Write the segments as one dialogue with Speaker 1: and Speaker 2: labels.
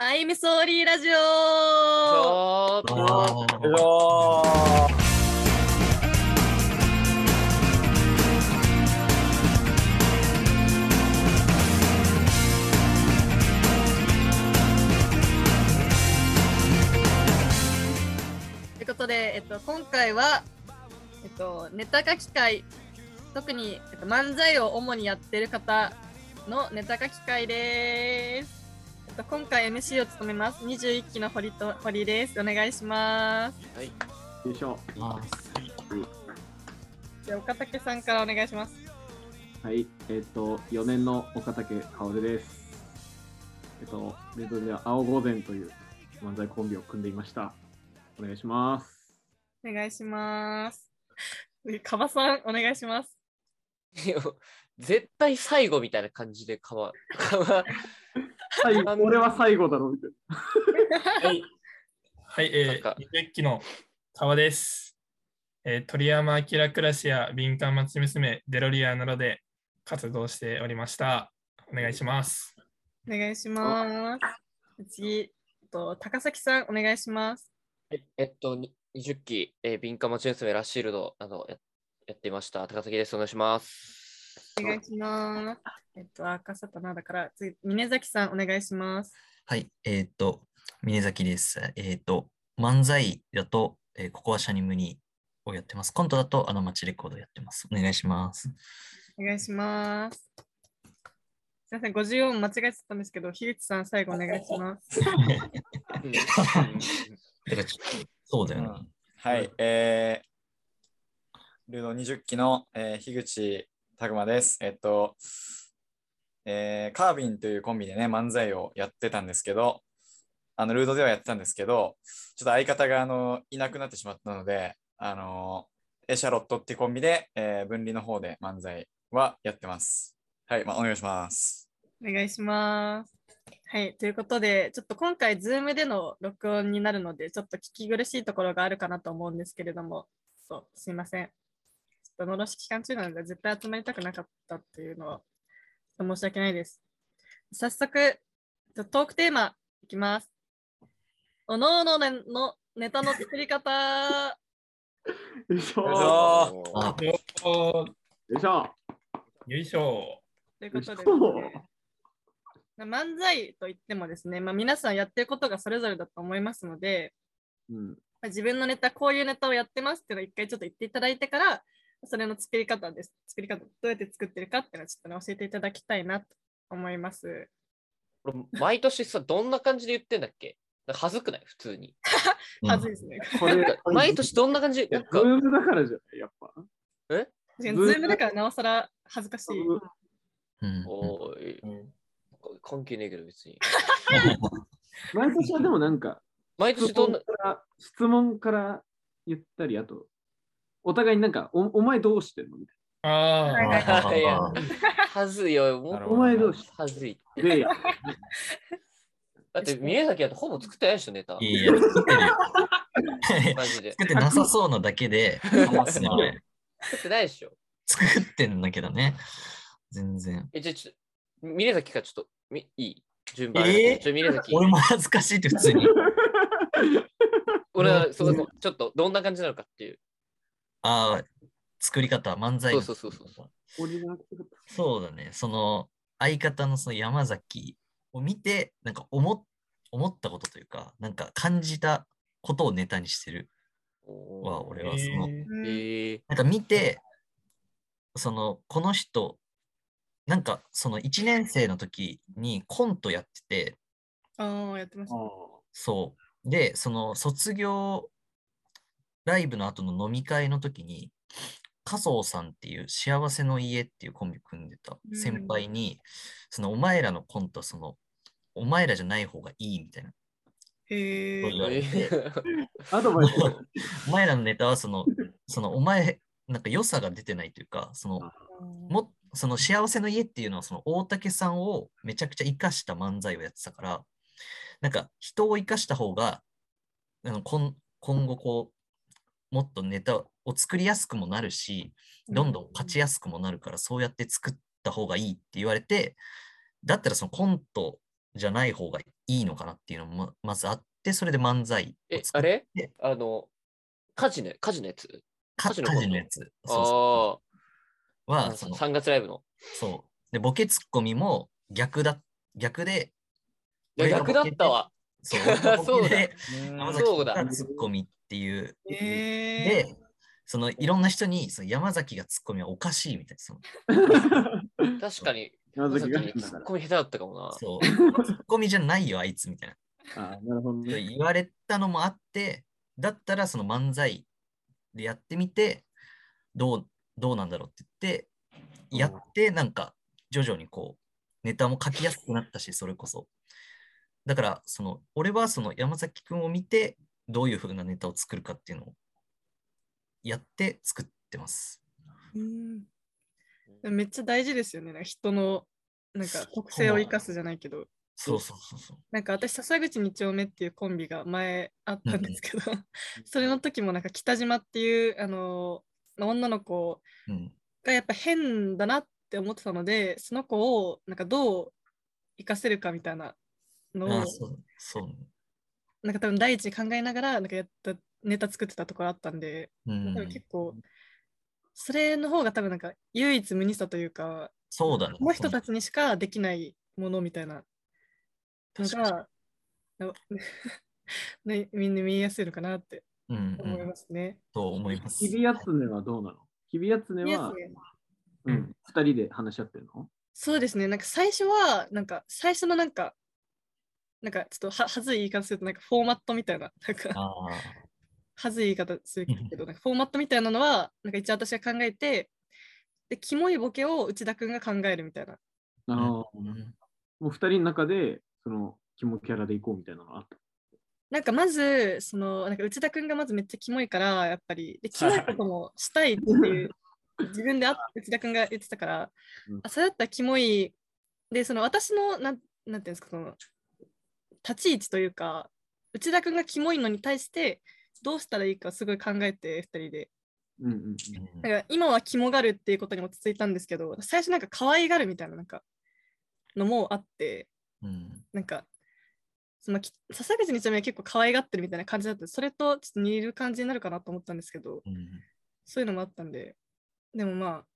Speaker 1: I'm sorry ラジオということで、えっと、今回は、えっと、ネタ書き会特に、えっと、漫才を主にやってる方のネタ書き会です、えっと、今回 MC を務めます21期の堀と堀ですお願いします
Speaker 2: よいしょ。
Speaker 1: じゃあ岡武さんからお願いします
Speaker 2: はい、えっ、と、4年の岡武薫です。えっ、と、レッドでは青御前という漫才コンビを組んでいました。お願いします。
Speaker 1: お願いしますでカバさんお願いします
Speaker 3: いや絶対最後みたいな感じでかわ、かわ、
Speaker 2: 最後、俺は最後だろみたい
Speaker 4: はい。はい、え
Speaker 3: なんか
Speaker 4: ー、20期の川です。えー、鳥山明クラシや敏感町娘、デロリアなどで活動しておりました。お願いします。
Speaker 1: お願いします次えっと高崎さんお願いします
Speaker 3: えっと、に20期、えー、敏感町娘ラッシールドなどややっていました。高崎です。お願いします。
Speaker 1: お願いしますえっと赤里奈だから次峰崎さんお願いします
Speaker 5: はい、えっ、と、峰崎です。えっ、と、漫才だと、えーここはシャニムニをやってます。コントだと、あの街レコードをやってます。お願い します。
Speaker 1: お願いします。すみません、54間違えてたんですけど、樋口さん、最後お願いします。
Speaker 3: うん
Speaker 5: てか、ちょっとそうだよね。
Speaker 6: はい、えー、ルード20期の、えー、樋口拓磨です。えっと、えー、カービンというコンビでね、漫才をやってたんですけど、あの、ルードではやってたんですけど、ちょっと相方が、あの、いなくなってしまったので、あの、エシャロットってコンビで、えー、分離の方で漫才はやってます。はい、まあ、お願いします。
Speaker 1: お願いします。はい、ということで、ちょっと今回、ズームでの録音になるので、ちょっと聞き苦しいところがあるかなと思うんですけれども、そうすみません。ちょっと、のろし期間中なので、絶対集まりたくなかったっていうのは、ちょっと申し訳ないです。早速、じゃあトークテーマいきます。おのおのねのネタの作り方。
Speaker 2: な。よいしょ。
Speaker 6: よいし
Speaker 2: よ
Speaker 6: ょ
Speaker 5: あ、
Speaker 4: おー
Speaker 2: いしょ。
Speaker 4: よいしょ。
Speaker 1: ということで
Speaker 2: そう
Speaker 1: ですねまあ漫才といってもですね、まあ、皆さんやってることがそれぞれだと思いますので、
Speaker 2: うん。
Speaker 1: まあ自分のネタこういうネタをやってますっていうのを一回ちょっと言っていただいてからそれの作り方です作り方どうやって作ってるかっていうのをちょっと、ね、教えていただきたいなと思います
Speaker 3: これ毎年さ、どんな感じで言ってんだっけなんか恥ずくない普通に。
Speaker 5: うん
Speaker 1: はずいですね
Speaker 2: こ
Speaker 3: なん
Speaker 2: れ
Speaker 3: か、毎年どんな感じ
Speaker 2: い
Speaker 3: な
Speaker 2: や
Speaker 3: ん
Speaker 2: ズ
Speaker 3: か、
Speaker 2: ームだからじゃない、やっぱ。
Speaker 1: 確かにズームだからなおさら恥ずかしい
Speaker 5: うん。
Speaker 3: おーい
Speaker 4: うん
Speaker 3: 関係ねえけど別に。
Speaker 2: 毎年はでもなんか、
Speaker 3: 毎
Speaker 2: 質
Speaker 3: 年どん
Speaker 2: 問
Speaker 3: な
Speaker 2: か、ら質問から言ったり、あと、お互いになんか、おお前どうしてんのみたい
Speaker 4: あ
Speaker 1: は
Speaker 4: あ、
Speaker 3: いやいや
Speaker 5: あー
Speaker 3: 恥ずいよ、も
Speaker 6: な
Speaker 2: な。
Speaker 6: る
Speaker 3: う
Speaker 6: ほ
Speaker 2: お前どうし
Speaker 3: 恥ずい。
Speaker 2: てんので、
Speaker 3: だって、宮崎だとほぼ作ってないでしょ、ネタ。
Speaker 5: いやいや、作ってるよ。
Speaker 3: マジで。
Speaker 5: 作ってなさそうなだけで、話すのあれ
Speaker 3: 作ってないでしょ。
Speaker 5: 作ってんだけどね。全然。
Speaker 3: え、じゃあちょっと、峰崎かちょっと、みいい順
Speaker 5: え
Speaker 3: 番。
Speaker 5: ー
Speaker 3: ちょ、峰崎。
Speaker 5: 俺も恥ずかしいって普 通に。
Speaker 3: 俺は、
Speaker 5: もう
Speaker 3: そこ、ちょっと、どんな感じなのかっていう。
Speaker 5: ああ、作り方、漫才
Speaker 3: そう
Speaker 5: の
Speaker 3: そうそうそう。
Speaker 2: 俺が作っ。
Speaker 5: そうだね、その相方のその山崎を見て、なんか思っ思ったことというか、なんか感じたことをネタにしてるわ、
Speaker 3: おー
Speaker 5: 俺はその。
Speaker 4: え
Speaker 1: うん
Speaker 3: ええ
Speaker 5: なんか見て、そのこの人、なんかその1年生の時にコントやってて、
Speaker 1: ああやってましたた
Speaker 5: そう。で、その卒業ライブの後の飲み会の時に、加藤さんっていう幸せの家っていうコンビ組んでた
Speaker 1: うん
Speaker 5: 先輩に、そのお前らのコント、そのお前らじゃない方がいいみたいな。
Speaker 1: へえ
Speaker 5: 言われて
Speaker 2: アドバイス。
Speaker 5: お前らのネタはその、そのお前、なんか良さが出てないというか、その、もっその幸せの家っていうのはその大竹さんをめちゃくちゃ生かした漫才をやってたからなんか人を生かした方があの今今後こうもっとネタを作りやすくもなるしどんどん勝ちやすくもなるからそうやって作った方がいいって言われてだったらそのコントじゃない方がいいのかなっていうのもままずあって、それで漫才
Speaker 3: え
Speaker 5: を、作
Speaker 3: あ
Speaker 5: っ
Speaker 3: れ
Speaker 5: で
Speaker 3: あの、カジね、カジのやつ
Speaker 5: か
Speaker 3: カジノ
Speaker 5: カジのやつそうそ
Speaker 3: あ
Speaker 5: う
Speaker 3: あ
Speaker 5: はそ
Speaker 3: ー、
Speaker 5: の
Speaker 3: 3月ライブの。
Speaker 5: そうでボケツッコミも逆だ逆で
Speaker 3: いや、逆だったわ。
Speaker 5: そう俺が ボ
Speaker 3: そう
Speaker 5: ケ
Speaker 3: だ
Speaker 5: で山崎
Speaker 3: そうだ
Speaker 5: がツッコミっていう
Speaker 1: え
Speaker 5: でそのいろんな人にその山崎がツッコミはおかしいみたいなその
Speaker 3: 確かに、
Speaker 2: 山
Speaker 3: まさ
Speaker 2: 崎
Speaker 3: に
Speaker 2: が
Speaker 3: ツッコミ下手だったかもな。
Speaker 5: そうツッコミじゃないよあいつみたいな
Speaker 2: あーなるほどね。
Speaker 5: 言われたのもあってだったらその漫才でやってみてどうどうなんだろうって言ってやってなんか徐々にこうネタも書きやすくなったしそれこそだからその俺はその山崎くんを見てどういう風なネタを作るかっていうのをやって作ってます
Speaker 1: うんめっちゃ大事ですよね。なんか人のなんか特性を生かすじゃないけど、
Speaker 5: そうそうそうそう
Speaker 1: なんか私、笹口二丁目っていうコンビが前あったんですけど、 それの時もなんか北島っていうあの女の子
Speaker 5: うん
Speaker 1: がやっぱ変だなって思ってたので、その子をなんかどう生かせるかみたいなのを、
Speaker 5: あそうそう
Speaker 1: なんか多分第一に考えながらなんかやったネタ作ってたところあったんで、
Speaker 5: うん
Speaker 1: 多分結構、それの方が多分なんか唯一無二さというか、
Speaker 5: そうだね
Speaker 1: この人たちにしかできないものみたいなの
Speaker 5: 確かに
Speaker 1: が、 なね、みんな見えやすいのかなって
Speaker 5: うんう
Speaker 1: 思い
Speaker 5: ん
Speaker 1: ますね。
Speaker 5: と思います
Speaker 2: 日比谷常はどうなの日比谷
Speaker 1: 見えや
Speaker 2: 常は
Speaker 1: すいね
Speaker 2: うん二人で話し合ってるの
Speaker 1: そうですね、なんか最初は、なんか最初のなんか、なんかちょっとははずい言い方すると、なんかフォーマットみたいな、なんか
Speaker 5: ああ
Speaker 1: はずい言い方するけど、なんかフォーマットみたいなのは、なんか一応私が考えて、で、キモいボケを内田君が考えるみたいな。
Speaker 2: あ
Speaker 5: ん
Speaker 2: の
Speaker 5: うん
Speaker 2: もう二人の中で、その、キモキャラで行こうみたいなのあった。
Speaker 1: なんかまず、その、なんか内田君がまずめっちゃキモいから、やっぱり、で、キモいこともしたいっていう、自分であ内田君が言ってたから
Speaker 2: うん、
Speaker 1: あそれだったらキモい、で、その私の、なんなんていうんですか、その、立ち位置というか、内田君がキモいのに対して、どうしたらいいかすごい考えて、二人で。
Speaker 2: うんうん
Speaker 5: うん
Speaker 1: だから今はキモがるっていうことに落ち着いたんですけど、最初なんか可愛がるみたいな、なんか、のもあって、
Speaker 5: うん
Speaker 1: なんか、そのき笹口にちなみに結構可愛がってるみたいな感じだったそれとちょっと似る感じになるかなと思ったんですけど、
Speaker 5: うん
Speaker 1: そういうのもあったんで、でもまあ、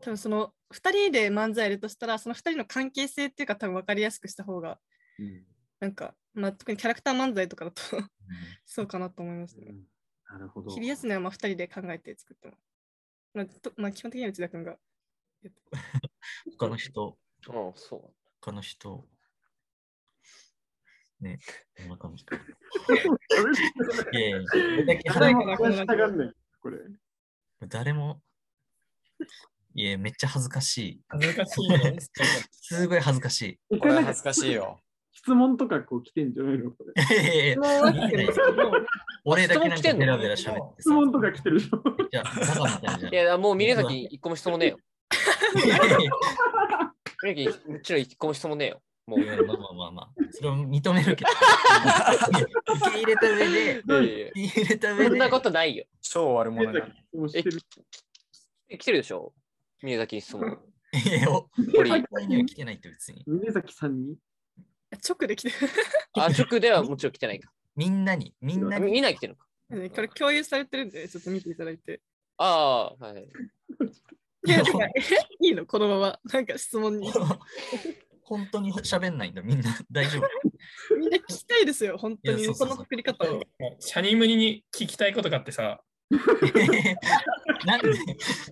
Speaker 1: 多分その2人で漫才やるとしたら、その2人の関係性っていうか、多分分かりやすくした方が、
Speaker 2: うん
Speaker 1: なんか、まあ、特にキャラクター漫才とかだと、 そうかなと思います
Speaker 2: う
Speaker 1: ね。
Speaker 2: ん。なるほど。
Speaker 1: 日比谷すねはまあ2人で考えて作ってます。まあ、とまあ、基本的には内田君が。
Speaker 5: 他の人、
Speaker 3: うん、そ
Speaker 5: 他の人。ね、こんな感じか。いやいや俺だけ
Speaker 2: 誰
Speaker 5: 話
Speaker 2: も話したがんない。これ。
Speaker 5: 誰も、いや、めっちゃ恥ずかし
Speaker 4: 恥ずかしい
Speaker 5: い
Speaker 4: ね。。
Speaker 5: すごい恥ずかしい。
Speaker 2: 一
Speaker 6: これ
Speaker 2: 回
Speaker 6: は
Speaker 2: なん
Speaker 6: 恥ず
Speaker 2: か
Speaker 6: かしいよ。
Speaker 2: 質問とかこう来てんじゃないのこれ。
Speaker 5: いやいやいや
Speaker 1: もう待ってね
Speaker 5: 俺だけなん
Speaker 3: 質問来て
Speaker 5: か
Speaker 3: んの
Speaker 5: ベラベラ喋って
Speaker 2: 質
Speaker 5: さ。
Speaker 2: 問とか来てるでしょ。
Speaker 5: じゃあ、バカみたいなじゃ
Speaker 3: う。
Speaker 5: ん
Speaker 3: い。や、もう峰崎に一個も質問ねえよ。
Speaker 5: いやいやい
Speaker 3: 峰崎、もちろん一個も質問ねえよ。もう。
Speaker 5: やまあまあまあまあ、それを認めるけど。受け入れた上で、
Speaker 3: いやいや
Speaker 5: 受け入れた上
Speaker 3: そん
Speaker 5: で
Speaker 3: な、ことないよ。
Speaker 6: 超悪者になる。
Speaker 2: 質問してる。
Speaker 3: え来てるでしょ峰崎に質問。
Speaker 5: いやいや、お
Speaker 3: 俺、
Speaker 5: 俺には来てないって別に。
Speaker 2: 峰崎さんに
Speaker 1: 直で来て
Speaker 3: あ、直ではもちろん来てない か。
Speaker 5: みんなに、みんな
Speaker 3: あ
Speaker 5: に。
Speaker 3: みんな来てるのか。
Speaker 1: る。これ共有されてるんで、ちょっと見ていただいて。
Speaker 3: ああ、はい。
Speaker 1: いや、てかえいいの このまま。なんか質 問に。
Speaker 5: 本当に喋んないんだ、みんな 大丈夫。
Speaker 1: みんな聞きたいですよ、本当
Speaker 5: いやそ
Speaker 1: に。
Speaker 5: うそ
Speaker 1: そう
Speaker 5: そう
Speaker 1: の作り方を。
Speaker 4: シャニムニに聞きたいことがあってさ、
Speaker 5: なんで
Speaker 2: シ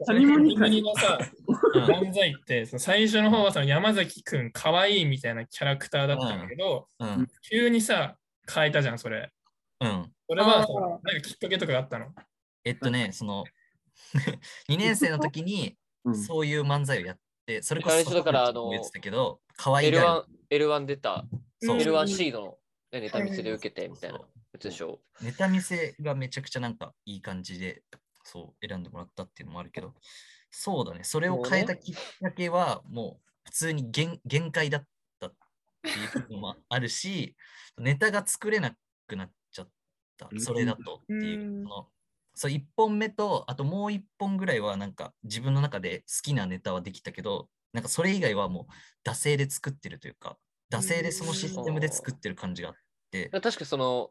Speaker 2: ャニム
Speaker 4: シャニムニ
Speaker 2: ニ
Speaker 4: のさ、
Speaker 5: うん
Speaker 4: 漫才ってその最初の方はその山崎くんかわいいみたいなキャラクターだったんだけど、
Speaker 5: うん。
Speaker 4: 急にさ、変えたじゃん、それ。
Speaker 5: うん。
Speaker 4: それはそ
Speaker 1: あー
Speaker 4: のなんかきっかけとかがあったの。
Speaker 5: えっとね、その、2年生の時に
Speaker 2: うん
Speaker 5: そういう漫才をやって、それこ
Speaker 3: あ
Speaker 5: そ、
Speaker 3: れでしょだからあの
Speaker 5: 言ってたけど、可愛いが
Speaker 3: L1、L1 出た、
Speaker 5: るそう
Speaker 1: うん
Speaker 3: L1 シードのネタ見せで受けてみたいな
Speaker 5: そう
Speaker 3: やつでしょ。
Speaker 5: ネタ見せがめちゃくちゃなんかいい感じで、そう、選んでもらったっていうのもあるけど、そうだね、それを変えたきっかけは、もう普通に限限界だったっていうのもあるし、ネタが作れなくなっちゃった
Speaker 2: う、ん
Speaker 5: それだとってい
Speaker 1: う
Speaker 5: う。
Speaker 1: ん
Speaker 5: そのそう1本目と、あともう1本ぐらいは、なんか自分の中で好きなネタはできたけど、なんかそれ以外はもう、惰性で作ってるというか、惰性でそのシステムで作ってる感じがあって、
Speaker 3: 確かその、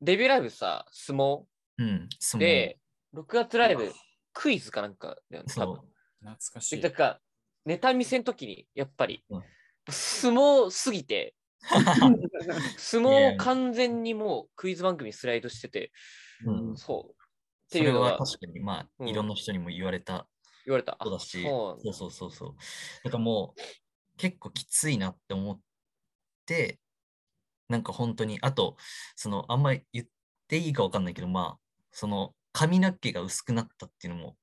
Speaker 3: デビューライブさ、相撲
Speaker 5: うん、その
Speaker 3: で、6月ライブ、クイズかなんかだよね、多分
Speaker 5: そ。
Speaker 6: 懐かし
Speaker 3: で
Speaker 6: い
Speaker 3: だ。から、ネタ見せの時に、やっぱり
Speaker 5: うん、
Speaker 3: 相撲すぎて、
Speaker 5: う。
Speaker 3: 相
Speaker 5: いや
Speaker 3: 撲
Speaker 5: い
Speaker 3: を
Speaker 5: や
Speaker 3: 完全にもうクイズ番組にスライドしてて、
Speaker 5: うん
Speaker 3: そう。って
Speaker 5: そ
Speaker 3: い
Speaker 5: れ
Speaker 3: うの
Speaker 5: は
Speaker 3: が
Speaker 5: 確かに、まあ、
Speaker 3: うん
Speaker 5: いろんな人にも言われた
Speaker 3: 言われた。あ
Speaker 5: ことだし、
Speaker 3: そうなん
Speaker 5: そうそうそうそう。だからもう、結構きついなって思って、なんか本当に、あと、その、あんまり言っていいかわかんないけど、まあ、その、髪の毛が薄くなったっていうのも、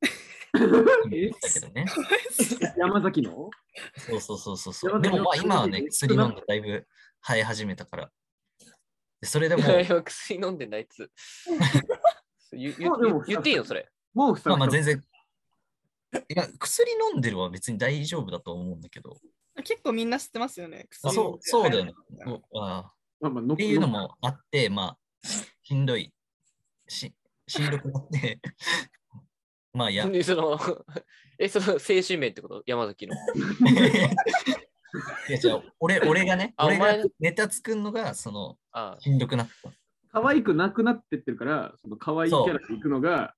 Speaker 5: 言ったけどね。
Speaker 2: 山崎の
Speaker 5: そうそうそうそう
Speaker 2: い
Speaker 5: そ
Speaker 2: や
Speaker 5: う。でもまあ
Speaker 2: でも
Speaker 5: 今は
Speaker 2: 正直
Speaker 5: ね、
Speaker 2: ね
Speaker 5: 薬飲んでだいぶ生え始めたから。でそれでも、
Speaker 3: だ。いや薬飲んでんだ、あいつ。言言
Speaker 2: あでも
Speaker 3: 言っていいのそれ。
Speaker 2: もうふさ
Speaker 5: まあ
Speaker 2: ふ
Speaker 5: まあ全
Speaker 2: さ。
Speaker 5: 然、いや、薬飲んでるは別に大丈夫だと思うんだけど、
Speaker 1: 結構みんな知ってますよね。
Speaker 5: あ
Speaker 1: 薬
Speaker 5: そうそうだよね。おあ
Speaker 2: まあまあ、
Speaker 5: ー
Speaker 2: 乗っ
Speaker 5: っていうのもあって、まあ、しんどい、ししんどくなって、 まあ や、
Speaker 3: で そのえ、その精神面ってこと山崎の。
Speaker 5: いや違う俺俺がね、
Speaker 3: あ
Speaker 5: 俺
Speaker 3: お前
Speaker 5: が
Speaker 3: の
Speaker 5: ネタ作るのが、その、
Speaker 3: あ
Speaker 5: しんどくなった。
Speaker 2: 可愛くなくなってってるから、その可愛いキャラで行くのが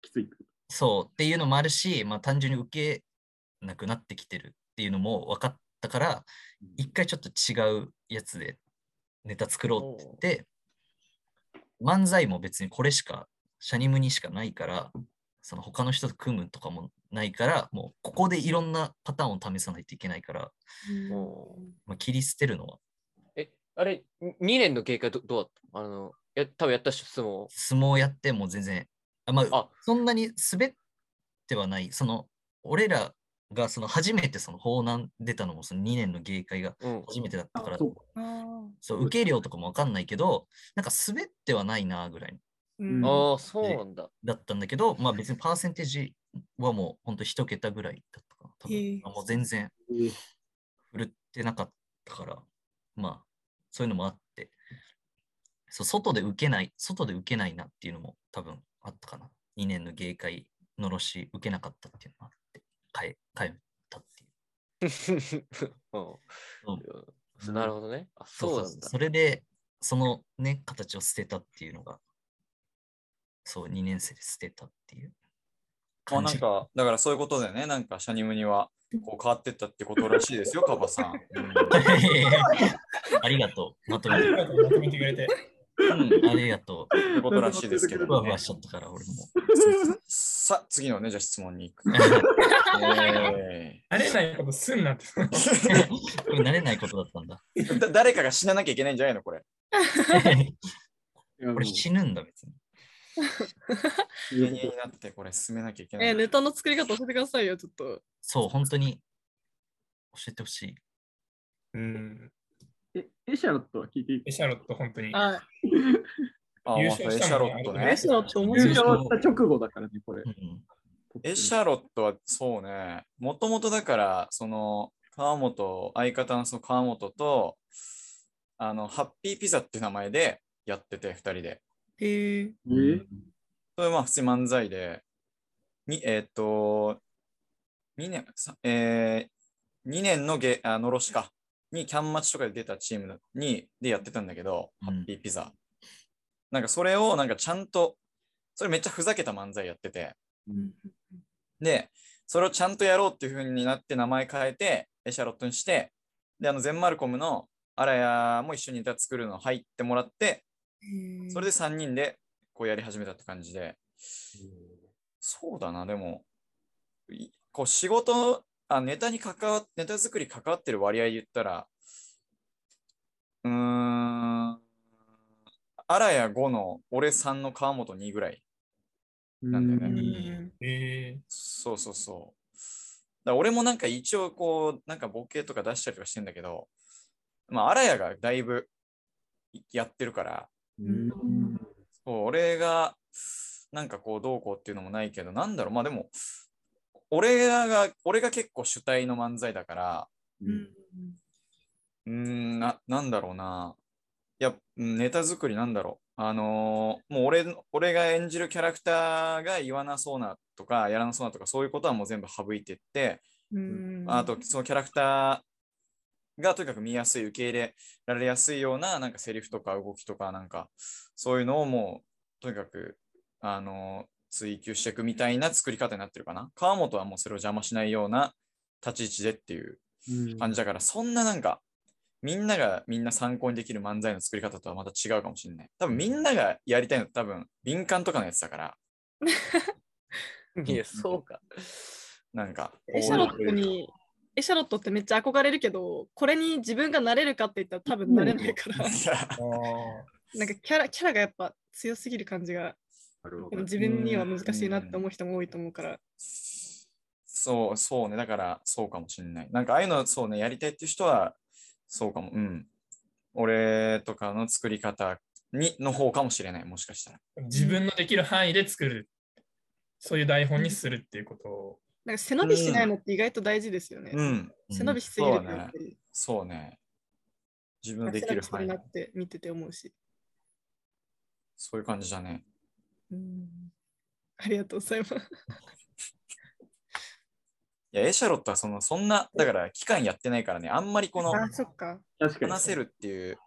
Speaker 2: きつい。
Speaker 5: そうっていうのもあるし、まあ、単純に受けなくなってきてるっていうのも分かったから、一回ちょっと違うやつでネタ作ろうって言って、漫才も別にこれしか、シャニムにしかないから、その他の人と組むとかもないから、もうここでいろんなパターンを試さないといけないから、
Speaker 1: うん
Speaker 5: まあ、切り捨てるのは
Speaker 3: え、あれ、2年の経過どどうだったのあの、や多分やったっしょ、質問を。
Speaker 5: 相撲やっても全然、あまあ、
Speaker 3: あ
Speaker 5: そんなに滑ってはない、その、俺らがその初めてその法難出たのもその2年の芸会が
Speaker 3: うん。
Speaker 5: 初めてだったから、
Speaker 2: そ
Speaker 5: そう
Speaker 2: うか
Speaker 1: あ
Speaker 5: 受け量とかもわかんないけど、なんか滑ってはないなぐらい
Speaker 1: ーう
Speaker 2: うん
Speaker 1: ん
Speaker 3: ああ、そうなんだ。
Speaker 5: だったんだけど、まあ別にパーセンテージはもうほんと一桁ぐらいだったかな。多分
Speaker 1: へえ
Speaker 5: あもう全然
Speaker 2: えー
Speaker 5: 振るってなかったから、まあそういうのもあって、そう外で受けない、外で受けないなっていうのも多分あったかな。2年の芸会のろし受けなかったっていうのもあって、変え、変えたっていう。
Speaker 3: うん
Speaker 5: うん
Speaker 3: なるほどね。あ、そうなんだ
Speaker 5: そ。れで、そのね、形を捨てたっていうのが、そう、2年生で捨てたっていう
Speaker 6: もう
Speaker 5: 感
Speaker 6: な
Speaker 5: じ。
Speaker 6: んか、だからそういうことだよね。なんか、シャニムにはこう変わってったってことらしいですよ、カバさん。
Speaker 5: ありがとう。まとめて。
Speaker 4: まとめてくれて。
Speaker 5: うん、ありがとう。
Speaker 6: ってことらしいですけど
Speaker 5: ふわふ
Speaker 6: ね
Speaker 5: わ。しちゃったから、俺も。
Speaker 6: さあ、次のね、じゃあ質問に行 く。え
Speaker 4: 慣れないことすんなって。
Speaker 5: これ慣れないことだったんだ。
Speaker 6: ーだ誰かが死ななきゃいけないんじゃないのこれ。
Speaker 2: いや
Speaker 5: これ死ぬんだ、別に。
Speaker 2: も
Speaker 6: 芸
Speaker 2: う
Speaker 6: 人になってこれ進めなきゃいけな
Speaker 1: えー、
Speaker 6: い。
Speaker 1: ネタの作り方教えてくださいよ、ちょっと。
Speaker 5: そう、本当に教えてほしい。
Speaker 4: うん。
Speaker 2: えエシャロットは聞いていい
Speaker 4: エシャロット、本当に。
Speaker 1: あ
Speaker 6: あ、
Speaker 4: 優
Speaker 6: まあそ
Speaker 4: 勝
Speaker 6: れエ
Speaker 4: し
Speaker 6: シ
Speaker 4: た
Speaker 6: ャ
Speaker 4: の
Speaker 6: ロ
Speaker 4: に
Speaker 6: ット
Speaker 4: あれ
Speaker 6: ね
Speaker 1: エ。シャロット面
Speaker 2: 優
Speaker 1: 白い。
Speaker 2: 勝した直後だからね、これ
Speaker 5: う。ん、
Speaker 6: エシャロットはそうね、もともとだから、その、川本、相方のその川本と、あの、ハッピーピザっていう名前でやってて、二人で。
Speaker 1: えー、
Speaker 2: えー
Speaker 6: それまあ普通に漫才で、にえーっと、2年、さえー、2年のゲあのろしか、にキャンマチとかで出たチームにでやってたんだけど、
Speaker 5: うん
Speaker 6: ハッピーピザ。なんかそれをなんかちゃんと、それめっちゃふざけた漫才やってて、
Speaker 2: うん
Speaker 6: で、それをちゃんとやろうっていう風になって名前変えて、エシャロットにして、で、あの、ゼンマルコムのアラヤも一緒に歌作るの入ってもらって、それで3人でこうやり始めたって感じで、そうだな、でも、いこう仕事あ、ネタに関わっネタ作り関わってる割合で言ったら、うーん、あらや5の俺3の川本2ぐらい。なんだよね
Speaker 1: うん
Speaker 4: え
Speaker 6: そうそうそう。だから俺もなんか一応こう、なんかボケとか出したりとかしてんだけど、まあ、あらやがだいぶいやってるから、
Speaker 2: うんうん
Speaker 6: そう俺がなんかこうどうこうっていうのもないけどなんだろうまあでも俺らが俺が結構主体の漫才だから
Speaker 2: うん
Speaker 6: うーんななんだろうないやうんネタ作りなんだろうあのーもう俺の俺が演じるキャラクターが言わなそうなとかやらなそうなとかそういうことはもう全部省いてって、
Speaker 1: うん
Speaker 6: あとそのキャラクタがとにかく見やすい、受け入れられやすいような、なんかセリフとか動きとか、なんか、そういうのをもう、とにかく、あの、追求していくみたいな作り方になってるかな。川本はもうそれを邪魔しないような立ち位置でっていう
Speaker 2: うん
Speaker 6: 感じだから、そんななんか、みんながみんな参考にできる漫才の作り方とはまた違うかもしれない。多分みんながやりたいのって多分敏感とかのやつだから、
Speaker 3: いや、そうか。
Speaker 6: なんか。
Speaker 1: エシャロットに、エシャロットってめっちゃ憧れるけど、これに自分がなれるかって言ったら多分なれないから、
Speaker 6: いや
Speaker 4: あー
Speaker 1: なんかキャラキャラがやっぱ強すぎる感じが、
Speaker 2: なるほ
Speaker 1: でも
Speaker 2: ど
Speaker 1: 自分には難しいなって思う人も多いと思うから、
Speaker 6: そう、そうね。だから、そうかもしれない。なんか、ああいうの、そうね、やりたいっていう人は、そうかも。うん。俺とかの作り方にの方かもしれない。もしかしたら。
Speaker 4: 自分のできる範囲で作る。そういう台本にするっていうことを。
Speaker 1: なんか背伸びしないのって意外と大事ですよね。
Speaker 6: うん。
Speaker 1: 背伸びしすぎる
Speaker 6: そ
Speaker 1: と
Speaker 6: うだね
Speaker 1: やっぱり
Speaker 6: そうね。自分の
Speaker 1: 背
Speaker 6: でき
Speaker 1: 伸
Speaker 6: る
Speaker 1: びしてる
Speaker 6: 範囲
Speaker 1: な。って見てて思うし。
Speaker 6: そういう感じだね。
Speaker 1: ありがとうございます。
Speaker 6: いや、エシャロットは、その、そんな、だから、期間やってないからね、あんまりこの、
Speaker 1: あ、そっか。
Speaker 2: 確かに
Speaker 6: 話せるっていう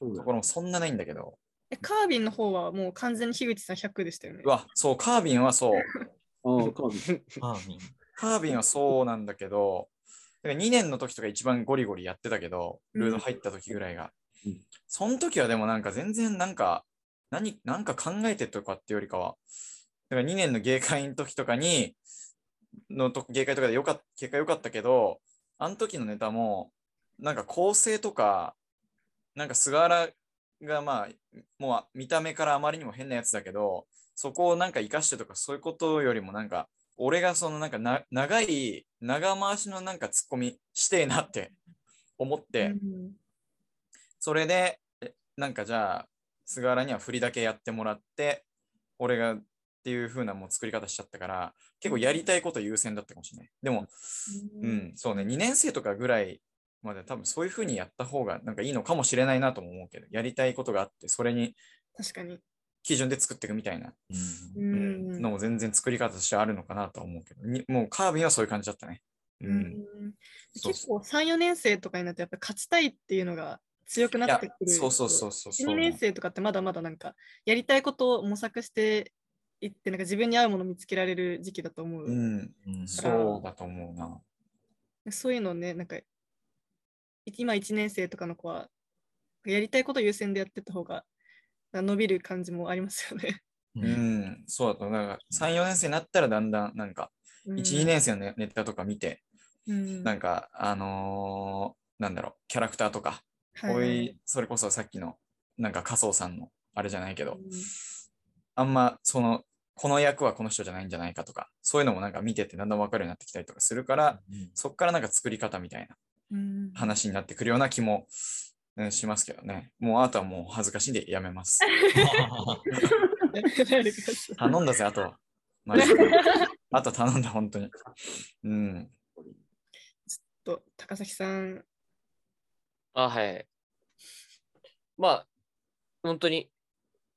Speaker 2: そう
Speaker 6: と
Speaker 2: だ
Speaker 6: ころもそんなないんだけど。
Speaker 1: え、カービンの方はもう完全に樋口さん100でしたよね
Speaker 6: う。わ、そう、カービンはそう。
Speaker 2: ああ、カービィ
Speaker 5: アーミン。
Speaker 6: カービンはそうなんだけど、だから2年の時とか一番ゴリゴリやってたけど、ルード入った時ぐらいが。
Speaker 2: うん
Speaker 6: その時はでもなんか全然なんか、何、なんか考えてとかってよりかは、だから2年の芸会の時とかに、のと芸会とかでよかった、結果良かったけど、あの時のネタも、なんか構成とか、なんか菅原がまあ、もう見た目からあまりにも変なやつだけど、そこをなんか生かしてとかそういうことよりもなんか、俺がそのなんかな長い長回しのなんかツッコミしてえなって思っ
Speaker 1: う
Speaker 6: て、
Speaker 1: ん
Speaker 6: それでえなんかじゃあ菅原には振りだけやってもらって俺がっていう風なもう作り方しちゃったから結構やりたいこと優先だったかもしれないでもう
Speaker 1: うん
Speaker 6: んそうね2年生とかぐらいまで多分そういう風にやった方がなんかいいのかもしれないなとも思うけどやりたいことがあってそれに
Speaker 1: 確かに。
Speaker 6: 基準で作っていくみたいな
Speaker 5: うん
Speaker 1: うん
Speaker 6: のも全然作り方としてあるのかなとは思うけど、にもうカービィはそういう感じだったね。う。
Speaker 1: うんん
Speaker 6: そう
Speaker 1: 結構3、4年生とかになって、やっぱ勝ちたいっていうのが強く
Speaker 6: い
Speaker 1: なっ
Speaker 6: や
Speaker 1: てくる。
Speaker 6: そうそうそうそうそう。
Speaker 1: 1年生とかってまだまだなんか、やりたいことを模索していって、なんか自分に合うものを見つけられる時期だと思う。
Speaker 6: うん、
Speaker 5: うん
Speaker 6: そうだと思うな。
Speaker 1: そういうのね、なんか、い今1年生とかの子は、やりたいこと優先でやってた方が、なんか伸びる感じもありますよ ね。
Speaker 5: う
Speaker 6: うんん、そうだと思う。なんか3、4年生になったらだんだんなんか、
Speaker 1: 1
Speaker 6: 1、2年生のねネタとか見て、
Speaker 1: うん
Speaker 6: なんか、あのーなんだろう、キャラクターとか、
Speaker 1: はい
Speaker 6: お
Speaker 1: はい
Speaker 6: い、それこそさっきの、なんか、加藤さんの、あれじゃないけど、
Speaker 1: うん
Speaker 6: あんま、その、この役はこの人じゃないんじゃないかとか、そういうのもなんか見ててだんだん分かるようになってきたりとかするから、
Speaker 5: うん
Speaker 6: そっからなんか作り方みたいな
Speaker 1: うん
Speaker 6: 話になってくるような気も、うんしますけどね。もうあとはもう恥ずかしいんでやめ ます。
Speaker 1: やめないでください
Speaker 6: 頼んだぜ、あ とは。マジであと頼んだ、本当に。 うん。
Speaker 1: と高崎さん、
Speaker 3: あ、はい。まあ、本当に、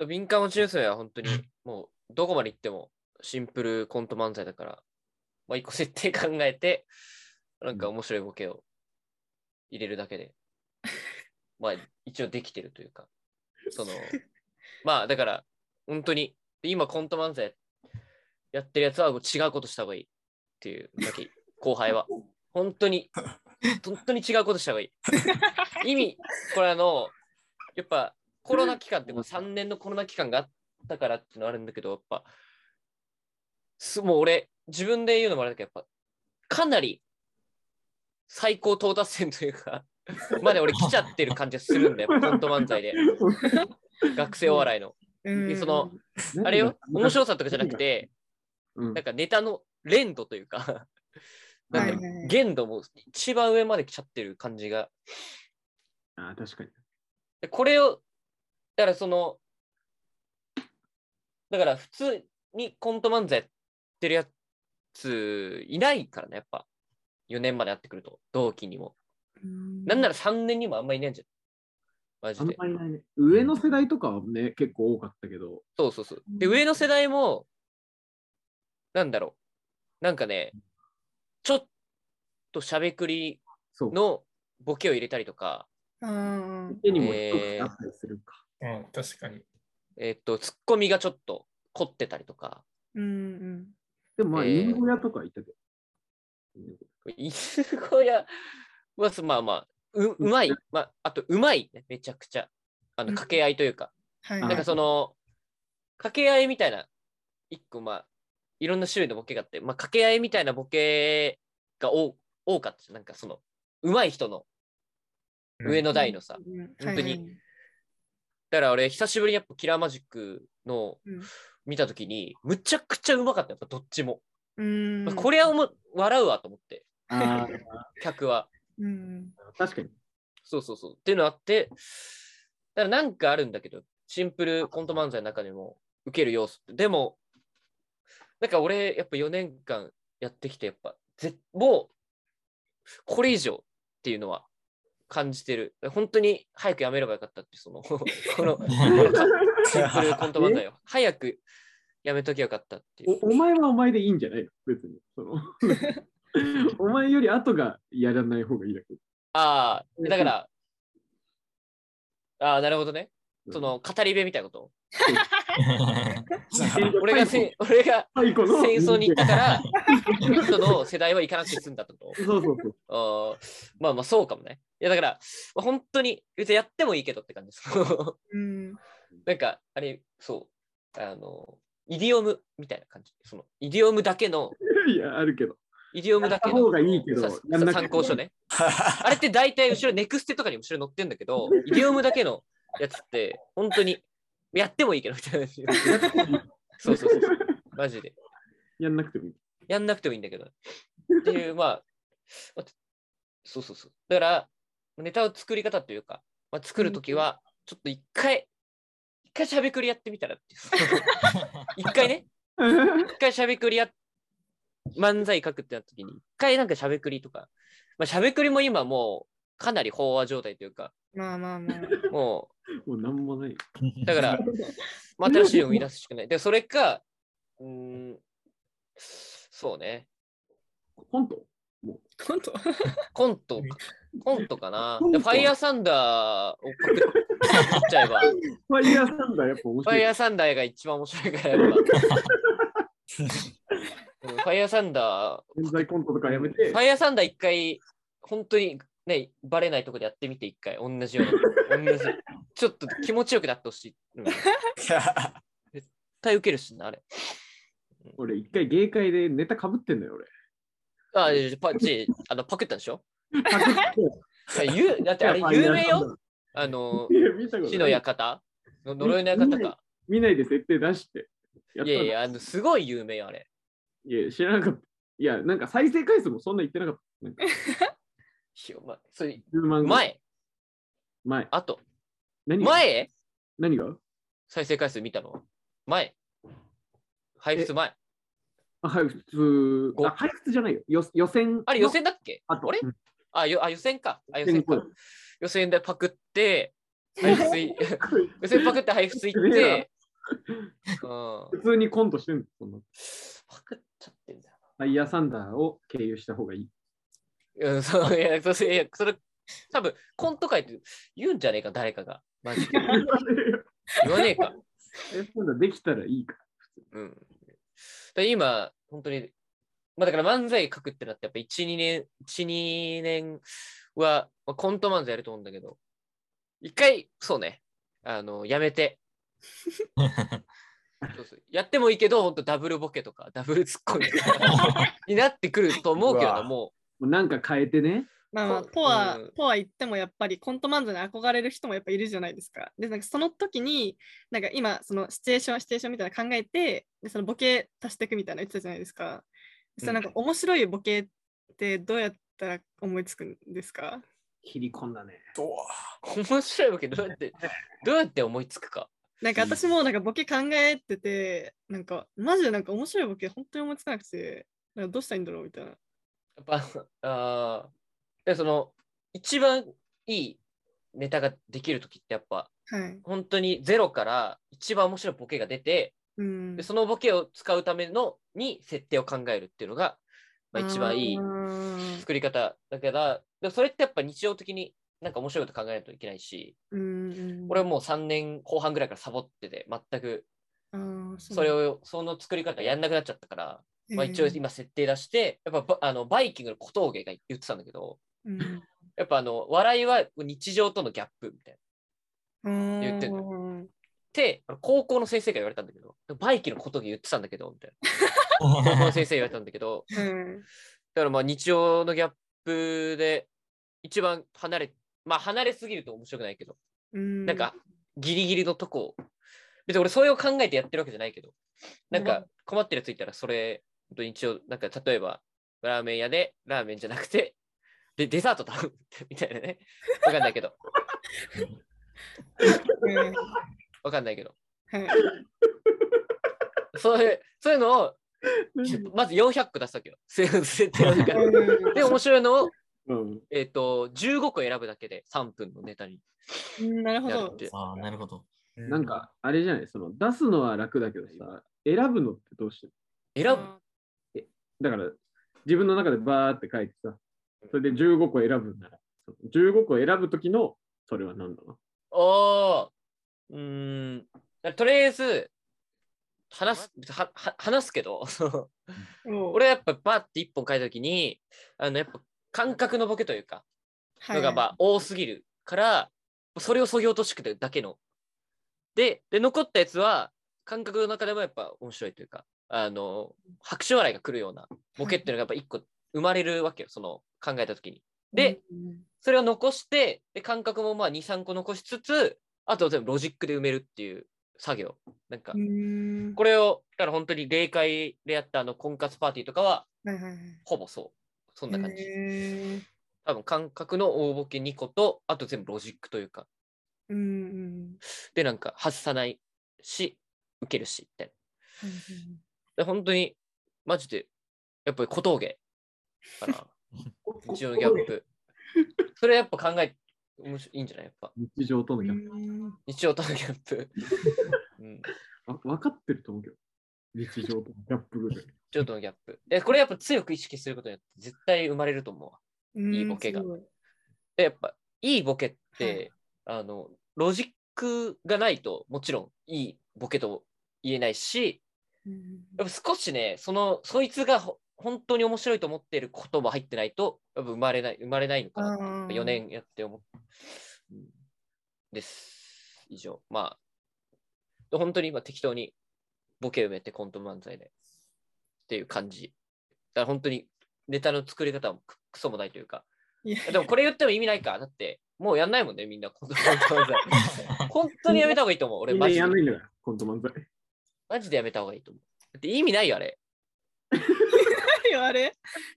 Speaker 3: 敏感落ちですは本当に、もう、どこまで行ってもシンプルコント漫才だから、まあ、一個設定考えて、なんか面白いボケを入れるだけで、まあ、一応できてるというか、その、 まあ、だから、本当に、今コント漫才やってるやつは違うことした方がいいっていう、さっき、後輩は。本当に、本当に違うことした方がいい。意味、これあの、やっぱコロナ期間って、3年のコロナ期間があったからっていうのはあるんだけど、やっぱ、すもう俺、自分で言うのもあれだけど、やっぱ、かなり最高到達点というか、 まで俺来ちゃってる感じがす るんだよ、コント漫才で、学生お笑いの。
Speaker 1: うん
Speaker 3: そのあれよ、面
Speaker 2: い。
Speaker 3: 白さとかじゃなくて、
Speaker 2: うん
Speaker 3: なんかネタの連度というか、
Speaker 1: は
Speaker 3: ないん
Speaker 1: は
Speaker 3: か
Speaker 1: いはい
Speaker 3: 限度も一番上まで来ちゃってる感じが
Speaker 2: ああ、確かに。
Speaker 3: でこれを、だからその、だから普通にコント漫才やってるやついないからね、やっぱ。4年までやってくると、同期にも。なんなら3年にもあんまりいないんじゃん。マ
Speaker 2: あ
Speaker 3: ジ
Speaker 2: ん
Speaker 3: で。
Speaker 2: まりないね。上の世代とかはね、結構多かったけど。
Speaker 3: そうそうそう。で、上の世代も、なんだろう。なんかね、ちょっとしゃべくり
Speaker 2: そう。
Speaker 3: のボケを入れたりとか、
Speaker 1: うんうん。
Speaker 2: 手にも低くなったりするか。
Speaker 4: うん、確かに。
Speaker 3: えっと、ツッコミがちょっと凝ってたりとか、
Speaker 1: うんうん。
Speaker 2: でもまあ、
Speaker 3: えー
Speaker 2: 犬小屋とか行ったけど。
Speaker 3: 犬小屋はすまあまあ、ううまい、まあ、あとうまいね、めちゃくちゃ。あの
Speaker 1: うん
Speaker 3: 掛け合いというか、
Speaker 1: はい。
Speaker 2: あ
Speaker 3: なんかその、掛け合いみたいな、一個まあ、いろんな種類のボケがあって、まあ、掛け合いみたいなボケが多多かったしなんかその、うまい人の上の台のさ、
Speaker 1: うん
Speaker 3: 本当に。だから俺、久しぶりにやっぱキラーマジックの
Speaker 1: うん
Speaker 3: 見たときに、むちゃくちゃうまかった、やっぱどっちも。
Speaker 1: うん。
Speaker 3: これはおも笑うわと思って、
Speaker 2: あ
Speaker 3: 客は。
Speaker 1: うん。
Speaker 2: あ、確かに。
Speaker 3: そうそうそう。っていうのあって、だからなんかあるんだけど、シンプルコント漫才の中でも受ける要素って。でも、なんか俺、やっぱ4年間やってきて、やっぱ、ぜもう、これ以上っていうのは感じてる。本当に早くやめればよかったって、その、 この、このかシンプルコント漫才を。早くやめときゃよかったっていう。
Speaker 2: おお前はお前でいいんじゃないの別に。その お前より後がやらない方がいいだけ。
Speaker 3: あ
Speaker 2: うん
Speaker 3: あ、だから、ああ、なるほどね。その、語り部みたいなこと。俺がせ、俺が、
Speaker 2: 最後の
Speaker 3: 戦争に行ったから、こ の人の世代は行かなくて済んだってこ
Speaker 2: そうそうそう。
Speaker 3: と。あーまあまあ、そうかもね。いや、だから、まあ本当に、別にやってもいいけどって感じです。
Speaker 1: うん。
Speaker 3: なんか、あれ、そう、あの、イディオムみたいな感じ。その、イディオムだけの、
Speaker 2: いや、あるけど。
Speaker 3: イディオムだけ
Speaker 2: やった
Speaker 3: の
Speaker 2: 方がいいけど
Speaker 3: さ
Speaker 2: やんなくて
Speaker 3: 参考書ね。あれって大体後ろ、ネクステとかに後ろに載 ってんだけど、イディオムだけのやつって、本当に、やってもいいけどみたいな。 そうそうそうそう。マジで。
Speaker 2: やんなくてもい い。
Speaker 3: やんなくてもいいんだけど。っていう、まあ、まあそうそうそう。だから、ネタを作り方というか、まあ、作るときは、ちょっと一回、一回しゃべくりやってみたらっていう。 一回ね、一回しゃべくりや、漫才書くってなったときに、一回なんかしゃべくりとか、まあ、しゃべくりも今もう、かなり飽和状態というか、
Speaker 1: まあまあまあ。
Speaker 3: も
Speaker 2: もうなんもない。
Speaker 3: う、だ から、まあ、新しいのを生み出すしかない。で、それか、うーん、そうね、
Speaker 2: 本当
Speaker 1: 本当。
Speaker 3: コントか、コントかな。
Speaker 2: コン
Speaker 3: で
Speaker 2: ト
Speaker 3: ファイヤーサンダーをパクっちゃ えば、フ
Speaker 2: ファイヤーサンダーやっぱ面白
Speaker 3: ァ
Speaker 2: い。
Speaker 3: イヤーサンダーが一番面白いからやっぱ。うんファイヤーサンダ
Speaker 2: 現在コントとかやめ
Speaker 3: ー、
Speaker 2: て
Speaker 3: フ、ァイヤーサンダー一回、本当にね、バレないとこでやってみて一回、同じような、同じ。ちょっと気持ちよくなってほしい。うん絶対受けるしな、あれ。
Speaker 2: 俺一回芸会でネタかぶってんだよ、俺。
Speaker 3: あ、パチ、 あの、パクったんでしょ
Speaker 2: パクって
Speaker 3: いや言うだってあれ有名よ。あの
Speaker 2: い、や、見たこ
Speaker 3: 死
Speaker 2: と
Speaker 3: の
Speaker 2: ない。
Speaker 3: 館の呪いの館か。
Speaker 2: 見ないで設定出して。や
Speaker 3: い
Speaker 2: った
Speaker 3: や
Speaker 2: の
Speaker 3: いや、あの、すごい有名よ、あれ。
Speaker 2: いや、知らなかった。いや、なんか再生回数もそんな言ってなかった。なんか
Speaker 3: ひよま、それ
Speaker 2: 10万ぐら
Speaker 3: 前、
Speaker 2: い前。
Speaker 3: あと、
Speaker 2: 何が
Speaker 3: 前
Speaker 2: 何が
Speaker 3: 再生回数見たの前。配布前。
Speaker 2: あ、配布。
Speaker 3: ご
Speaker 2: あ、配布じゃないよ。よ予選の。
Speaker 3: あれ予選だっけ
Speaker 2: あと
Speaker 3: あれ
Speaker 2: うん
Speaker 3: あよあ、予選か。あ予
Speaker 2: 予選
Speaker 3: 選か
Speaker 2: こ。
Speaker 3: 予選でパクって、配布い 予選パクって配布いって、うん、
Speaker 2: 普通にコントしてんの。その
Speaker 3: パクっちゃってんだよ
Speaker 2: ファイヤーサンダーを経由した方がいい。
Speaker 3: うん、そういや、それ、いやそれ、多分コント会って言うんじゃねえか、誰かが。マジで。言わねえか。
Speaker 2: ファイヤーサンダーできたらいいか。
Speaker 3: うん。で今、本当に、まあだから漫才書くってなって、やっぱ1、2年、1、2年は、まあ、コント漫才やると思うんだけど、一回、そうね、あの、やめて、そうそうやってもいいけど、本当ダブルボケとか、ダブルツッコミとか になってくると思うけど
Speaker 6: う
Speaker 3: な、
Speaker 6: わ
Speaker 3: も
Speaker 2: もうなんか変えてね。
Speaker 1: まあまあ、
Speaker 3: こ
Speaker 1: とは
Speaker 3: うん、
Speaker 1: とは言ってもやっぱりコント漫才に憧れる人もやっぱいるじゃないですか。で、なんかその時に、なんか今、そのシチュエーション、シチュエーションみたいなの考えて、でそのボケ足していくみたいなの言ってたじゃないですか。それなんか面白いボケってどうやったら思いつくんですか
Speaker 2: 切り込んだね。
Speaker 3: う、面白いわけど、どうやって、どうやって思いつくか。
Speaker 1: なんか私もなんかボケ考えてて、なんかマジでなんか面白いボケ本当に思いつかなくて、なんかどうしたらいいんだろうみたいな。
Speaker 3: やっぱ、あーでその、一番いいネタができるときって、やっぱ、
Speaker 1: はい。
Speaker 3: 本当にゼロから一番面白いボケが出て、
Speaker 1: うん
Speaker 3: で。そのボケを使うためのに設定を考えるっていうのが、まあ、一番いい
Speaker 1: あー
Speaker 3: 作り方だからでもそれってやっぱ日常的になんか面白いこと考えないといけないし、
Speaker 1: うん。
Speaker 3: 俺はもう3年後半ぐらいからサボってて、全く
Speaker 1: うん、
Speaker 3: それを、その作り方やんなくなっちゃったから、まあ、一応今設定出して、やっぱばあのバイキングの小峠が言ってたんだけど、
Speaker 1: うん、
Speaker 3: やっぱあの笑いは日常とのギャップみたいな。言ってん
Speaker 1: の。
Speaker 3: って、あの高校の先生が言われたんだけど、バイキングの小峠言ってたんだけど、みたいな。高校の先生が言われたんだけど、
Speaker 1: うん。
Speaker 3: だからまあ日常のギャップで一番離れ、まあ離れすぎると面白くないけど、
Speaker 1: うん、
Speaker 3: なんか、ギリギリのとこを、別に俺それを考えてやってるわけじゃないけど、なんか困ってるやついたらそれ、本当に一応、なんか例えばラーメン屋でラーメンじゃなくて、でデザート頼むみたいなね。わかんないけど、
Speaker 1: うん、はい
Speaker 3: わかんないけど。そういう、そういうのを、まず400個出すわけよ。設定の中で。
Speaker 1: うん
Speaker 3: で、面白いのを、
Speaker 2: うん。
Speaker 3: えっ、と、15個選ぶだけで3分のネタに
Speaker 1: うんなるほ
Speaker 3: なる
Speaker 1: ど
Speaker 3: っ。て。
Speaker 5: ああ、なるほど。
Speaker 2: なんか、あれじゃない、その出すのは楽だけどさ、選ぶのってどうしてる
Speaker 3: 選ぶ
Speaker 2: だから、自分の中でバーって書いてさ、それで15個選ぶなら、その15個選ぶ時の、それは何だろ
Speaker 3: おーうーん。だからとりあえず、話す、はは話すけど、 その
Speaker 1: うん、
Speaker 3: 俺はやっぱバーって一本書いたときに、あの、やっぱ感覚のボケというか、
Speaker 1: は
Speaker 3: のがまあ多すぎるから、それをそぎ落としてくるだけの。で、で残ったやつは、感覚の中でもやっぱ面白いというか、あの、拍手笑いが来るようなボケっていうのがやっぱ一個生まれるわけよ、その考えたときに。で、、
Speaker 1: うん
Speaker 3: それを残して、で感覚もまあ2、3個残しつつ、あとは全部ロジックで埋めるっていう作業。なんか
Speaker 1: う、ん、
Speaker 3: これを、だから本当に霊界でやったあの婚活パーティーとかは、
Speaker 1: はいはいはい
Speaker 3: ほぼそう。そんな感じ。
Speaker 1: へー
Speaker 3: 多分感覚の大ボケ2個と、あと全部ロジックというか、
Speaker 1: うんうん
Speaker 3: で、なんか外さないし、受けるし、みたい
Speaker 1: はいはい
Speaker 3: な。で、本当に、マジで、やっぱり小峠か な。
Speaker 2: う
Speaker 3: 日常のギャップ。それやっぱ考え、面白いいいんじゃないやっぱ。
Speaker 2: 日常とのギャップ
Speaker 1: うん
Speaker 3: 日常とのギャッ プ。うん
Speaker 2: あ分かってると思うけど、日 常とのギャップぐらい。
Speaker 3: ちょっとのギャップ。え、これやっぱ強く意識することによって絶対生まれると思うわ。
Speaker 1: うん
Speaker 3: いいボケが
Speaker 1: すごい
Speaker 3: で、やっぱいいボケって、あの、ロジックがないともちろんいいボケと言えないし、
Speaker 1: うん
Speaker 3: やっぱ少しね、その、そいつがほ本当に面白いと思っていることも入ってないと、やっぱ生まれない、生まれないのかなって。
Speaker 1: あー
Speaker 3: 4年やって思う。うんです。以上。まあ、本当に今適当にボケ埋めてコント漫才でっていう感じ。だから本当にネタの作り方もくクソもないというか。
Speaker 1: いや
Speaker 3: でもこれ言っても意味ないか。だって、もうやんないもんね、みんなコント漫才。 本当にやめた方がいいと思う。俺、
Speaker 2: みん
Speaker 3: マ
Speaker 2: な
Speaker 3: ジで
Speaker 2: やん。ないんだから、コント漫才。
Speaker 3: マジでやめた方がいいと思う。だって意味ないよ、あれ。
Speaker 1: あれ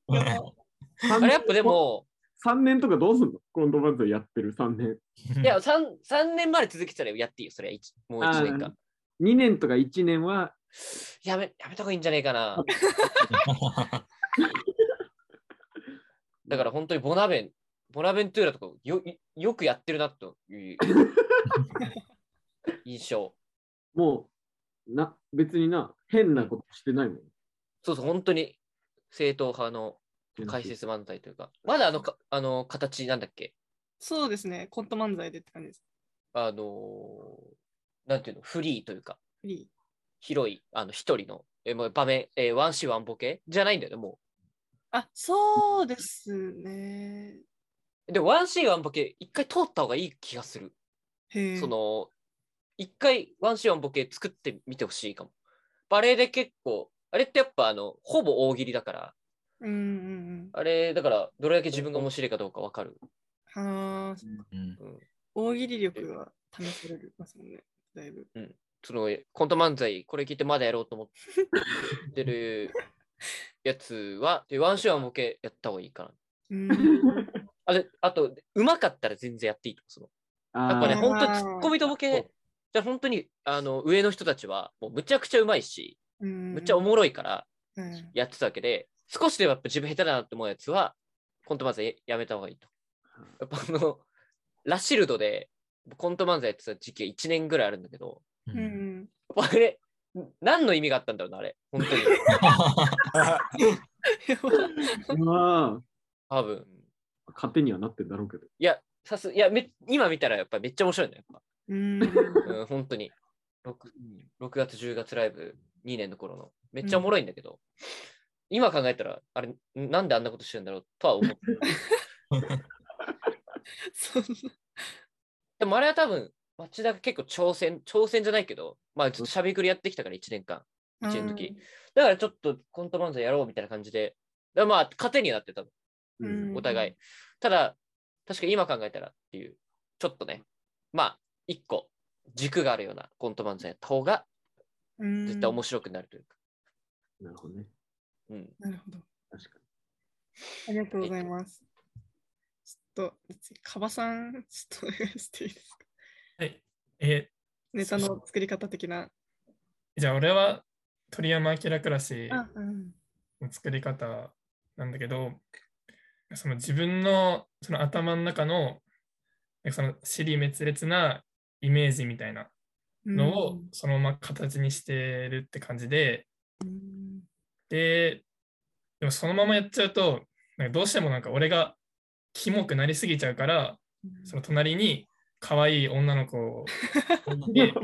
Speaker 3: あれやっぱでも、
Speaker 2: 3年とかどうすんのコント漫才やってる3年。
Speaker 3: いや、3, 三年まで続けてたらやっていいよ、それは一もう1年間。
Speaker 2: 2年とか1年は、
Speaker 3: やめ、やめた方がいいんじゃないかな。だから本当にボナベン、ボナベントゥーラとかよよくやってるなという印象。
Speaker 2: もう、な、別にな、変なことしてないもん。
Speaker 3: そうそう、本当に正統派の解説漫才というか、まだあのかあの形なんだっけ
Speaker 1: そうですね、コント漫才でって感じです。
Speaker 3: あのーなんていうの、フリーというか、
Speaker 1: フリー。
Speaker 3: 広い、あの、一人の、えもう場面、えワンシーワンボケじゃないんだよね、も
Speaker 1: あ、そうですね。
Speaker 3: う。でも、ワンシーワンボケ、一回通った方がいい気がする。
Speaker 1: へえ。
Speaker 3: その、一回ワンシーワンボケ作ってみてほしいかも。バレエで結構、あれってやっぱあの、ほぼ大喜利だから、
Speaker 1: うんうん
Speaker 3: あれだから、どれだけ自分が面白いかどうかわかる。
Speaker 1: うん。はあ、
Speaker 5: うん
Speaker 1: 大喜利力が試されますもんね、だいぶ。
Speaker 3: その、コント漫才、これ聞いてまだやろうと思っ てるやつは、でワンシーワンボケやった方がいいかな。
Speaker 1: うん。
Speaker 3: あれあと、うまかったら全然やっていいと思う。そ
Speaker 2: や
Speaker 3: のやっぱね、
Speaker 1: あー
Speaker 3: 本当ツッコミとボケ、じゃあ本当にあの上の人たちは、もうむちゃくちゃうまいし、
Speaker 1: うん
Speaker 3: むっちゃおもろいから、
Speaker 1: うん
Speaker 3: やってたわけで、少しでもやっぱ自分下手だなって思うやつは、コント漫才やめた方がいいと。やっぱあの、ラシルドでコント漫才やってた時期が1年ぐらいあるんだけど、
Speaker 1: うんうん。
Speaker 3: やっぱあれ、何の意味があったんだろうな、あれ。本当に。
Speaker 6: あ
Speaker 1: やば
Speaker 2: ああ、
Speaker 3: 多分。
Speaker 2: 勝手にはなってんだろうけど。
Speaker 3: いや、さす、いや、め今見たらやっぱめっちゃ面白いね。やっ
Speaker 1: うん。
Speaker 3: ぱうん、本当に。6, うん6月、10月ライブ2年の頃の。めっちゃおもろいんだけど、今考えたら、あれ、なんであんなことしてるんだろうとは思う。
Speaker 1: そん
Speaker 3: でもあれは多分、町田が結構挑戦、挑戦じゃないけど、まあずっとしゃべくりやってきたから1年間。
Speaker 1: な
Speaker 3: 一年の時。だからちょっとコント漫才やろうみたいな感じで、だからまあ、糧にはなってたの
Speaker 1: う
Speaker 2: うん
Speaker 1: ん
Speaker 3: お互い。ただ、確かに今考えたらっていう、ちょっとね、まあ、一個、軸があるようなコント漫才やった方が、
Speaker 1: うん
Speaker 3: 絶対面白くなるというか。
Speaker 2: なるほどね。
Speaker 3: うん。
Speaker 1: なるほど。
Speaker 2: 確か
Speaker 1: ありがとうございます。ちょっと、次カバさん、ちょっとお願いしていいですか
Speaker 4: はい。え
Speaker 1: ネタの作り方的な。
Speaker 4: じゃあ俺は鳥山明クラシ
Speaker 1: あ、うん。
Speaker 4: の作り方なんだけど、その自分のその頭の中のなんかその尻滅裂なイメージみたいなのをそのまま形にしてるって感じで、
Speaker 1: うん
Speaker 4: で、でもそのままやっちゃうと、なんかどうしてもなんか俺がキモくなりすぎちゃうから、その隣に可愛い女の子 を置いて、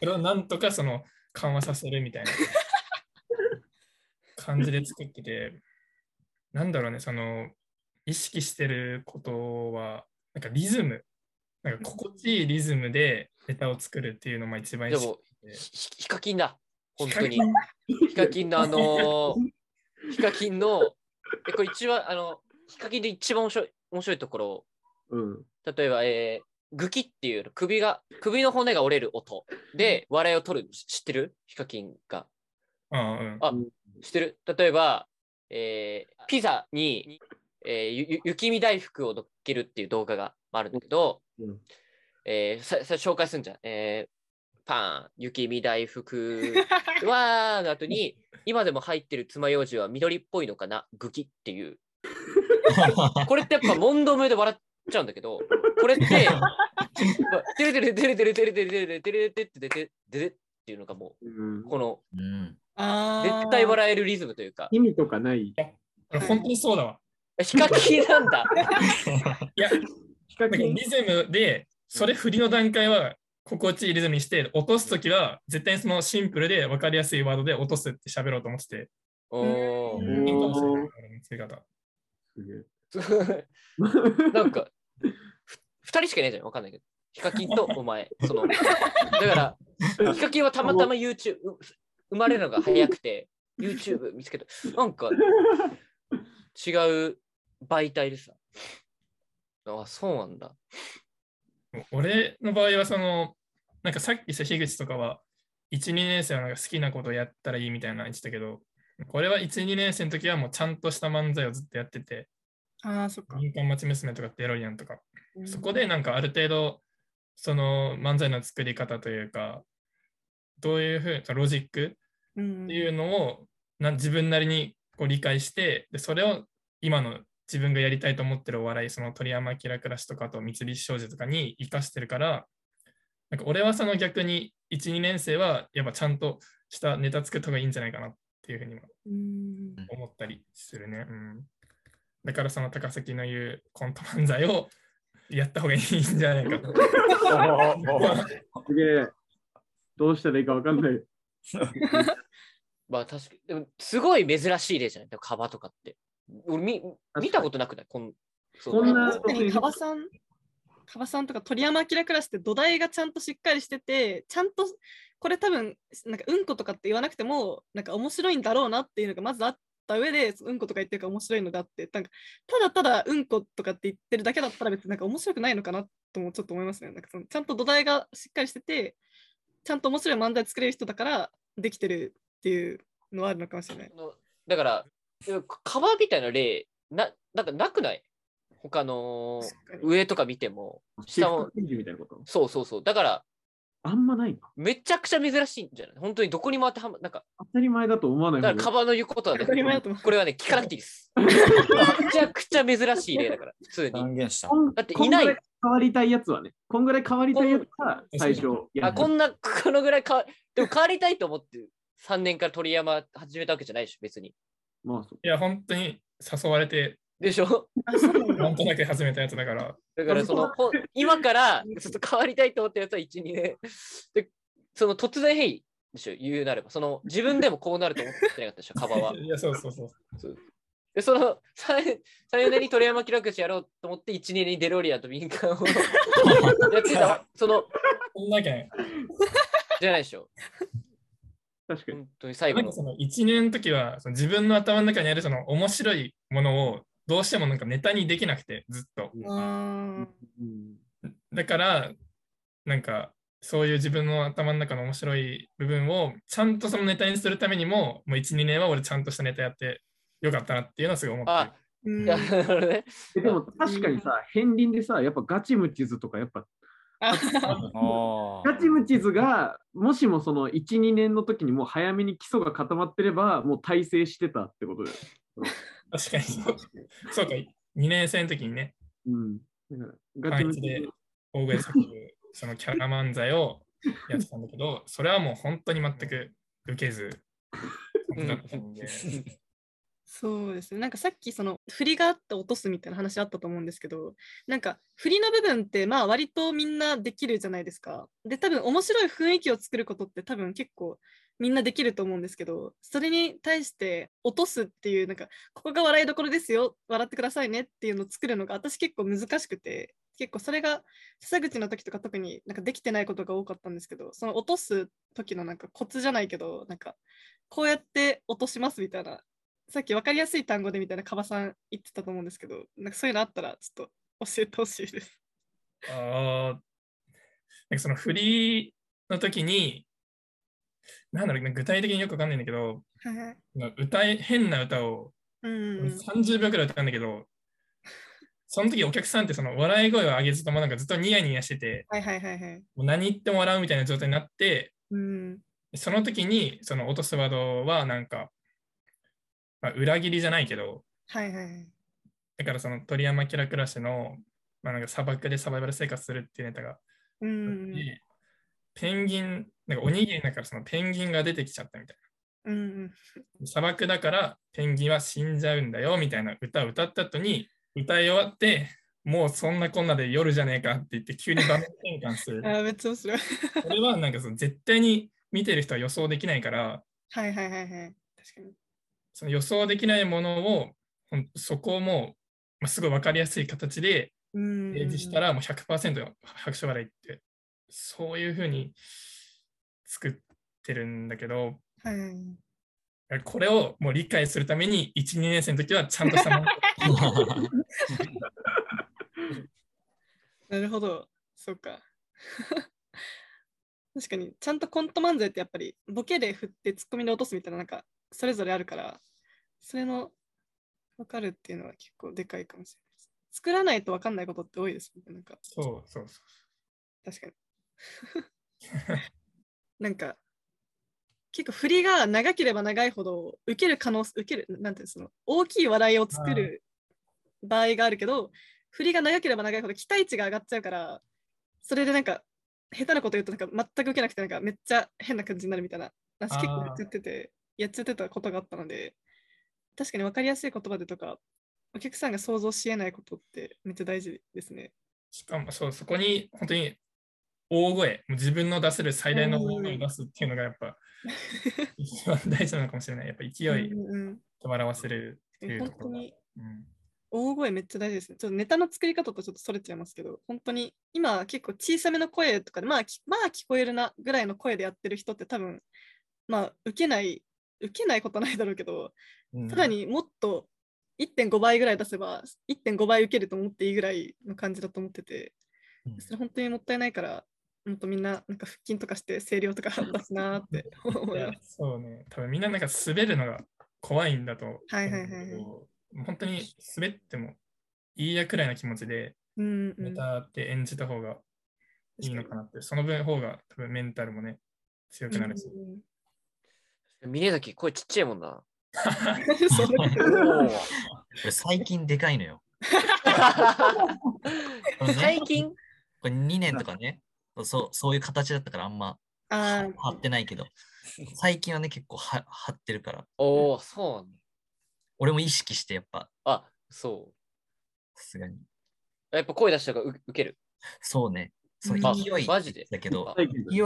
Speaker 4: それをなんとかその緩和させるみたいな感じで作ってて、なんだろうね、その意識してることは、なんかリズム、なんか心地いいリズムでネタを作るっていうのが一番意
Speaker 3: で
Speaker 4: 識
Speaker 3: も、ひひヒカキンだ。本当に
Speaker 4: ヒカ
Speaker 3: ヒカキ
Speaker 4: キ。ン
Speaker 3: ンのあのーヒカキンの、えこれ一番、あの、ヒカキンで一番面白い、面白いところ、
Speaker 2: に。うん。
Speaker 3: 例えば、えー、グキっていう首が、首の骨が折れる音で笑いを取る、し知ってるヒカキンが。
Speaker 4: うんうん。
Speaker 3: 知ってる例えば、えーピザに、えーゆゆ雪見大福を乗っけるっていう動画があるんだけど、
Speaker 2: うん
Speaker 3: えーささ紹介するんじゃん。えーパン、雪見大 福、わーの後に、今でも入ってる爪楊枝は緑っぽいのかな、グキっていう。これってやっぱ問答無で笑っちゃうんだけど、これって、てれてれてれてれてれてれてれてれてれてれてれてれっていうのがも
Speaker 2: うん
Speaker 3: う、この
Speaker 5: うん。
Speaker 1: あー
Speaker 3: 絶対笑えるリズムというか、
Speaker 2: 意味とかない。
Speaker 4: 俺本当にそうだわ。
Speaker 3: ヒカキンなん だ。
Speaker 4: いや、
Speaker 2: ヒカ
Speaker 4: なんか
Speaker 2: キン
Speaker 4: リズムで、それ振りの段階は心地いいリズムにして、落とすときは絶対そのシンプルで分かりやすいワードで落とすって喋ろうと思ってて、
Speaker 3: おー
Speaker 2: うん
Speaker 4: いいかもしれない俺の作り方。
Speaker 2: すげえ
Speaker 3: なんか、ふ二人しかいないじゃん、わかんないけど。ヒカキンとお前、その。だから、ヒカキンはたまたま YouTube、う生まれるのが早くて、YouTube 見つけた。なんか、違う媒体でさ。あ、そうなんだ。
Speaker 4: 俺の場合は、その、なんかさっきさ、樋口とかは、1、2年生はなんか好きなことをやったらいいみたいなの言ってたけど、これは1、2年生の時はもうちゃんとした漫才をずっとやってて、
Speaker 1: あー、そっか。
Speaker 4: 民間町娘とかデロリアンとか、
Speaker 1: うん
Speaker 4: そこでなんかある程度その漫才の作り方というかどういうふうなロジック
Speaker 1: うん
Speaker 4: っていうのをな自分なりにこう理解してでそれを今の自分がやりたいと思ってるお笑いその鳥山明暮らしとかあと三菱商事とかに生かしてるからなんか俺はその逆に12年生はやっぱちゃんとしたネタ作った方がいいんじゃないかなっていうふうにも
Speaker 1: うん
Speaker 4: 思ったりするね。うん、だからその高崎の言うコント漫才をやった方がいいんじゃないかと。
Speaker 2: すげえ。どうしたらいいかわかんない。
Speaker 3: まあ確かに、でもすごい珍しい例じゃないでもカバとかって。俺見見たことなくないこんそ
Speaker 2: こんな
Speaker 1: 確かにカバさん、カバさんとか鳥山明クラスって土台がちゃんとしっかりしてて、ちゃんとこれ多分、なんかうんことかって言わなくても、なんか面白いんだろうなっていうのがまずあった上で、うんことか言ってるから面白いのであって、なんかただただうんことかって言ってるだけだったら別になんか面白くないのかなともちょっと思いますね。なんかそのちゃんと土台がしっかりしてて、ちゃんと面白い漫才作れる人だからできてるっていうのはあるのかもしれない。
Speaker 3: のだから、カバみたいな例、ななんかなくない他の
Speaker 1: 確かに
Speaker 3: 上とか見ても、
Speaker 2: シフ
Speaker 3: 下
Speaker 2: ト
Speaker 3: も、
Speaker 2: チェンジみたいなこと
Speaker 3: そうそうそう。だから、
Speaker 2: あんまないな。
Speaker 3: めちゃくちゃ珍しいんじゃない本当にどこにも当てはまなんか、
Speaker 2: 当たり前だと思わない
Speaker 3: だ
Speaker 2: 方
Speaker 3: か
Speaker 2: がい
Speaker 3: ら
Speaker 2: い
Speaker 3: カバの言うことはね
Speaker 1: 当たり前だと思う、
Speaker 3: これはね、聞かなくていいです。めちゃくちゃ珍しい例だから、普通に。
Speaker 6: 断言した。
Speaker 2: こん
Speaker 3: だっていない
Speaker 2: こんぐら変わりたいやつはね、こんぐらい変わりたいやつは最初や
Speaker 3: あ
Speaker 2: る
Speaker 3: こんな、このぐらい変わ、でも変わりたいと思って3年から鳥山始めたわけじゃないでしょ、別に。
Speaker 2: まあそう
Speaker 4: いや、本当に誘われて
Speaker 3: でしょ
Speaker 1: あそうなん
Speaker 4: な
Speaker 1: だ
Speaker 4: んとなく始めたやつだから、
Speaker 3: だからその、ほん今からちょっと変わりたいと思ったやつは1、2年。で、その突然変異でしょ、言うなれば。その自分でもこうなると思ってなかったでしょ、カバは。
Speaker 4: いや、そうそうそう。
Speaker 3: で、その3、4年に鳥山明口やろうと思って、1、2年にデロリアンと敏感を やってた、その、
Speaker 4: そんなけん、
Speaker 3: じゃないでしょ。
Speaker 2: 確かに。
Speaker 3: 本当に最後
Speaker 4: なんか
Speaker 3: の。
Speaker 4: その1年の時は、その自分の頭の中にあるその面白いものを、どうしてもなんかネタにできなくて、ずっと。
Speaker 1: うーん
Speaker 2: うん
Speaker 4: だから、なんか、そういう自分の頭の中の面白い部分を、ちゃんとそのネタにするためにも、もう1、2年は俺ちゃんとしたネタやってよかったなっていうのはすごい思ってる
Speaker 3: あ、いやなるほどね。
Speaker 2: えでも確かにさ、片鱗でさ、やっぱガチムチズとか、やっぱ
Speaker 1: あ
Speaker 6: お
Speaker 2: ガチムチズが、もしもその1、2年の時にもう早めに基礎が固まってれば、もう大成してたってことだよ。
Speaker 4: 確かに。そうか、2年生の時にね、
Speaker 2: うん。だからガ
Speaker 4: あ
Speaker 2: チ
Speaker 4: い
Speaker 2: ム
Speaker 4: つ
Speaker 2: チ
Speaker 4: で
Speaker 2: ズ。
Speaker 4: 大声さるそのキャラ漫才をやってたんだけど、それはもう本当に全く受けず、
Speaker 3: うん
Speaker 4: だったんで
Speaker 1: そうですね。なんかさっきその振りがあって落とすみたいな話あったと思うんですけど、なんか振りの部分ってまあ割とみんなできるじゃないですか。で、多分面白い雰囲気を作ることって多分結構みんなできると思うんですけど、それに対して落とすっていうなんかここが笑いどころですよ、笑ってくださいねっていうのを作るのが私結構難しくて、結構それが笹口の時とか特になんかできてないことが多かったんですけど、その落とす時のなんかコツじゃないけど、なんかこうやって落としますみたいなさっき分かりやすい単語でみたいなカバさん言ってたと思うんですけど、なんかそういうのあったらちょっと教えてほしいです。
Speaker 4: あーなんかそのフリーの時に、なんだろうね、具体的によくわかんないんだけど、
Speaker 1: はい。
Speaker 4: 歌い変な歌を
Speaker 1: うん。
Speaker 4: 30秒くらい歌うんだけど、その時お客さんってその笑い声を上げずともなんかずっとニヤニヤしてて、
Speaker 1: はいはいはいはい。
Speaker 4: もう何言っても笑うみたいな状態になって、
Speaker 1: うん。
Speaker 4: その時に、その落とすワードは、なんか、まあ、裏切りじゃないけど、
Speaker 1: はいはいはい。
Speaker 4: だからその鳥山キラクラシの、まあ、なんか砂漠でサバイバル生活するっていうネタがあって、
Speaker 1: うん。
Speaker 4: ペンギン、なんかおにぎりだからそのペンギンが出てきちゃったみたい
Speaker 1: うん。
Speaker 4: な。砂漠だからペンギンは死んじゃうんだよみたいな歌を歌った後に、歌い終わって、もうそんなこんなで夜じゃねえかって言って急に場面転換する
Speaker 1: あ。ーめっちゃ面白い。
Speaker 4: これはなんかその絶対に見てる人は予想できないから、
Speaker 1: はいはいはいはい。確かに。
Speaker 4: その予想できないものを、ほんそこをもう、まあ、すごい分かりやすい形で
Speaker 1: うん。
Speaker 4: 提示したら、もう100%の拍手笑いって、そういうふうに作ってるんだけど、
Speaker 1: はいはい。
Speaker 4: これをもう理解するために、1、2年生の時はちゃんとしたもの
Speaker 1: なるほど。そうか。 確かに、ちゃんとコント漫才ってやっぱり、ボケで振ってツッコミで落とすみたいな、なんか、それぞれあるから、それの分かるっていうのは結構でかいかもしれないです。作らないと分かんないことって多いですもんね。なんか、
Speaker 4: そうそうそ
Speaker 1: 確かに。 なんか、結構振りが長ければ長いほど、受ける可能性、受ける、なんていうのその、大きい笑いを作る場合があるけど、振りが長ければ長いほど期待値が上がっちゃうから、それでなんか、下手なこと言うと、なんか全く受けなくて、なんかめっちゃ変な感じになるみたいな、私結構やっちゃってて、やっちゃってたことがあったので、確かに分かりやすい言葉でとか、お客さんが想像しえないことってめっちゃ大事ですね。
Speaker 4: う。しかもそう、そこに本当に大声、もう自分の出せる最大の大声を出すっていうのがやっぱ、 一番大事なのかもしれない。やっぱ勢い
Speaker 1: うんうんうん
Speaker 4: と笑わせる。っていう
Speaker 1: 本
Speaker 4: とこ
Speaker 1: 当
Speaker 4: ろが
Speaker 1: に
Speaker 4: うん
Speaker 1: 大声めっちゃ大事ですね。ちょっとネタの作り方とちょっとそれちゃいますけど、本当に今結構小さめの声とかで、まあ、きまあ聞こえるなぐらいの声でやってる人って多分、まあ受けない、受けないことはないだろうけど、さらにもっと1.5倍ぐらい出せば、1.5倍受けると思っていいぐらいの感じだと思ってて、それ本当にもったいないから、もっとみんななんか腹筋とかして声量とか出すなーって思
Speaker 4: い
Speaker 1: い
Speaker 4: や
Speaker 1: ます。
Speaker 4: そうね、多分みんななんか滑るのが怖いんだと思うんだけど。
Speaker 1: はいはいはいはい
Speaker 4: 本当に滑ってもいいやくらいの気持ちで
Speaker 1: うん、う
Speaker 4: ネ
Speaker 1: ん。
Speaker 4: タって演じた方がいいのかなって、その分方が多分メンタルもね、強くなるし。
Speaker 1: うん
Speaker 3: 峰崎、声ちっちゃいもんな。
Speaker 1: そう
Speaker 6: ー
Speaker 5: 俺最近でかいのよ。
Speaker 3: 最近
Speaker 5: これ2年とかね、そうそういう形だったからあんま
Speaker 1: あー
Speaker 5: 張ってないけど、最近はね、結構は張ってるから、
Speaker 3: おお、そうなんだ
Speaker 5: 俺も意識してやっぱ
Speaker 3: あ、そ
Speaker 5: さすがに。
Speaker 3: う。やっぱ声出した方がう受ける。
Speaker 5: そうね。その
Speaker 1: あ
Speaker 5: 勢い
Speaker 3: マジで
Speaker 5: だけど
Speaker 3: あ、
Speaker 5: 勢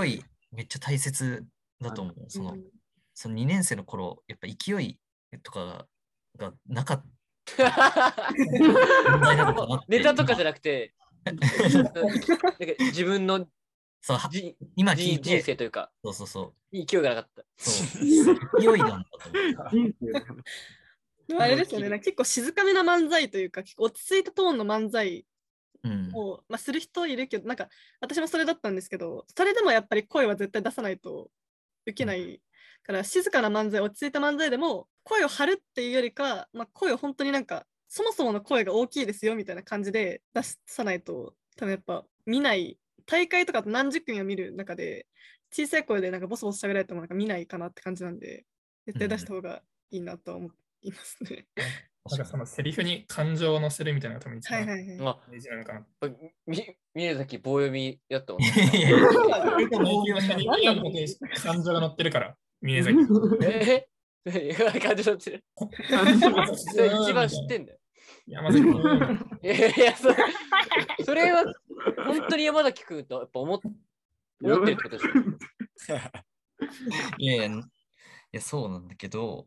Speaker 5: いめっちゃ大切だと思う。そのその2年生の頃、やっぱ勢いとかががなかった。問題なのかなって
Speaker 3: ネタとかじゃなくて、なんか自分の
Speaker 5: そうは
Speaker 3: じ
Speaker 5: 今聞
Speaker 3: じ
Speaker 5: い
Speaker 3: 人
Speaker 5: て、
Speaker 3: 生というか、
Speaker 5: そうそうそう。
Speaker 3: 勢いがなかった。
Speaker 5: そう勢いなんだと思う。
Speaker 2: 人生の話
Speaker 1: でもあれですよね、なんか結構静かめな漫才というか、結構落ち着いたトーンの漫才
Speaker 5: うん、
Speaker 1: を、まあ、する人いるけど、なんか私もそれだったんですけど、それでもやっぱり声は絶対出さないと受けないから、静かな漫才、落ち着いた漫才でも、声を張るっていうよりか、まあ、声を本当になんか、そもそもの声が大きいですよみたいな感じで出さないと、多分やっぱ見ない、大会とかだと何十組を見る中で、小さい声でなんかボソボソ喋られてもなんか見ないかなって感じなんで、絶対出した方がいいなとは思いますね。
Speaker 4: なんかそのセリフに感情を乗せるみたいなのが多分一
Speaker 1: はい
Speaker 4: 番
Speaker 1: は
Speaker 4: 大
Speaker 1: いはい。
Speaker 3: あ
Speaker 4: 事なのかな。
Speaker 3: み見るとき棒読みだったもん
Speaker 5: い
Speaker 3: ね。
Speaker 5: やいやいや
Speaker 4: 日本語に感情が乗ってる から、宮崎。
Speaker 3: ええ感じ取ってる。それ一番知ってんだよ。
Speaker 4: 山崎君。
Speaker 3: いやいや、それそれは本当に山崎君とやっぱ思っ思ってるってことでしょ。
Speaker 5: いやいや、いやそうなんだけど、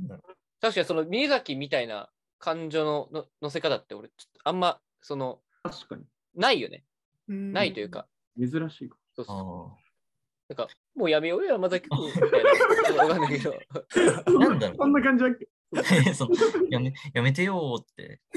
Speaker 5: なんだろう
Speaker 3: 確かにその宮崎みたいな感情のの乗せ方って俺、ちょっとあんま、その、
Speaker 2: 確かに。
Speaker 3: ないよね。
Speaker 1: な
Speaker 3: ないという。か、
Speaker 2: 珍しいか。
Speaker 3: そうそう
Speaker 5: あ
Speaker 3: なんか、もうやめようよ、山崎 君みたいな。わかんないけど。
Speaker 5: ーなんだろう
Speaker 2: そんな感じだっけ
Speaker 5: そのやめやめてよーって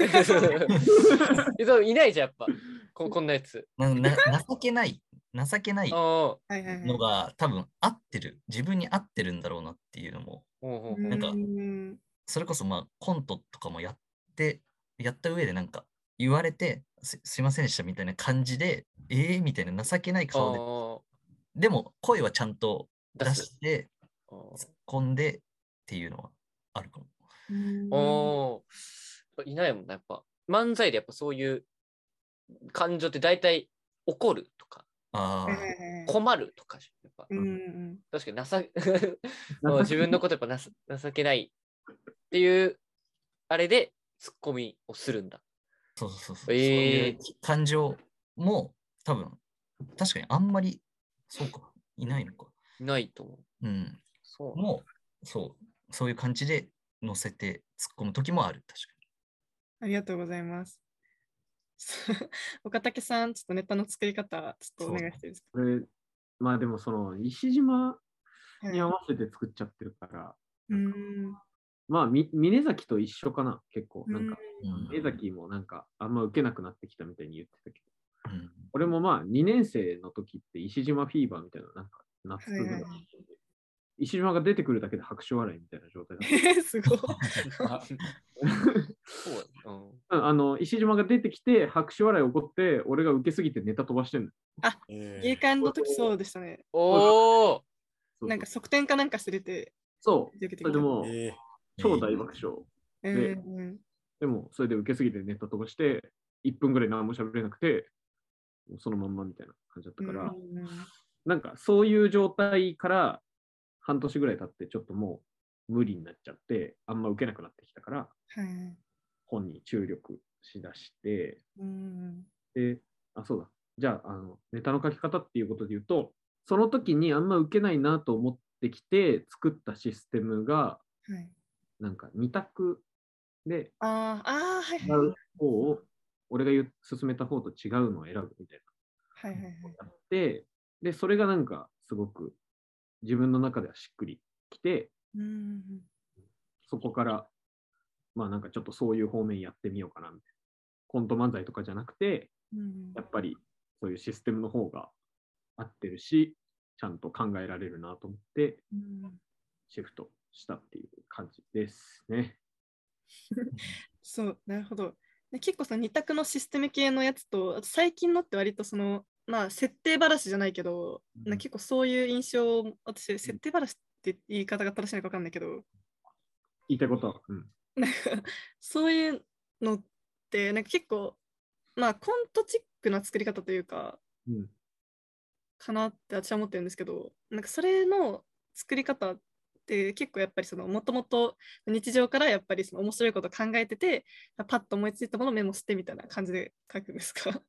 Speaker 3: えそういないじゃん、やっぱ。ここんなやつ。
Speaker 5: なな情けない情けない
Speaker 3: ああ。
Speaker 1: はいはいはい
Speaker 5: のが多分合ってる自分に合ってるんだろうなっていうのも
Speaker 3: うんうん
Speaker 5: なんか
Speaker 1: うん
Speaker 5: それこそまあコントとかもやってやった上でなんか言われてすすいませんでしたみたいな感じでえーみたいな情けない顔ででも声はちゃんと
Speaker 3: あ
Speaker 5: 出
Speaker 3: あ出す。
Speaker 5: して
Speaker 3: あ
Speaker 5: 突っ込んでっていうのはあるかも
Speaker 3: あおーいないもんな、やっぱ。漫才でやっぱそういう感情って大体怒るとか、
Speaker 5: あ
Speaker 1: はいはい
Speaker 5: あ
Speaker 1: はい
Speaker 3: 困るとかじゃん、やっぱ。
Speaker 1: うんうん
Speaker 3: 確かに情 けもう自分のことやっぱなす情けないっていうあれでツッコミをするんだ。
Speaker 5: そうそうそ
Speaker 3: え
Speaker 5: う。そういう感情も多分、確かにあんまり、そうか、いないのか。
Speaker 3: いないと思う。
Speaker 5: うん。
Speaker 3: そうなんだ
Speaker 5: もう、そう、そういう感じで乗せて突っ込む時もある、確か
Speaker 1: ありがとうございます。 岡武さん、ちょっとネタの作り方、ちょっとお願いしていいです
Speaker 2: これ、まあでもその、西島
Speaker 1: か。
Speaker 2: に合
Speaker 1: はい
Speaker 2: わせて作っちゃってるから、
Speaker 1: うん
Speaker 2: まあ、み峰崎と一緒かな、結構。なんか、
Speaker 5: に。うん
Speaker 2: 峰崎もなんか、あんま受けなくなってきたみたいに言ってたけど、
Speaker 5: うん
Speaker 2: 俺もまあ、2年生の時って石島フィーバーみたいな、なんか、夏ぐらい
Speaker 1: はいは
Speaker 2: に。石島が出てくるだけで拍手笑いみたいな状態だった。
Speaker 1: すごい。
Speaker 3: そうだねうん
Speaker 2: うん あの石島が出てきて拍手笑い起こって俺が受けすぎてネタ飛ばしてんの
Speaker 1: 芸
Speaker 6: え
Speaker 1: 館の時そうでしたね。
Speaker 3: おー
Speaker 2: そうそう
Speaker 1: なんか側転かなんかしてて、
Speaker 2: そう
Speaker 1: 受けて
Speaker 2: それでもう
Speaker 6: ー
Speaker 2: 超大爆笑
Speaker 1: うんうん
Speaker 2: でもそれで受けすぎてネタ飛ばして1分ぐらい何も喋れなくてもうそのまんまみたいな感じだったから、
Speaker 1: うんうん
Speaker 2: なんかそういう状態から半年ぐらい経ってちょっともう無理になっちゃってあんま受けなくなってきたから
Speaker 1: はい
Speaker 2: 本に注力しだして
Speaker 1: うん
Speaker 2: で、あ、そうだ。じゃあ、あの、ネタの書き方っていうことで言うと、その時にあんま受けないなと思ってきて作ったシステムが、
Speaker 1: はい
Speaker 2: なんか2択で、
Speaker 1: あーあー、はい
Speaker 2: 違う方を、俺が言う進めた方と違うのを選ぶみたい
Speaker 1: はいはいはいはい。
Speaker 2: なのをやって、で、それがなんかすごく自分の中ではしっくりきて、
Speaker 1: うんうんうん
Speaker 2: そこから、まあなんかちょっとそういう方面やってみようかなみたいな。コント漫才とかじゃなくて、
Speaker 1: うん
Speaker 2: やっぱりそういうシステムの方が合ってるし、ちゃんと考えられるなと思って
Speaker 1: うん
Speaker 2: シフトしたっていう感じですね。
Speaker 1: そう、なるほど。で結構その二択のシステム系のやつと、あと最近のって割とその、まあ、設定話じゃないけど、なんか結構そういう印象を、私、設定話って言い方が正しいのか分かんないけど、
Speaker 2: 言いたいことは、うん。
Speaker 1: なんかそういうのって、なんか結構、まあ、コントチックな作り方というか、
Speaker 2: うん、
Speaker 1: かなって私は思ってるんですけど、なんかそれの作り方っっていう結構やっぱりそのもともと日常からやっぱりその面白いこと考えててパッと思いついたものをメモしてみたいな感じで書くんですか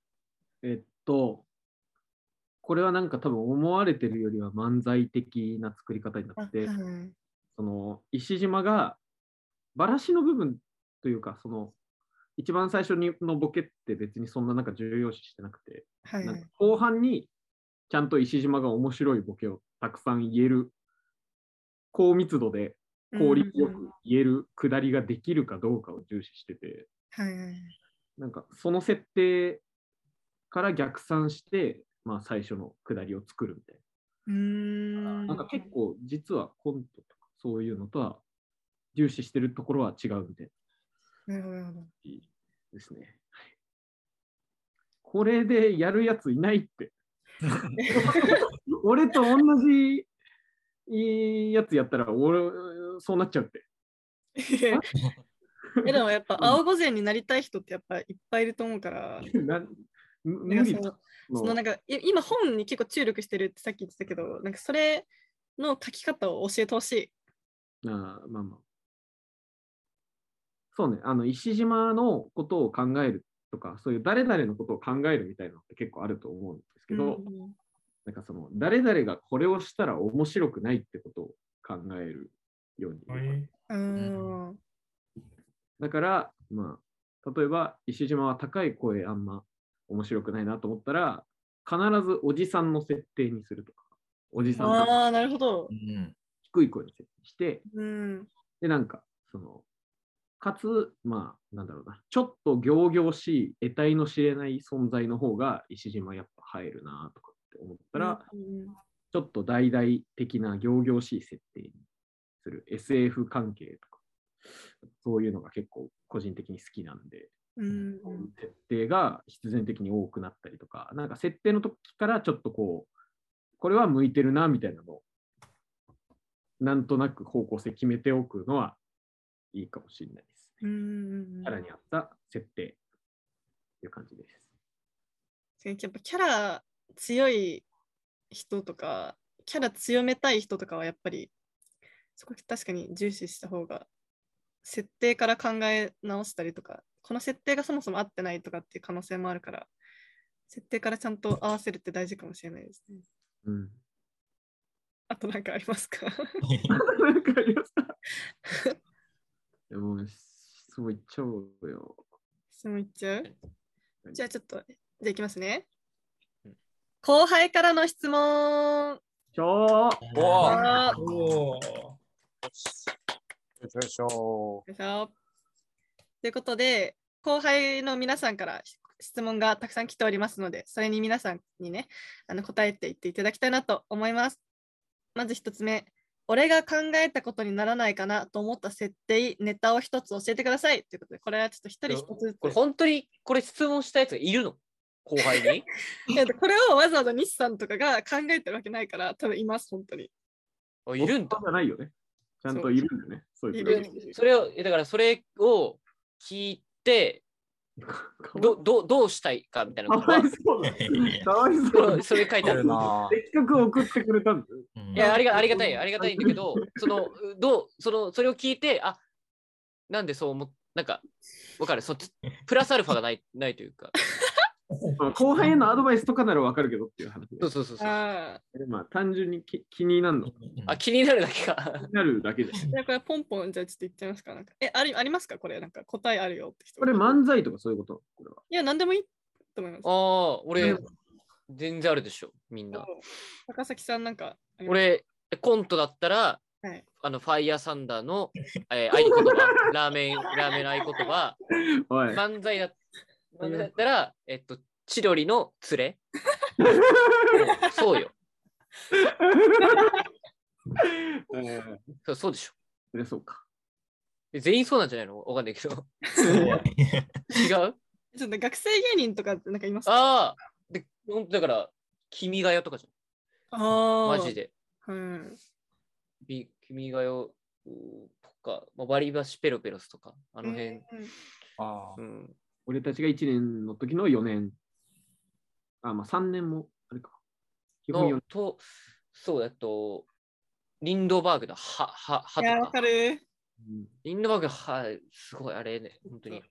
Speaker 2: えっと、これはなんか多分思われてるよりは漫才的な作り方になってて、
Speaker 1: うん
Speaker 2: その石島がバラシの部分というか、その一番最初にのボケって別にそんななんか重要視してなくて、
Speaker 1: はい
Speaker 2: なんか後半にちゃんと石島が面白いボケをたくさん言える、高密度で効率よ
Speaker 1: うん
Speaker 2: く言えるくだりができるかどうかを重視してて、
Speaker 1: はいはい
Speaker 2: なんかその設定から逆算して、まあ、最初の下りを作るみたいう
Speaker 1: ーん
Speaker 2: な。なんか結構実はコントとかそういうのとは重視してるところは違うみたい
Speaker 1: なるほどなるほど
Speaker 2: ですね。これでやるやついな いって。俺と同じやつやったら俺そうなっちゃうって。
Speaker 1: えでもやっぱ青御前になりたい人ってやっぱいっぱいいると思うから。
Speaker 2: な無
Speaker 1: なんか
Speaker 2: 理
Speaker 1: そのそのなんかい今本に結構注力してるってさっき言ってたけどなんかそれの書き方を教えてほしい。
Speaker 2: ああまあまあ。そうね、あの石島のことを考えるとか、そういう誰々のことを考えるみたいなのって結構あると思うんですけど、
Speaker 1: うん
Speaker 2: なんかその誰々がこれをしたら面白くないってことを考えるように。
Speaker 4: はい
Speaker 1: うんうん
Speaker 2: だから、まあ、例えば石島は高い声あんま面白くないなと思ったら、必ずおじさんの設定にするとか、おじさんが
Speaker 1: ああなるほど
Speaker 5: う。ん。
Speaker 2: 低い声に設定して、
Speaker 1: うん
Speaker 2: で、なんか、その、かつ、まあ、なんだろうな、ちょっと仰々しい、得体の知れない存在の方が、石島やっぱ入るなとかって思ったら、
Speaker 1: うん
Speaker 2: ちょっと大々的な仰々しい設定にする SF 関係とか、そういうのが結構個人的に好きなんで、
Speaker 1: うん
Speaker 2: そういう設定が必然的に多くなったりとか、なんか設定の時からちょっとこう、これは向いてるなみたいなのを、なんとなく方向性決めておくのはいいかもしれないです
Speaker 1: う
Speaker 2: ね。
Speaker 1: ん
Speaker 2: さらにあった設定という感じです。
Speaker 1: やっぱキャラ強い人とかキャラ強めたい人とかはやっぱりそこ確かに重視した方が設定から考え直したりとかこの設定がそもそも合ってないとかっていう可能性もあるから設定からちゃんと合わせるって大事かもしれないですね。
Speaker 2: うん。
Speaker 1: あと何かありますか
Speaker 2: なんかありますかでも、そう言っちゃおうよ。
Speaker 1: 質問いっちゃうじゃあちょっとじゃあいきますね
Speaker 3: うん。
Speaker 1: 後輩からの質問
Speaker 2: ちょー
Speaker 6: おー
Speaker 1: あ
Speaker 4: おー
Speaker 6: よいしょ
Speaker 1: よいしょということで、後輩の皆さんから質問がたくさん来ておりますので、それに皆さんにね、あの答えていっていただきたいなと思います。まず一つ目、俺が考えたことにならないかなと思った設定、ネタを一つ教えてくださいということで、これはちょっと一人一つずつ
Speaker 3: これ本当にこれ質問したやつがいるの後 輩に
Speaker 1: いやこれをわざわざ西さんとかが考えてるわけないから、多分います、本当に。
Speaker 3: あいるんだ
Speaker 2: じゃないよね。ちゃんといるんだね。そういう
Speaker 1: い
Speaker 2: 人
Speaker 1: る
Speaker 2: が。
Speaker 3: それをえだからそれを聞いてどどどうしたいかみたいな
Speaker 2: か
Speaker 3: こと
Speaker 2: わ
Speaker 3: はい
Speaker 2: そうだ。かわい
Speaker 3: そ
Speaker 2: そう
Speaker 3: れ
Speaker 2: だ。
Speaker 3: それ書い
Speaker 6: ー。
Speaker 3: てあ
Speaker 6: 来る
Speaker 3: る
Speaker 6: ない
Speaker 2: せっかく送ってくれたんだよ。
Speaker 5: うん
Speaker 3: いやありがありがたいありがたいんだけどそのどうそのそれを聞いてあなんでそう思っなんかわかるそっちプラスアルファがないないというか
Speaker 2: まあ後輩へのアドバイスとかならわかるけどっていう話で
Speaker 3: そうそうそうそう
Speaker 1: ああ、
Speaker 2: まあ単純にき気になるの。気
Speaker 3: あ気になるだけか
Speaker 2: になるだけじゃん。
Speaker 1: じゃあこれポンポン、じゃあちょっと言っちゃいますか。なんかえあり、ありますかこれ、なんか答えあるよって人。
Speaker 2: これ漫才とかそういうことこれは。
Speaker 1: いや、なんでもいいと思います
Speaker 3: あ。あ俺全然あるでしょみんな
Speaker 1: 高崎さんなんかあります、
Speaker 3: 俺コントだったら、
Speaker 1: はい
Speaker 3: あのファイヤーサンダーの、えー、合言 葉ラーメンラーメンの合言葉
Speaker 2: おい。
Speaker 3: 漫才だ漫才だったら、えっと、千鳥の 連れもうそうよ
Speaker 2: え
Speaker 3: そうそうでしょ
Speaker 2: ーそうか。
Speaker 3: え全員そうなんじゃないのわかんないけど違う
Speaker 1: ちょっと学生芸人とかってなんかいますかあ
Speaker 3: ああでほんとだから君が代とかじゃん
Speaker 1: あ
Speaker 3: マジ。で
Speaker 1: うん。
Speaker 3: び君が代うーとか、まあ、割り箸ペロペロスとかあ
Speaker 1: あ
Speaker 3: の辺、
Speaker 6: あ
Speaker 3: う
Speaker 6: ー
Speaker 3: ん、
Speaker 2: 俺たちが1年の時の4年。あ、まあ3年も。あれか。基本4
Speaker 3: のとそうえっとリンドバーグだ。は、は、はい
Speaker 1: や、
Speaker 3: と
Speaker 1: わ
Speaker 3: か。
Speaker 1: かる。
Speaker 2: うん
Speaker 3: リンドバーグ、は、すごい、あれね、本当に、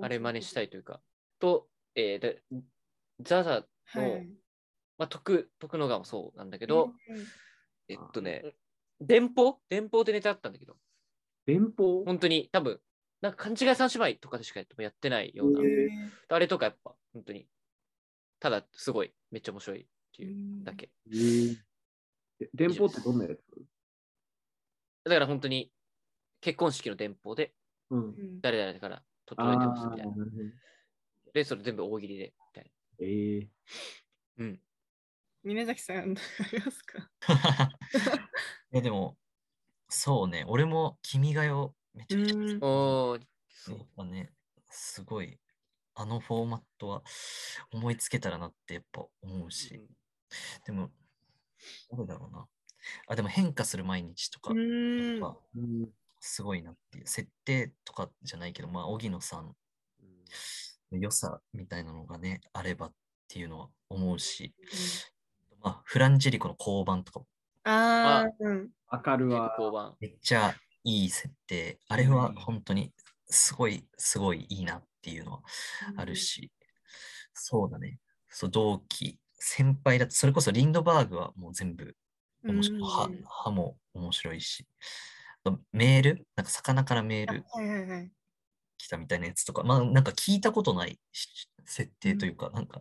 Speaker 3: あれ真似したいというか。と、えーで、ザザの、
Speaker 1: はい。
Speaker 3: まあ、徳、徳野川もそうなんだけど、
Speaker 1: うんうん
Speaker 3: えっとね、電報電報ってネタあったんだけど、
Speaker 2: 電報
Speaker 3: 本当に多分、なんか勘違い三姉妹とかでしかやってもやってないような、あれとかやっぱ、本当に、ただ、すごい、めっちゃ面白いっていうだけ。
Speaker 2: えーで電報ってどんなやつ
Speaker 3: だから本当に、結婚式の電報で、
Speaker 2: うん。
Speaker 1: うん
Speaker 3: 誰々だから整えてます
Speaker 2: あ
Speaker 3: みた
Speaker 2: あ、ないる
Speaker 3: な
Speaker 2: ほ。ど
Speaker 3: で、それ全部大喜利で、みたい
Speaker 2: えー、
Speaker 3: な。うん。
Speaker 1: 峰崎さん、ありますか
Speaker 5: いやでも、そうね、俺も君が代めちゃくちゃ好き
Speaker 1: うん
Speaker 3: おー、
Speaker 5: そうだね、すごい、あのフォーマットは思いつけたらなってやっぱ思うし、でも、どうだろうな。あ、でも変化する毎日とか
Speaker 1: う、ーん。
Speaker 5: まあ
Speaker 2: うん
Speaker 5: すごいなっていう、設定とかじゃないけど、まあ、荻野さんの良さみたいなのがね、あればっていうのは思うし、まあ、フランジェリコの交番とかも
Speaker 1: ああ
Speaker 3: あ、
Speaker 1: うん。
Speaker 2: わかる わ。
Speaker 3: 交番。
Speaker 5: めっちゃいい設定。あれは本当にすごい、すごいいいなっていうのはあるし、そうだね。そう、同期、先輩だと、それこそリンドバーグはもう全部
Speaker 1: うん。
Speaker 5: 面白い。は
Speaker 1: うん
Speaker 5: 歯も面白いし、あとメール、なんか魚からメール
Speaker 1: はいはいはい。
Speaker 5: 来たみたいなやつとか、まあなんか聞いたことないし設定というか、なんか、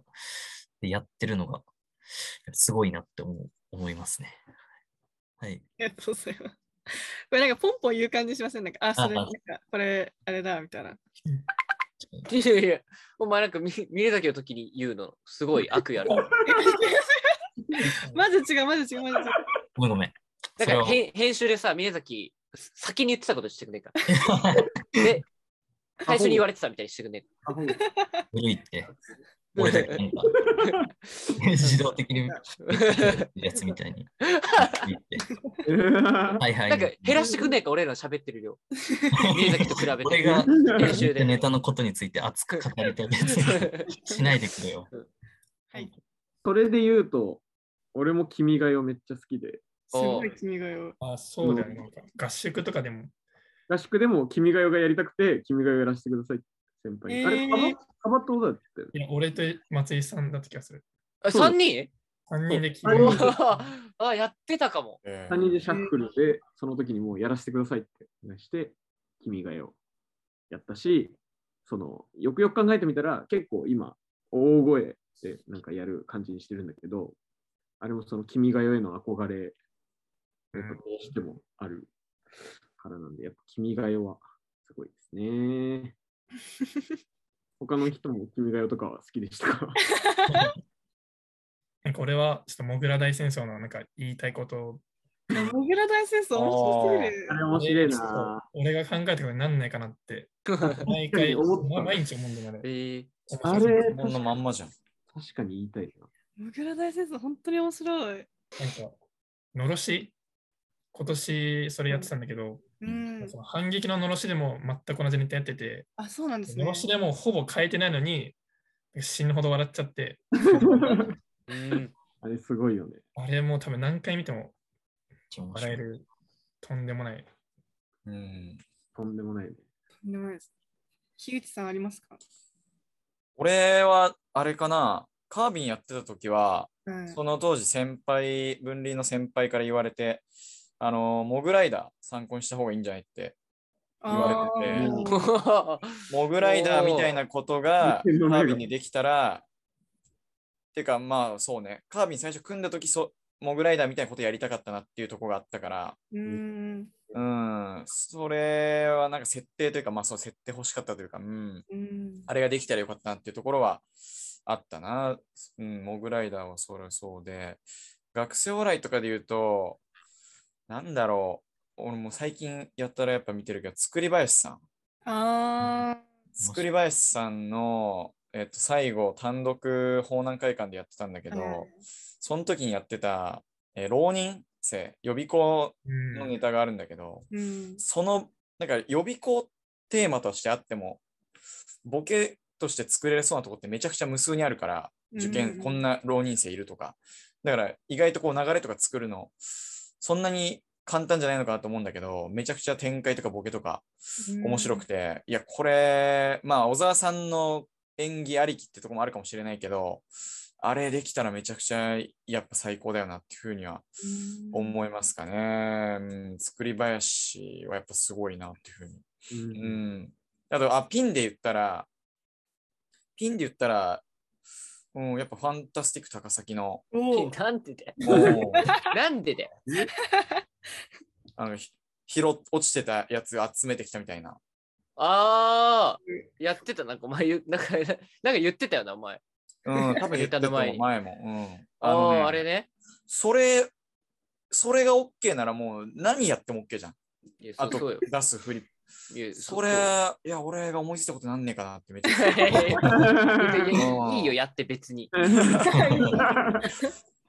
Speaker 5: でやってるのがすごいなって思う思いますね。はい。
Speaker 1: ありがとうございます。これなんかポンポン言う感じしませんなんか、あ、それな
Speaker 5: ああ
Speaker 1: んか、これ、あれだ、みた いな。
Speaker 3: いやいや、お前なんか見見れたけの時に言うの、すごい悪意 ある。
Speaker 1: まず違う、まず違う、まず違う。
Speaker 5: ごめんごめん。
Speaker 3: だ
Speaker 5: そ
Speaker 3: か
Speaker 5: れ
Speaker 3: ら
Speaker 5: は
Speaker 3: へん編集でさ、峰崎、す先に言ってたことしてくんねえか。 で、最初に言われてたみたいにしてくんね
Speaker 2: あほん
Speaker 5: 古いって。
Speaker 3: え
Speaker 5: 俺だけ
Speaker 3: か。
Speaker 5: なんか 自動的にやつみたいに。言ってはいはい。
Speaker 3: なんか減らしてくんねえか、俺らの喋ってる量。宮崎と比べ て
Speaker 5: 俺が
Speaker 3: 編集で
Speaker 5: ネタのことについて熱く語りたいやつしないでくれよ。
Speaker 1: はい。
Speaker 2: それで言うと、俺も君が代めっちゃ好きで、
Speaker 1: すごい君がよ。
Speaker 4: あ、そうだよね。なんか合宿とかでも。
Speaker 2: 合宿でも君が代がやりたくて、君が代やらせてくださいって先輩に。あ
Speaker 1: え
Speaker 2: れ、
Speaker 1: ー
Speaker 2: カバカバトだって言ったよね
Speaker 4: いや、俺と松井さんだった気がする。
Speaker 3: あ3人
Speaker 4: 3人で聞
Speaker 2: そう
Speaker 4: いて。
Speaker 3: あ、やってたかも。
Speaker 6: え
Speaker 2: 三人でシャッフルで、その時にもうやらせてくださいってお願いして、君が代をやったし、その、よくよく考えてみたら、結構今、大声でなんかやる感じにしてるんだけど、あれもその君が代への憧れ、やっぱどうしてもあるからなんで、やっぱ君が代はすごいですね。他の人も君が代とかは好きでしたか
Speaker 4: なんか俺はちょっとモグラ大戦争のなんか言いたいことを
Speaker 1: モグラ大戦争面白すぎる
Speaker 2: あ。れ面白いな。
Speaker 4: 俺が考えたことになんないかなって、毎
Speaker 2: 確
Speaker 4: 回、
Speaker 2: かに思った
Speaker 4: 毎日思うんだよねあ
Speaker 3: え
Speaker 4: れ。
Speaker 3: ー、
Speaker 2: あれ
Speaker 6: 日、本のまんまじゃん。
Speaker 2: 確かに言いたいな。
Speaker 1: モグラ大戦争、本当に面白い。
Speaker 4: なんか、のろし今年それやってたんだけど、
Speaker 1: うん
Speaker 4: そ。の反撃ののろしでも全く同じネタやってて、
Speaker 1: あ、そうなんですね
Speaker 4: のろ。しでもほぼ変えてないのに、死ぬほど笑っちゃって、
Speaker 3: うん。
Speaker 2: あれすごいよね。
Speaker 4: あれもう多分何回見ても
Speaker 5: 面
Speaker 4: 笑
Speaker 5: 白
Speaker 4: え
Speaker 5: い
Speaker 4: る、とんでもない。
Speaker 6: うん、
Speaker 2: とんでもないね。
Speaker 1: とんでもないです樋口さんありますか
Speaker 6: 俺は、あれかな、カービンやってた時は、
Speaker 1: はい
Speaker 6: その当時先輩、分離の先輩から言われて、あの、モグライダー参考にした方がいいんじゃないって。言われてて
Speaker 1: あー
Speaker 2: も
Speaker 6: モグライダーみたいなことが
Speaker 2: お
Speaker 6: カ
Speaker 2: ー
Speaker 6: ービンにできたら、てかまあそうね、カービン最初組んだ時そモグライダーみたいなことやりたかったなっていうとこがあったから、
Speaker 1: うーん。
Speaker 6: うん、それはなんか設定というか、まあそう設定欲しかったというか、うん、
Speaker 1: うん
Speaker 6: あれができたらよかったなっていうところはあったな。うん、モグライダーはそれそうで。学生お笑いとかで言うと、なんだろう。俺も最近やったらやっぱ見てるけど、作り林さん。
Speaker 1: あ
Speaker 6: 作り林さんの、えっと、最後、単独法難会館でやってたんだけど、
Speaker 1: はい
Speaker 6: その時にやってた、えー浪人生、予備校
Speaker 4: うん
Speaker 6: のネタがあるんだけど、
Speaker 1: ーうん。
Speaker 6: その、なんか予備校テーマとしてあっても、ボケとして作れそうなとこってめちゃくちゃ無数にあるから、受
Speaker 1: う
Speaker 6: 験、
Speaker 1: ん
Speaker 6: こんな浪人生いるとか。だから意外とこう流れとか作るの、そんなに簡単じゃないのかなと思うんだけど、めちゃくちゃ展開とかボケとか
Speaker 1: うん
Speaker 6: 面白くて、いや、これ、まあ、小沢さんの演技ありきってとこもあるかもしれないけど、あれできたらめちゃくちゃやっぱ最高だよなっていうふうには思いますかね。うん、作り林はやっぱすごいなっていうふうにうん。あと、あ、ピンで言ったら、ピンで言ったら、うん、やっぱファンタスティック高崎の、
Speaker 1: おー
Speaker 3: なんでだ よ。
Speaker 6: おー
Speaker 3: なんでだよ。
Speaker 6: あの、ひ拾っ落ちてたやつ集めてきたみたいな。
Speaker 3: ああ、やってた、なんかお前言う、なん か、なんか言ってたよな、お前。
Speaker 6: うん、多分 言って
Speaker 3: ネタ
Speaker 6: た
Speaker 3: の
Speaker 6: と
Speaker 3: 前
Speaker 6: 思う
Speaker 3: に
Speaker 6: 前も。うん。
Speaker 3: あ
Speaker 6: の
Speaker 3: あ、
Speaker 6: ね
Speaker 3: あれね。
Speaker 6: それ、それが OK ならもう何やっても OK じゃん。
Speaker 3: いやそ
Speaker 6: あ
Speaker 3: うそ
Speaker 6: と
Speaker 3: うよ
Speaker 6: 出すフリップ。
Speaker 3: いやう
Speaker 6: それ、いや、俺が思いついたことなんねえかなってめっちゃ
Speaker 3: そう いやい やい
Speaker 6: うん
Speaker 3: やいいよ、やって別に。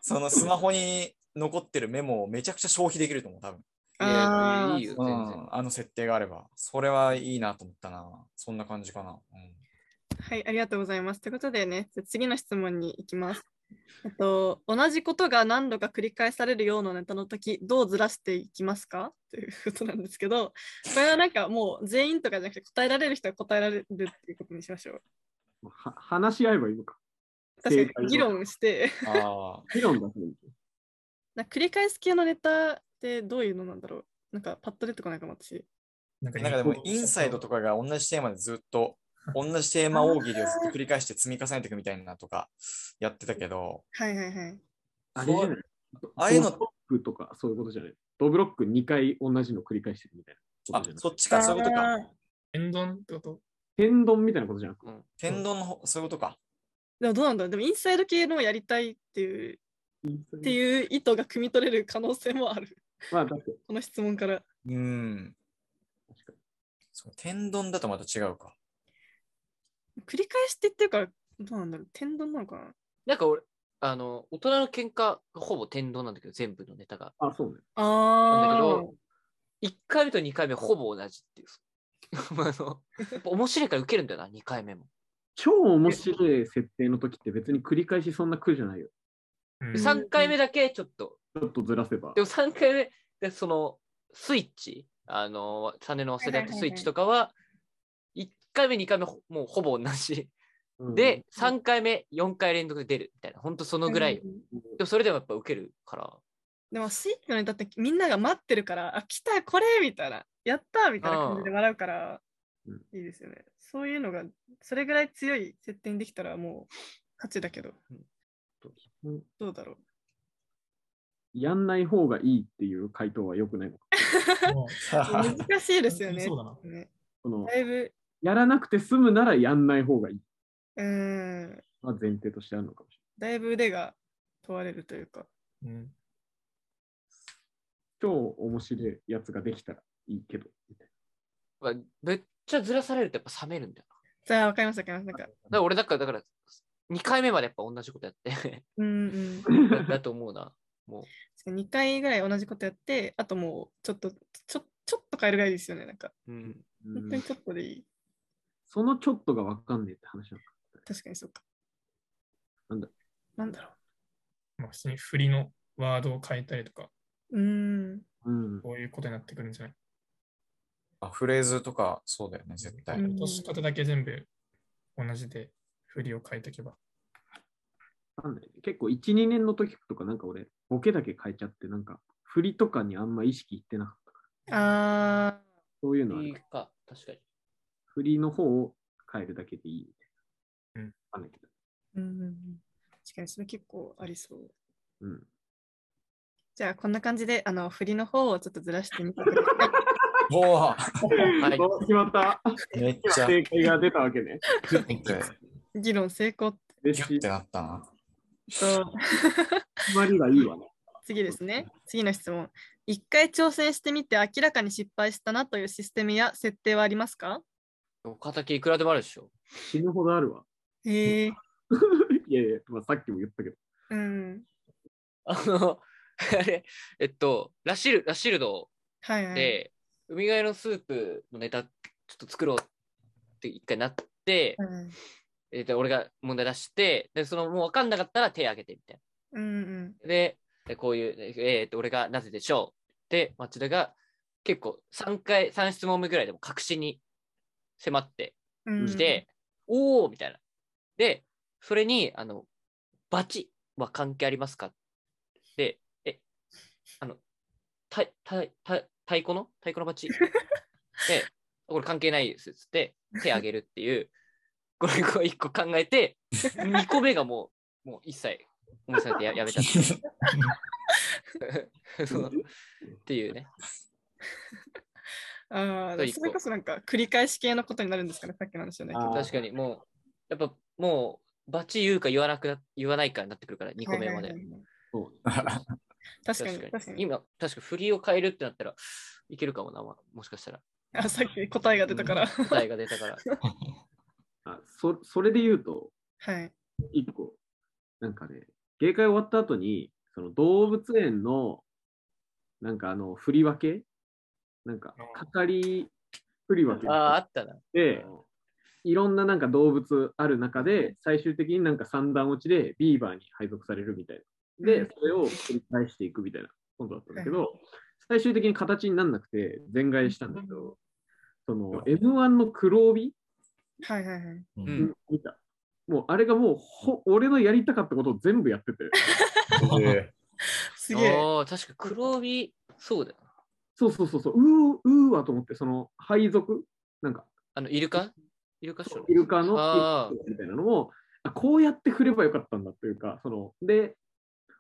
Speaker 6: そのスマホに残ってるメモをめちゃくちゃ消費できると思う、多分。
Speaker 3: いや
Speaker 1: あー
Speaker 3: いいよ、
Speaker 6: う
Speaker 3: 全然。
Speaker 6: ん、あの設定があれば、それはいいなと思ったな。そんな感じかな。うん
Speaker 1: はい、ありがとうございます。ということでね、じゃあ次の質問に行きます。えっと、同じことが何度か繰り返されるようなネタの時、どうずらしていきますかということなんですけど、これはなんかもう全員とかじゃなくて答えられる人は答えられるっていうことにしましょう。
Speaker 2: は話し合えばいいのか。
Speaker 1: 確
Speaker 2: 正
Speaker 1: か
Speaker 2: 解を
Speaker 1: に議論して、
Speaker 6: ああ、
Speaker 2: 議論だけでいい
Speaker 1: なんか繰り返す系のネタってどういうのなんだろうなんかパッと出てこないかも私。
Speaker 4: なんか
Speaker 6: なんかでも、インサイドとかが同じテーマでずっと、同じテーマ大喜利をずっと繰り返して積み重ねていくみたいなとかやってたけど、
Speaker 1: はいはいはい。
Speaker 2: あれじゃない
Speaker 6: ああいうの
Speaker 2: ドブロックとかそういうことじゃない。ドブロック2回同じの繰り返してるみたいな
Speaker 6: あ
Speaker 2: ことじゃ、ない。
Speaker 6: そっちか、そういうことか。
Speaker 4: 天丼ってこと
Speaker 2: 天丼みたいなことじゃなくて。
Speaker 3: うん
Speaker 6: 天丼の方、そういうことか。
Speaker 1: でもどうなんだろうでもインサイド系のをやりたいっていうっていう意図が汲み取れる可能性もある。
Speaker 2: まあ、だって、
Speaker 1: この質問から。
Speaker 6: うん。
Speaker 2: 確かに
Speaker 6: そう天丼だとまた違う か。
Speaker 1: 繰り返してっていうから、どうなんだろう天丼なのかな
Speaker 3: なんか俺、あの、大人の喧嘩がほぼ天丼なんだけど、全部のネタが。
Speaker 2: あ、そうね。
Speaker 3: なんだけ
Speaker 1: あ
Speaker 3: ど、1回目と2回目ほぼ同じっていう。 まああのやっぱ面白いから受けるんだよな、2回目も。
Speaker 2: 超面白い設定の時って別に繰り返しそんな苦じゃないよ。
Speaker 4: うん
Speaker 3: 3回目だけちょっと。
Speaker 2: ちょっとずらせば
Speaker 3: で。も3回目、でそのスイッチ、あの、種の忘れだってスイッチとかは、1回目、2回目ほ、もうほぼ同じ。
Speaker 2: うん
Speaker 3: で、、3回目、4回連続で出るみたいな、ほんとそのぐらいよ。
Speaker 1: うん
Speaker 3: でもそれでもやっぱ受けるから。
Speaker 1: でもスイッチのネタってみんなが待ってるから、あ、来た、これみたいな、やったみたいな感じで笑うから
Speaker 2: うん、
Speaker 1: いいですよね。そういうのが、それぐらい強い設定にできたらもう勝ちだけど、
Speaker 2: うん
Speaker 1: どうだろう
Speaker 2: やんない方がいいっていう回答は良くないのか。
Speaker 4: もう
Speaker 1: 難しいですよね。
Speaker 4: そうだな
Speaker 1: ね
Speaker 2: この
Speaker 1: だいぶ、
Speaker 2: やらなくて済むならやんない方がいい。
Speaker 1: うーん、
Speaker 2: は前提としてあるのかもし
Speaker 1: だいぶ腕が問われるというか。
Speaker 4: うん
Speaker 2: れない。超面白いやつができたらいいけど。みたい
Speaker 3: まあめっちゃずらされるとやっぱ冷めるんだよな。
Speaker 1: じゃあ、わかりました、わかりました。なんか、
Speaker 3: だから俺だから、だから、2回目までやっぱ同じことやって、
Speaker 1: うんうん。
Speaker 3: だだと思うな。も
Speaker 1: 2回ぐらい同じことやって、あともうちょっと、ちょちょっと変えるぐらいですよね。なんか、
Speaker 3: う。うん。
Speaker 2: な
Speaker 1: 本当
Speaker 2: う
Speaker 1: に
Speaker 2: ん
Speaker 1: ちょっとでいい。
Speaker 2: そのちょっとが分かんねえって話なのか。
Speaker 1: 確かにそうか。
Speaker 2: なんだ
Speaker 1: なんだろ
Speaker 4: まあ、普通に振りのワードを変えたりとか、
Speaker 1: う。うーん。
Speaker 2: うん。
Speaker 4: こういうことになってくるんじゃない
Speaker 6: あフレーズとか、そうだよね、絶対。
Speaker 1: うん
Speaker 4: 落とし方だけ全部同じで振りを変えておけば。
Speaker 2: わかんない結構1、2年の時とかなんか俺、ボケだけ変えちゃって、なんか振りとかにあんま意識いってなかったから。
Speaker 1: あ
Speaker 2: そういうのはいね、
Speaker 3: いか、確かに。
Speaker 2: 振りの方を変えるだけでいいみたい
Speaker 4: うん
Speaker 2: な。わかんないけど。
Speaker 1: ー。うんうんうん。確かにそれ結構ありそう。
Speaker 2: うん。
Speaker 1: じゃあ、こんな感じで、あの、振りの方をちょっとずらしてみてください。
Speaker 6: おお、
Speaker 3: はい
Speaker 2: お決まった。
Speaker 6: めっ ちゃ、
Speaker 2: 正解が出たわけね。
Speaker 6: ギュッて、
Speaker 1: 議論成功。
Speaker 6: ギ
Speaker 2: 嬉
Speaker 6: ュ
Speaker 2: しい
Speaker 6: ッ。てなったな。
Speaker 1: と
Speaker 2: 決まりがいいわね。
Speaker 1: 次ですね。次の質問。一回挑戦してみて明らかに失敗したなというシステムや設定はありますか
Speaker 3: 岡崎いくらでもあるでしょ。
Speaker 2: 死ぬほどあるわ。
Speaker 1: へえ。
Speaker 2: いやいや、まあ、さっきも言ったけど。
Speaker 1: うん。
Speaker 3: あの、あれ、えっと、ラシル、ラシルド
Speaker 1: はいはい。
Speaker 3: で、ウミガエのスープのネタ、ちょっと作ろうって一回なって、
Speaker 1: うん
Speaker 3: えっと俺が問題出して、で、その、もう分かんなかったら手挙げてみたい
Speaker 1: うんうん。
Speaker 3: な。で、でこういう、えーっと、俺がなぜでしょうで、町田が結構3回、3質問目ぐらいでも確信に迫って
Speaker 1: うん
Speaker 3: きて、おーみたいな。で、それに、あの、バチは関係ありますかで、え、あの、た、た、た、太鼓の太鼓の バチで、これ関係ないですっつって、手あげるっていう、これこう一個考えて、2個目がもう、もう一切、思いさ れてややめたっていう。 そうっていうね。
Speaker 1: あ
Speaker 3: あと
Speaker 1: ー
Speaker 3: 一個
Speaker 1: それこそなんか繰り返し系のことになるんですかね、さっきの話じゃないけ
Speaker 2: あ
Speaker 1: ど
Speaker 2: ー。
Speaker 3: 確かにもう、やっぱもう、バチ言うか言わなくな、言わないかになってくるから、2個目ま
Speaker 1: はい
Speaker 3: で
Speaker 1: はい。はいはい
Speaker 2: そう
Speaker 1: 確かに、確かに。
Speaker 3: 今、確か振りを変えるってなったら、 いけるかもな、まあもしか したら。
Speaker 1: あさっき答えが出た から。
Speaker 3: うん答えが出たから。
Speaker 2: あそそれで言うと、
Speaker 1: はい。
Speaker 2: 一個、なんかね、芸会終わった後に、その動物園の、なんかあの、振り分けなんか、係振り分け
Speaker 3: ああ、あったな。
Speaker 2: で、いろんななんか動物ある中で、最終的になんか三段落ちでビーバーに配属されるみたいな。
Speaker 1: う
Speaker 2: で
Speaker 1: ん、
Speaker 2: それを繰り返していくみたいなことだったんだけど、最終的に形にならなくて、全外したんだけど、その M1 の黒帯
Speaker 1: はいはいはい。
Speaker 5: う
Speaker 3: うんん。
Speaker 2: 見た。もうあれがもうほ俺のやりたかったことを全部やってて。
Speaker 1: すげえ。
Speaker 3: ああ、確か黒帯、そうだよ。
Speaker 2: そうそうそうそう、うーうーわと思って、その配属、なんか
Speaker 3: あの、イルカイルカショー
Speaker 2: イルカの
Speaker 3: あー
Speaker 2: みたいなのも、あこうやって振ればよかったんだというか、そので、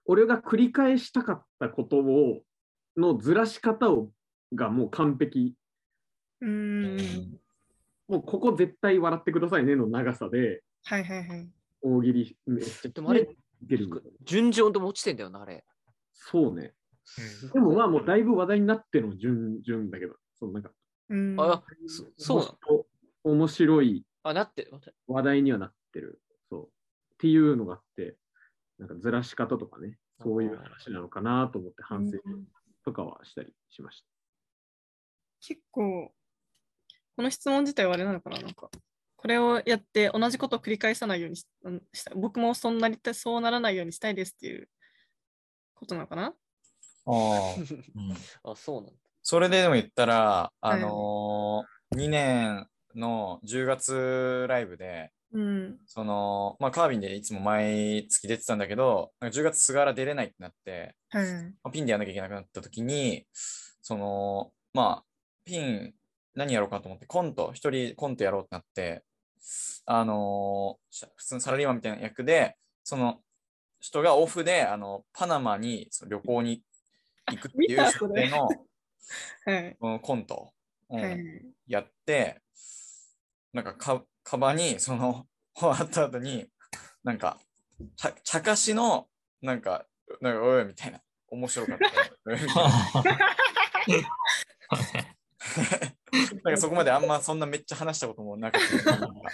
Speaker 2: 俺が繰り返したかったことをのずらし方をがもう完璧、
Speaker 1: うーん。
Speaker 2: もうここ絶対笑ってくださいねの長さで、
Speaker 1: はいはいはい。
Speaker 2: 大喜利めっちゃ
Speaker 3: でもあれ
Speaker 2: 出るみたいな
Speaker 3: 順調とも落ちてんだよな、あれ。
Speaker 2: そうね。でもまあもうだいぶ話題になっての順々だけど、そのなんか、
Speaker 1: うん。
Speaker 3: あ、そそうなの
Speaker 2: 面白い
Speaker 3: あ、なって、 待って
Speaker 2: 話題にはなってる。そう。っていうのがあって、なんかずらし方とかね、そういう話なのかなと思って反省
Speaker 1: うん
Speaker 2: とかはしたりしまし
Speaker 1: 結構、この質問自体はあれなのかななんか、これをやって同じことを繰り返さないようにしうんした、僕もそんなりたそうならないようにしたいですっていうことなのかな
Speaker 6: ああ。
Speaker 5: うん
Speaker 3: あ、そうなんだ。
Speaker 6: それででも言ったら、あのー2年の10月ライブで、
Speaker 1: うん。
Speaker 6: その、まあ、カービンでいつも毎月出てたんだけど、なんか10月菅原出れないってなって、
Speaker 1: はいはい。
Speaker 6: まあピンでやんなきゃいけなくなった時に、その、まあ、ピン何やろうかと思って、コント、一人コントやろうってなって、あのーし普通のサラリーマンみたいな役で、その人がオフで、あの、パナマにその旅行に行くってい
Speaker 1: 見
Speaker 6: う
Speaker 1: た
Speaker 6: 設定の
Speaker 1: はい。
Speaker 6: うんコント、うん
Speaker 1: はい。
Speaker 6: やって、なんかか、カバに、その、終わった後に、なんか、ちゃ、茶化しの、なんか、なんか、おい、みたいな、面白かった。おい みたいななんかそこまであんまそんなめっちゃ話したこともなかったなんか。なんか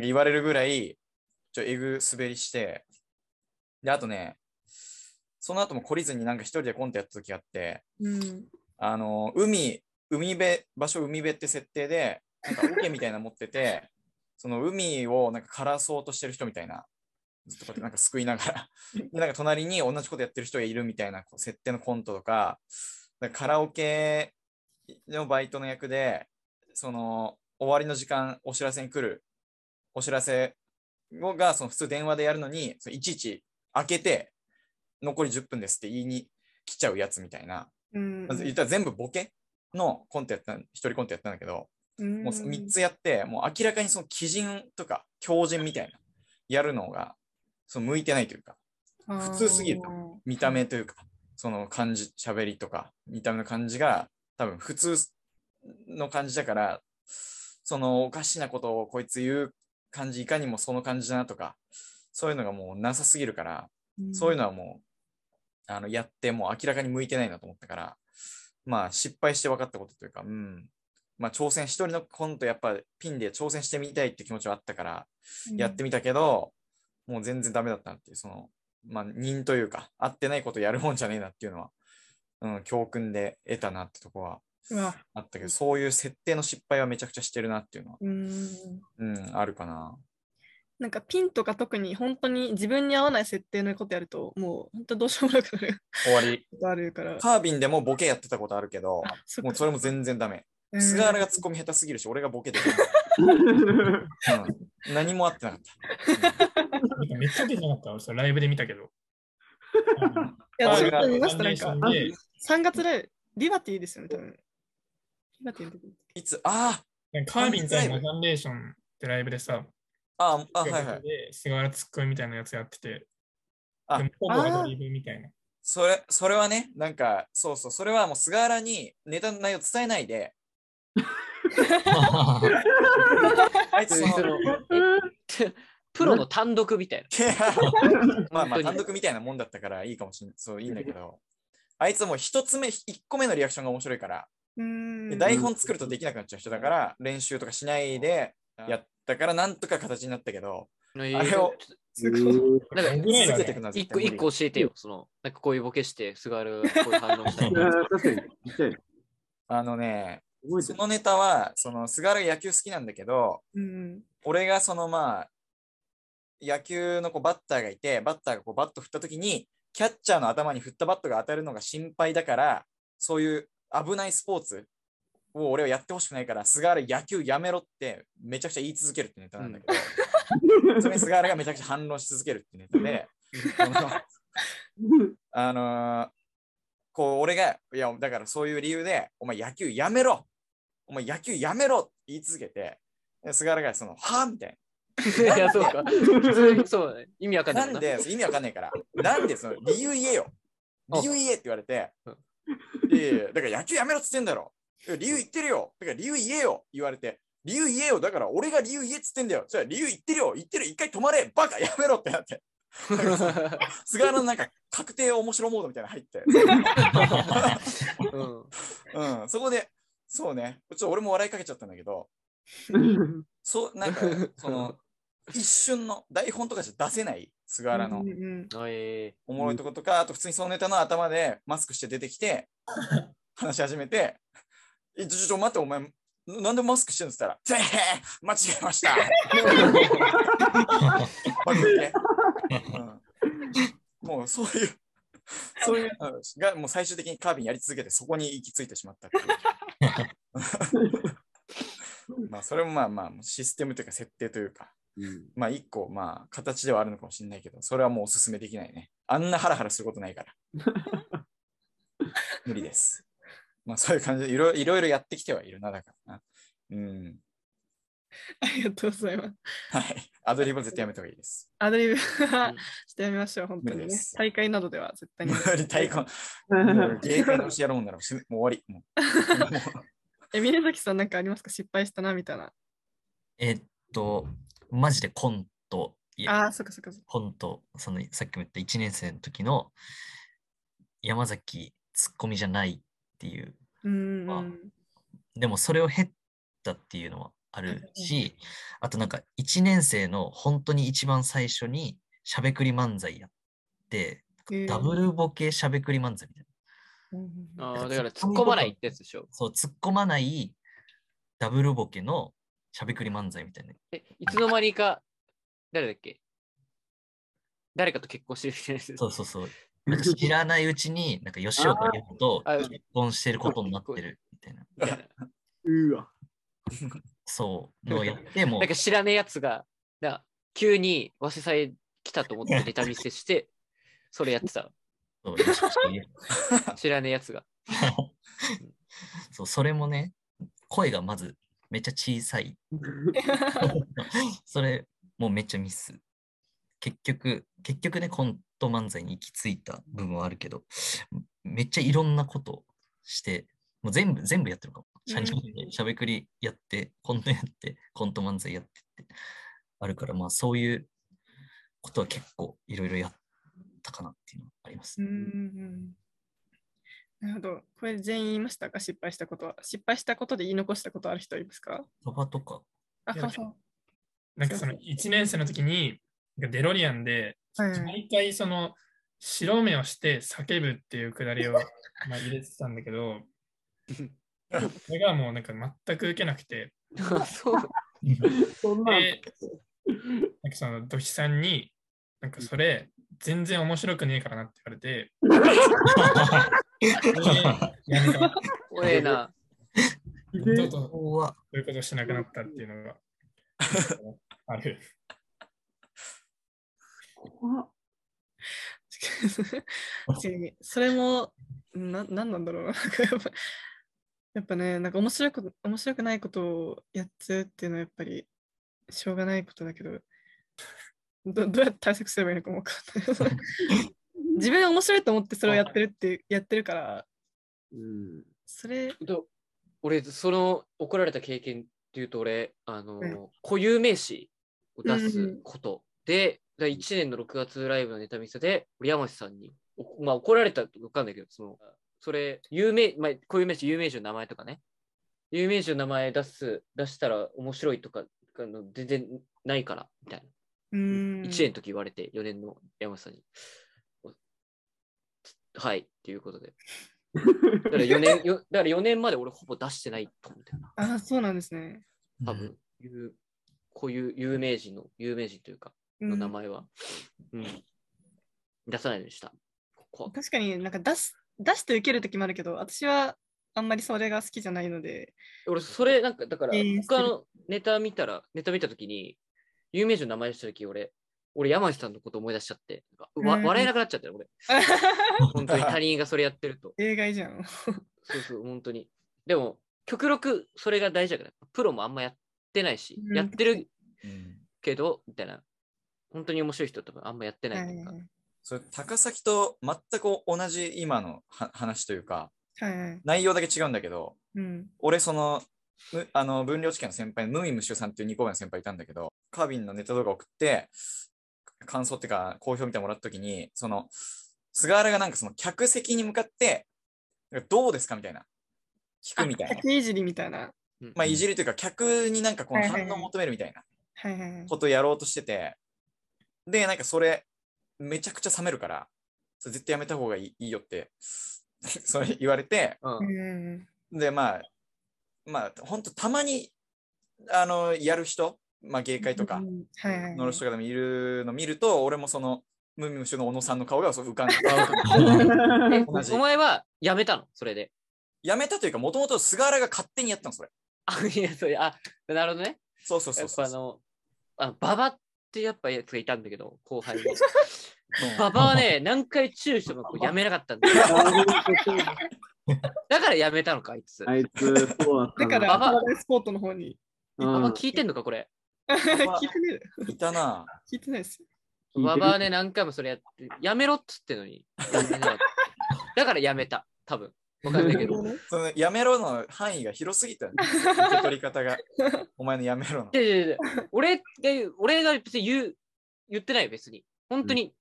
Speaker 6: 言われるぐらい、ちょ、えぐ滑りして、で、あとね、その後も懲りずになんか一人でコントやった時があって、
Speaker 1: うん。
Speaker 6: あの、海、海辺、場所海辺って設定で、なんか桶みたいなの持ってて、 その海をなんか枯らそうとしてる人みたいな、ずっとこうやってなんか救いながら、でなんか隣に同じことやってる人がいるみたいなこう設定のコントとか、なんかカラオケのバイトの役で、その終わりの時間、お知らせに来る、お知らせをがその普通電話でやるのに、そのいちいち開けて、残り10分ですって言いに来ちゃうやつみたいな、
Speaker 1: うん。
Speaker 6: まず言ったら全部ボケのコントやったん、一人コントやったんだけど、もう3つやって、もう明らかにその基準とか強靭みたいな、やるのが、その向いてないというか、
Speaker 1: うん
Speaker 6: 普通すぎる
Speaker 1: あー
Speaker 6: 見た目というか、その感じ、喋りとか、見た目の感じが、多分普通の感じだから、そのおかしなことをこいつ言う感じ、いかにもその感じだなとか、そういうのがもうなさすぎるから、そういうのはもう、あの、やって、もう明らかに向いてないなと思ったから、まあ、失敗して分かったことというか、うん。まあ、挑戦、一人のコント、やっぱピンで挑戦してみたいって気持ちはあったから、やってみたけど、もう全然ダメだったなっていう、その、まあ、人というか、合ってないことやるもんじゃねえなっていうのは、うん、教訓で得たなってとこは
Speaker 1: うん。うわ
Speaker 6: あったけど、そういう設定の失敗はめちゃくちゃしてるなっていうのは、
Speaker 1: うん。
Speaker 6: うん、あるかな。
Speaker 1: なんかピンとか特に本当に自分に合わない設定のことやると、もう本当どうしようもなくなる
Speaker 6: 終わり。
Speaker 1: ことあるから。
Speaker 6: カービンでもボケやってたことあるけど、
Speaker 1: そっ
Speaker 6: もう
Speaker 1: か
Speaker 6: それも全然ダメ。
Speaker 1: うん
Speaker 6: 菅原がツッコミ下手すぎるし、俺がボケできない、うん何もあってなかった。
Speaker 4: なんかめっちゃ出てなかった。俺それライブで見 たけど。
Speaker 1: いや、
Speaker 6: あ
Speaker 1: 私
Speaker 6: れ
Speaker 1: も
Speaker 6: が
Speaker 1: 見ました、なんか
Speaker 4: アニメーションで
Speaker 1: 3月ライブ、リバティですよね、多分。リバティの時
Speaker 6: いつ、あ
Speaker 4: なんかカービン対マザンレーションってライブでさ、
Speaker 6: あ、ああ、あはいはい。
Speaker 4: で菅原ツッコミみたいなやつやってて、
Speaker 6: あ
Speaker 4: でもほぼアドリブみたいな。
Speaker 6: それ、それはね、なんか、そうそう、それはもう菅原にネタの内容伝えないで、あいつそ
Speaker 3: そ
Speaker 6: の、
Speaker 3: のえプロの単独みたいな。
Speaker 6: まあ
Speaker 3: 本
Speaker 6: ま
Speaker 3: 当
Speaker 6: あ
Speaker 3: に
Speaker 6: 単独みたいなもんだったからいいかもしんない、そういいんだけど、あいつもう一つ目、一個目のリアクションが面白いから、
Speaker 1: うー
Speaker 6: で
Speaker 1: ん。
Speaker 6: 台本作るとできなくなっちゃう人だから、練習とかしないでやったから、なんとか形になったけど、
Speaker 3: あ
Speaker 6: あれを
Speaker 1: すごい。
Speaker 3: なんか
Speaker 4: モグライダー
Speaker 6: 続けていく
Speaker 4: ね
Speaker 6: のは
Speaker 3: 一
Speaker 6: 絶
Speaker 3: 個
Speaker 6: 対無理
Speaker 3: 一個教えてよ。そのなんかこういうボケして、菅原がこういう反応したり
Speaker 2: い。 や確かに、ちっちゃいの。
Speaker 6: あのね、
Speaker 2: 覚えて
Speaker 6: そ
Speaker 2: る
Speaker 6: のネタは、その、菅原が野球好きなんだけど、
Speaker 1: うん。
Speaker 6: 俺がそのまあ、野球のこうバッターがいて、バッターがこうバット振った時に、キャッチャーの頭に振ったバットが当たるのが心配だから、そういう危ないスポーツを俺はやってほしくないから、菅原野球やめろってめちゃくちゃ言い続けるってネタなんだけど、それに菅原がめちゃくちゃ反論し続けるってネタで、そのあのーこう俺が、いや、だからそういう理由で、お前野球やめろお前野球やめろって言い続けて、で菅原がその、はぁみたい
Speaker 3: いや、そう か。 普通にそうだね意味わかんな
Speaker 6: な。
Speaker 3: いも
Speaker 6: なん
Speaker 3: な。
Speaker 6: んで、そう意味わかんないから、なんでその理由言え よ理由言えって言われて
Speaker 3: うん、
Speaker 6: いやいやだから野球やめろって言ってんだろいや理由言ってるよだから理由言えよ言われて、理由言えよだから俺が理由言えっつってんだよそれ理由言ってるよ言ってる一回止まれバカやめろってなって。菅原のなんか確定面白モードみたいなの入って、
Speaker 3: うん
Speaker 6: うん、そこで、そうね、ちょっと俺も笑いかけちゃったんだけど、そう、なんか、その、一瞬の台本とかじゃ出せない菅原の
Speaker 1: うんうん
Speaker 3: あえ
Speaker 6: おもろいとことか、あと普通にそのネタの頭でマスクして出てきて、話し始めて、え、ちょ、ちょ、待って、お前、なんでマスクしてんのっつったら、てへへ間違えました。バカ言ってうんもうそういう、そういうのが、もう最終的にカービンやり続けて、そこに行き着いてしまったっていう。まあ、それもまあまあ、システムというか、設定というか。
Speaker 2: うん
Speaker 6: まあ一個、まあ形ではあるのかもしれないけど、それはもうおすすめできないね。あんなハラハラすることないから。無理です。まあそういう感じでいろいろいろやってきてはいるな、だからな。うん。
Speaker 1: ありがとうございます。
Speaker 6: はい。アドリブは絶対やめた方がいい です。
Speaker 1: アドリブしてやめましょう、本当に
Speaker 6: 無理で
Speaker 1: ね
Speaker 6: す。
Speaker 1: 大会などでは絶 対に
Speaker 6: 無。理太鼓、芸風のしてやろうならしもう終わり。もうも
Speaker 1: え、峰崎さんなんかありますか失敗したなみたいな。
Speaker 5: えっと、マジでコント、い
Speaker 1: あ
Speaker 5: や
Speaker 1: あ、そっかそっかそっか。
Speaker 5: コント、そのさっきも言った1年生の時の山崎ツッコミじゃないっていう、
Speaker 1: うんう
Speaker 5: あ
Speaker 1: ん。
Speaker 5: でもそれを減ったっていうのはあるし、あとなんか1年生の本当に一番最初にしゃべくり漫才やって、
Speaker 1: えー
Speaker 5: ダブルボケしゃべくり漫才みたいな。
Speaker 1: うんうん
Speaker 3: ー、あーだから突っ込まないってやつでしょ。
Speaker 5: そう、突っ込まないダブルボケのしゃべくり漫才みたいな。
Speaker 3: え、いつの間にか、誰だっけ誰かと結婚してるみたいなやつ
Speaker 5: そうそうそう。なんか知らないうちに、なんか吉岡里帆と
Speaker 3: あー
Speaker 5: 結婚してることになってるみたいな。
Speaker 3: みたいな。
Speaker 2: うわ。
Speaker 5: そう、のをやっても
Speaker 3: なんか知らねえやつが、な急に早稲さえ来たと思ってネタ見せして、それやってた。
Speaker 5: そうよしよしよし
Speaker 3: 知らねえやつが。
Speaker 5: そう、それもね、声がまずめっちゃ小さい。それ、もうめっちゃミス。結局、結局ね、コント漫才に行き着いた部分はあるけど、めっちゃいろんなことして、もう全部、全部やってるかも。しゃべ
Speaker 1: うん
Speaker 5: しゃべくりやって、コントやって、コント漫才やってってあるから、まあそういうことは結構いろいろやったかなっていうのはありま す
Speaker 1: う
Speaker 5: ね。
Speaker 1: んうんうんなるほど。これ全員言いましたか失敗したことは。失敗したことで言い残したことある人いますか
Speaker 5: そばとか、
Speaker 1: あ、
Speaker 4: いや
Speaker 1: かわさん。
Speaker 4: なんかその1年生の時に、なんかデロリアンで、
Speaker 1: はい。
Speaker 4: 毎回その白目をして叫ぶっていうくだ りをまあ入れてたんだけど、それがもうなんか全く受けなくて、
Speaker 3: そう。
Speaker 2: そんなん
Speaker 4: でなんかその土肥さんに、なんかそれ、全然面白くねえからなって言われて、 やめた
Speaker 3: 怖えな。
Speaker 4: 二度とそ
Speaker 5: 怖っ
Speaker 4: ういうことしなくなったっていうのがある。
Speaker 2: 怖っ
Speaker 1: 確かにそれもな何なんだろうな なんかやっぱやっぱねなんか面白く面白くないことをやっちゃうっていうのはやっぱりしょうがないことだけどどどうやって対策すればいいのかも分かんない 自分が面白いと思ってそれをやってるってやってるから
Speaker 2: うん
Speaker 1: それ
Speaker 3: ど俺、その怒られた経験っていうと、俺、あの、
Speaker 1: うん
Speaker 3: 固有名詞を出
Speaker 1: うんう
Speaker 3: す
Speaker 1: ん
Speaker 3: ことで、だ1年の6月ライブのネタ見せで、俺、山瀬さんに、おまあ、怒られたとわかんないけど、その、それ、有名、まあ、固有名詞、有名人の名前とかね、有名人の名前出す、出したら面白いとか、あの全然ないから、みたいな。
Speaker 1: うーん
Speaker 3: 1年の時言われて、4年の山下さんに。おはい、っていうことで。だから4年、 よだから4年まで俺ほぼ出してないと思うんだよな。
Speaker 1: あそうなんですね、
Speaker 3: 多
Speaker 5: う
Speaker 3: 分
Speaker 5: ん、
Speaker 3: いうこういう有名人の、有名人というか、
Speaker 1: うん
Speaker 3: の名前は、うん、出さないようにした。ここは
Speaker 1: 確かになんか出す出して受ける時もあるけど私はあんまりそれが好きじゃないので
Speaker 3: 俺、それ、なんか、だから
Speaker 1: えー、
Speaker 3: 他のネタ見たら、ネタ見たときに、有名人の名前出したとき、俺、俺、山下さんのこと思い出しちゃって、なんかわ
Speaker 1: うん
Speaker 3: 笑えなくなっちゃったよ、俺。本当に他人がそれやってると。
Speaker 1: 映画じゃん
Speaker 3: そうそう、本当に。でも、極力それが大事だから、プロもあんまやってないし、
Speaker 1: うん
Speaker 3: やってる
Speaker 6: うん
Speaker 3: けど、みたいな、本当に面白い人多分あんまやって
Speaker 1: は
Speaker 3: ないいというか、
Speaker 6: それ高崎と全く同じ今のは話というか
Speaker 1: はいはい
Speaker 6: 内容だけ違うんだけど
Speaker 1: うん
Speaker 6: 俺そのむあの分量試験の先輩ムーイムシュさんっていう2個目の先輩いたんだけどカービンのネタ動画送って感想っていうか好評みたいなのもらった時にその菅原がなんかその客席に向かってどうですかみたいな聞くみたいな
Speaker 1: 1いじりみたいな
Speaker 6: まあいじるというか客になんかこの反応を求めるみたいな
Speaker 1: はいはいはい
Speaker 6: ことをやろうとしてて、で、なんかそれ、めちゃくちゃ冷めるから、それ絶対やめた方がいいいいよって、 それ言われて、
Speaker 3: うん
Speaker 1: うん
Speaker 6: で、まあ、まあ、ほんとたまに、あの、やる人、まあ、芸会とか
Speaker 1: う、んはいはい
Speaker 6: の人がでもいるの見ると、俺もその、無味無臭の小野さんの顔がそう浮かん で、
Speaker 3: え
Speaker 6: 同じ
Speaker 3: お前はやめたのそれで。
Speaker 6: やめたというか、もともと菅原が勝手にやったの、それ。
Speaker 3: あ、いや、それ、あ、なるほどね。
Speaker 6: そうそうそ
Speaker 3: や
Speaker 6: う
Speaker 3: っ
Speaker 6: そ
Speaker 3: ぱ
Speaker 6: う。
Speaker 3: あの、あのババってやっぱやつがいたんだけど、後輩 に。
Speaker 6: うん
Speaker 3: ババはね、何回注意してもこうやめなかったんだよ。だからやめたのか、あいつ。
Speaker 2: あいつ、そうだった
Speaker 1: だ
Speaker 2: な
Speaker 1: から、
Speaker 3: あ
Speaker 1: パラダイスポートの方に。
Speaker 2: う
Speaker 3: バ
Speaker 2: ん
Speaker 3: バ聞いてんのか、これ。
Speaker 6: バ
Speaker 1: 聞いてない
Speaker 6: いたな。
Speaker 1: 聞いてないですよ。
Speaker 2: 聞いてる
Speaker 3: ババはね、何回もそれやって、やめろっつってのに。 やめなかっただからやめた、多分わかんないけど。
Speaker 6: そのやめろの範囲が広すぎた、ね、受け取り 方が。お前のやめろの
Speaker 3: い。やいやいや俺が言う、俺が別に言う、言ってないよ、別に。本当に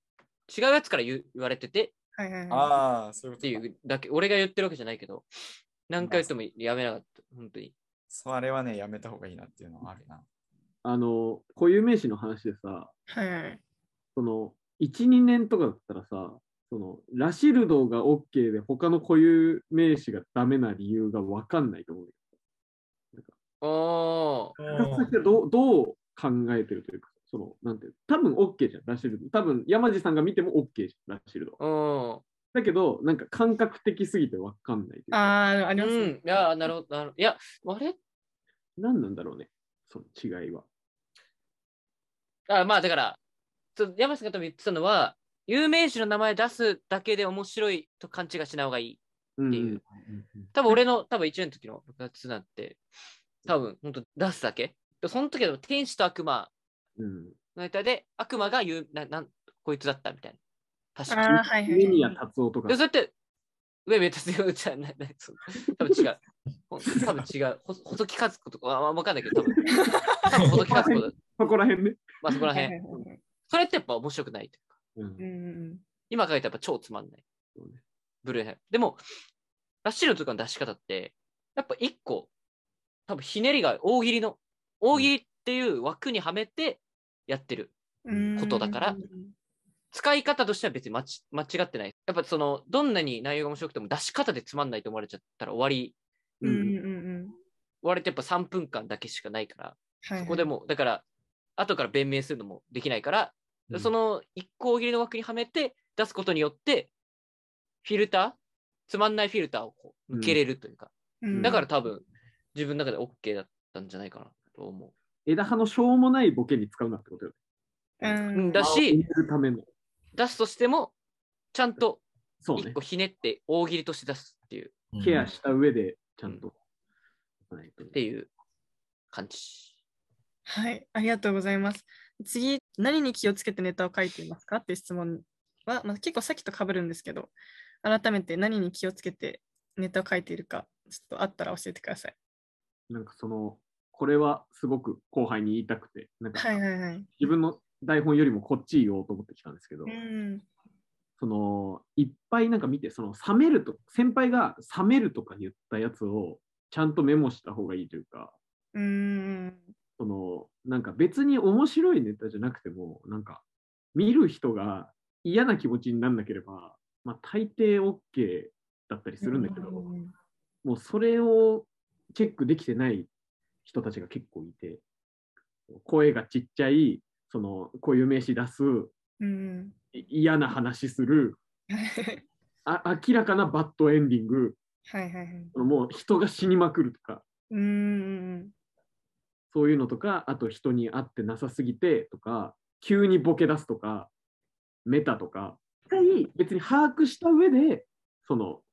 Speaker 3: 違うやつから言う言われてて
Speaker 1: はいはいは
Speaker 6: ああ、そうい
Speaker 3: っ
Speaker 6: うこ
Speaker 3: て
Speaker 6: と
Speaker 3: い
Speaker 6: か。
Speaker 3: うだけ、俺が言ってるわけじゃないけど、何回言ってもやめなかった、本当に。
Speaker 6: それはね、やめた方がいいなっていうのはある な。
Speaker 2: あの、固有名詞の話でさ、
Speaker 1: い。はいはい。
Speaker 2: その、1、2年とかだったらさ、その、ラシルドが OK で、他の固有名詞がダメな理由が分かんないと思うよ。
Speaker 3: おー、
Speaker 2: そしてどうどう考えてるというか、その、なんていうの多分 OK じゃん、ラシルド。多分山地さんが見ても OK じゃん、ラシルド。
Speaker 3: お
Speaker 2: だけど、なんか感覚的すぎて分かんないというか。
Speaker 1: ああ、あり
Speaker 3: ー、
Speaker 1: ます
Speaker 3: うん
Speaker 1: ね。、
Speaker 3: いや、なるほど、なるほど。いや、あれ
Speaker 2: 何なんだろうね、その違いは。
Speaker 3: あまあだから、ちょっと山下が多分言ってたのは、有名詞の名前出すだけで面白いと勘違いしない方がいい。
Speaker 2: うん
Speaker 3: っていう多分俺の、多分1年の時の部活なんて、多分本当出すだけ。でその時は多分天使と悪魔
Speaker 2: うんうん
Speaker 3: のネタで、悪魔が言う、ななんこいつだったみたいな。確
Speaker 1: あ
Speaker 3: か
Speaker 1: あ、はいはい。
Speaker 2: 上宮達夫とか
Speaker 3: に。で、。そうやって、上目立つよじゃない、ないそう多分違う。ほん多分違う。ほ細木和子とか、あわかんないけど、多分。多分細木和子だ。
Speaker 2: そこら辺ね。
Speaker 3: まあそこら
Speaker 1: はいは
Speaker 3: 辺
Speaker 1: い。はい
Speaker 3: それってやっぱ面白くないというか。
Speaker 2: うん
Speaker 1: うんうん
Speaker 3: 今考えたらやっぱ超つまんない。
Speaker 2: そうね
Speaker 3: ブルーヘン。でも、ラッシュルとかの出し方って、やっぱ一個、多分ひねりが大喜利の、大喜利っていう枠にはめてやってる。
Speaker 1: うん。
Speaker 3: ことだから使い方としては別に間違間違ってない。やっぱその、どんなに内容が面白くても出し方でつまんないと思われちゃったら終わり、
Speaker 1: うんうんうんうん。
Speaker 3: 終わりってやっぱ3分間だけしかないから、
Speaker 1: はいはい
Speaker 3: そこでもう、だから、後から弁明するのもできないから、
Speaker 2: うん
Speaker 3: その一個大喜利の枠にはめて出すことによって、フィルター、つまんないフィルターをこう受けれるというか、
Speaker 1: うん
Speaker 3: だから多分、自分の中で OK だったんじゃないかなと思
Speaker 2: 枝葉のしょうもないボケに使うなってことよ。
Speaker 1: う
Speaker 3: う。
Speaker 1: ん、
Speaker 3: だ
Speaker 2: 生
Speaker 3: し、
Speaker 2: るための。
Speaker 3: 出すとしても、ちゃんと
Speaker 2: そう
Speaker 3: 一
Speaker 2: ね
Speaker 3: 個。ひねって大喜利として出すっていう、
Speaker 5: うん
Speaker 2: ケアした上で、ちゃんと。はい
Speaker 3: っていう感じ。
Speaker 1: はい、ありがとうございます。次、何に気をつけてネタを書いていますかっていう質問は、まあ、結構さっきと被るんですけど、改めて何に気をつけてネタを書いているか、ちょっとあったら教えてください。
Speaker 2: なんかその、これはすごく後輩に言いたくて、なんか
Speaker 1: はいはいはい。
Speaker 2: 自分の台本よりもこっち言おうと思ってきたんですけど、
Speaker 1: うん。
Speaker 2: そのいっぱいなんか見て、その冷めると、先輩が冷めるとか言ったやつをちゃんとメモした方がいいというか、
Speaker 1: うん。
Speaker 2: そのなんか別に面白いネタじゃなくても、なんか見る人が嫌な気持ちにならなければ、まあ、大抵 OK だったりするんだけど、
Speaker 1: うん
Speaker 2: もうそれをチェックできてない人たちが結構いて、声がちっちゃい、その固有名詞出す、
Speaker 1: うん。
Speaker 2: い嫌な話する、あ明らかなバッドエンディング、
Speaker 1: はいはいはい。
Speaker 2: もう人が死にまくるとか、
Speaker 1: うん。
Speaker 2: そういうのとか、あと人に会ってなさすぎてとか、急にボケ出すとか、メタとか、一回別に把握した上で、その、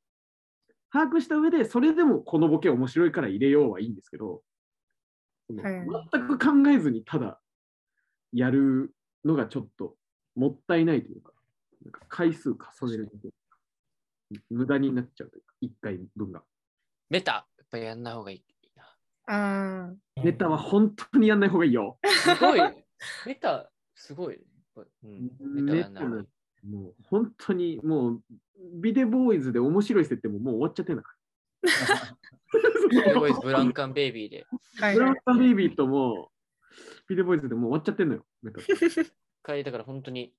Speaker 2: 把握した上で、それでもこのボケ面白いから入れようはいいんですけど、その
Speaker 1: はい
Speaker 2: 全く考えずにただやるのがちょっともったいないというか、なんか回数重ねると無駄になっちゃうというか、1回分が。
Speaker 3: メタ、やっぱりやんない方がいいな。
Speaker 1: ああ。
Speaker 2: ネタは本当にやんない方がいいよ。
Speaker 3: すごい、 メタ、すごいね。やっぱうん、メタ
Speaker 2: め
Speaker 3: や
Speaker 2: っ
Speaker 3: ん
Speaker 2: ち
Speaker 3: な
Speaker 2: ゃ
Speaker 3: い方
Speaker 2: な
Speaker 3: がい
Speaker 2: い
Speaker 3: い。
Speaker 2: もう本当にもうビデボーイズで面白い設定ももう終わっちゃってんだか
Speaker 3: ビデオボーイズブランカンベイビーで。
Speaker 1: は
Speaker 2: ら。
Speaker 1: い
Speaker 2: ブラ
Speaker 1: は
Speaker 2: ンカベイビーともビデボーイズでもう終わっちゃってんのよ。メタ
Speaker 3: 帰りだから本当に、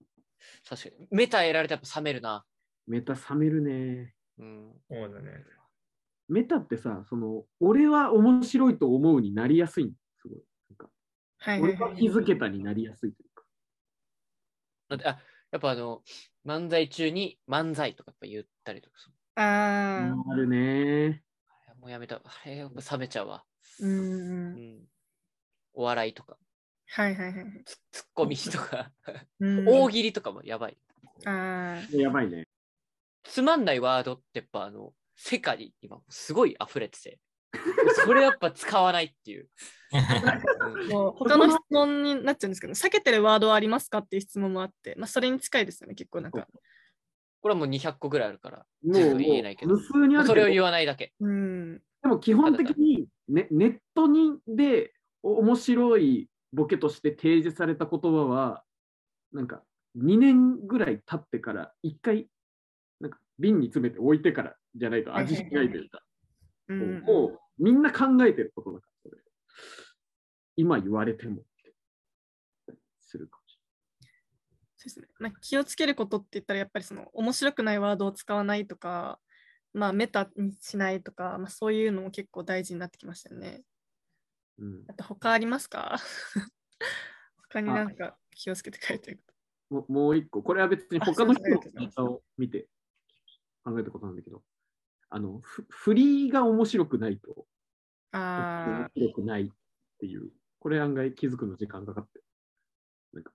Speaker 3: 確かに。メタやられたらやっぱ冷めるな。
Speaker 2: メタ冷めるね。
Speaker 3: うん。
Speaker 4: そうだね。
Speaker 2: メタってさ、その俺は面白いと思うになりやすいのすごい。
Speaker 1: い。
Speaker 2: 俺は気づけたになりやすいというか。
Speaker 3: だってあやっぱあの、漫才中に漫才とかやっぱ言ったりとかする。
Speaker 1: ああ。
Speaker 2: あるね。
Speaker 3: あれもうやめた。あれ、やっぱ冷めちゃうわ。
Speaker 1: う。
Speaker 3: うんん。お笑いとか、
Speaker 1: はいはいはい。
Speaker 3: ツッコミとか、
Speaker 1: うん
Speaker 3: 大喜利とかもやばい。
Speaker 1: ああ。
Speaker 2: やばいね。
Speaker 3: つまんないワードってやっぱあの、世界に今すごい溢れてて、 それやっぱ使わないっていう。うん
Speaker 1: もう他の質問になっちゃうんですけど、避けてるワードはありますかっていう質問もあって、まあ、それに近いですよね、結構なんか。
Speaker 3: これはもう200個ぐらいあるから、
Speaker 2: も
Speaker 3: 全
Speaker 2: う
Speaker 3: 部言えないけど
Speaker 2: もう無数にある
Speaker 3: それを
Speaker 2: け
Speaker 3: 言
Speaker 2: ど。
Speaker 3: わないだけ。
Speaker 1: うん。
Speaker 2: でも基本的にネネットにでお面白いボケとして提示された言葉は、なんか2年ぐらい経ってから、1回、なんか瓶に詰めて置いてからじゃないと味しないというか、
Speaker 1: う、
Speaker 2: もうんもうみんな考えてることだから、それ今言われても、するかもし
Speaker 1: そうですねまあ、気をつけることって言ったら、やっぱりその面白くないワードを使わないとか、まあ、メタにしないとか、まあ、そういうのも結構大事になってきましたよね。
Speaker 2: れない。うん
Speaker 1: あと、他ありますか他になんか気をつけて書いてるこ
Speaker 2: ももう一個、これは別に他の人のネタを見て考えたことなんだけど、あの、ふ振りが面白くないと、
Speaker 1: と。あ
Speaker 2: 面白くないっていう、これ案外気づくの時間かかって。なんか、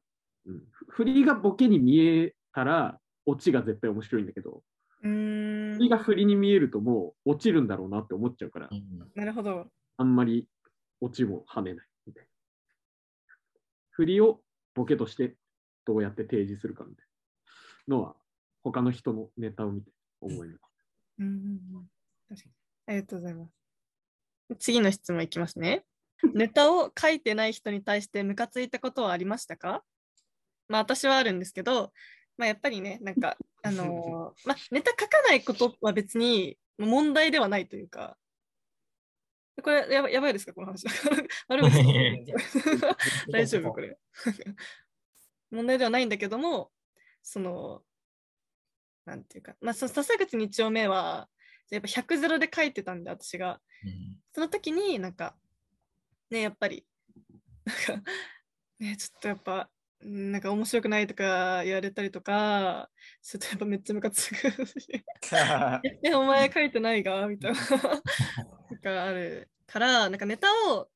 Speaker 2: うん。ふ振りがボケに見えたら、オチが絶対面白いんだけど、
Speaker 1: あ、うーん
Speaker 2: 振り。が振りに見えるともう落ちるんだろうなって思っちゃうから
Speaker 5: う、ん
Speaker 1: なるほど。
Speaker 2: あんまりオチも跳ねないみたいな。振りをボケとしてどうやって提示するかみたいなのは、他の人のネタを見て思います。
Speaker 1: うんうんうん確かにありがとうございます。次の質問いきますね。ネタを書いてない人に対してムカついたことはありましたかまあ私はあるんですけど、まあやっぱりね、なんか、あのーまあネタ書かないことは別に問題ではないというか、これやばやばいですかこの話。 悪口 大丈夫これ。問題ではないんだけども、その、なんていうか、まあ、そ笹口2丁目は、やっぱ100ゼロで書いてたんで、私が。
Speaker 5: うん
Speaker 1: その時になんか、ね、やっぱり、なんか、ね、ちょっとやっぱ、うんなんか面白くないとか言われたりとか、ちょっとやっぱめっちゃムカつくし。 え、お前書いてないがみたいな。とかあるから、なんかネタを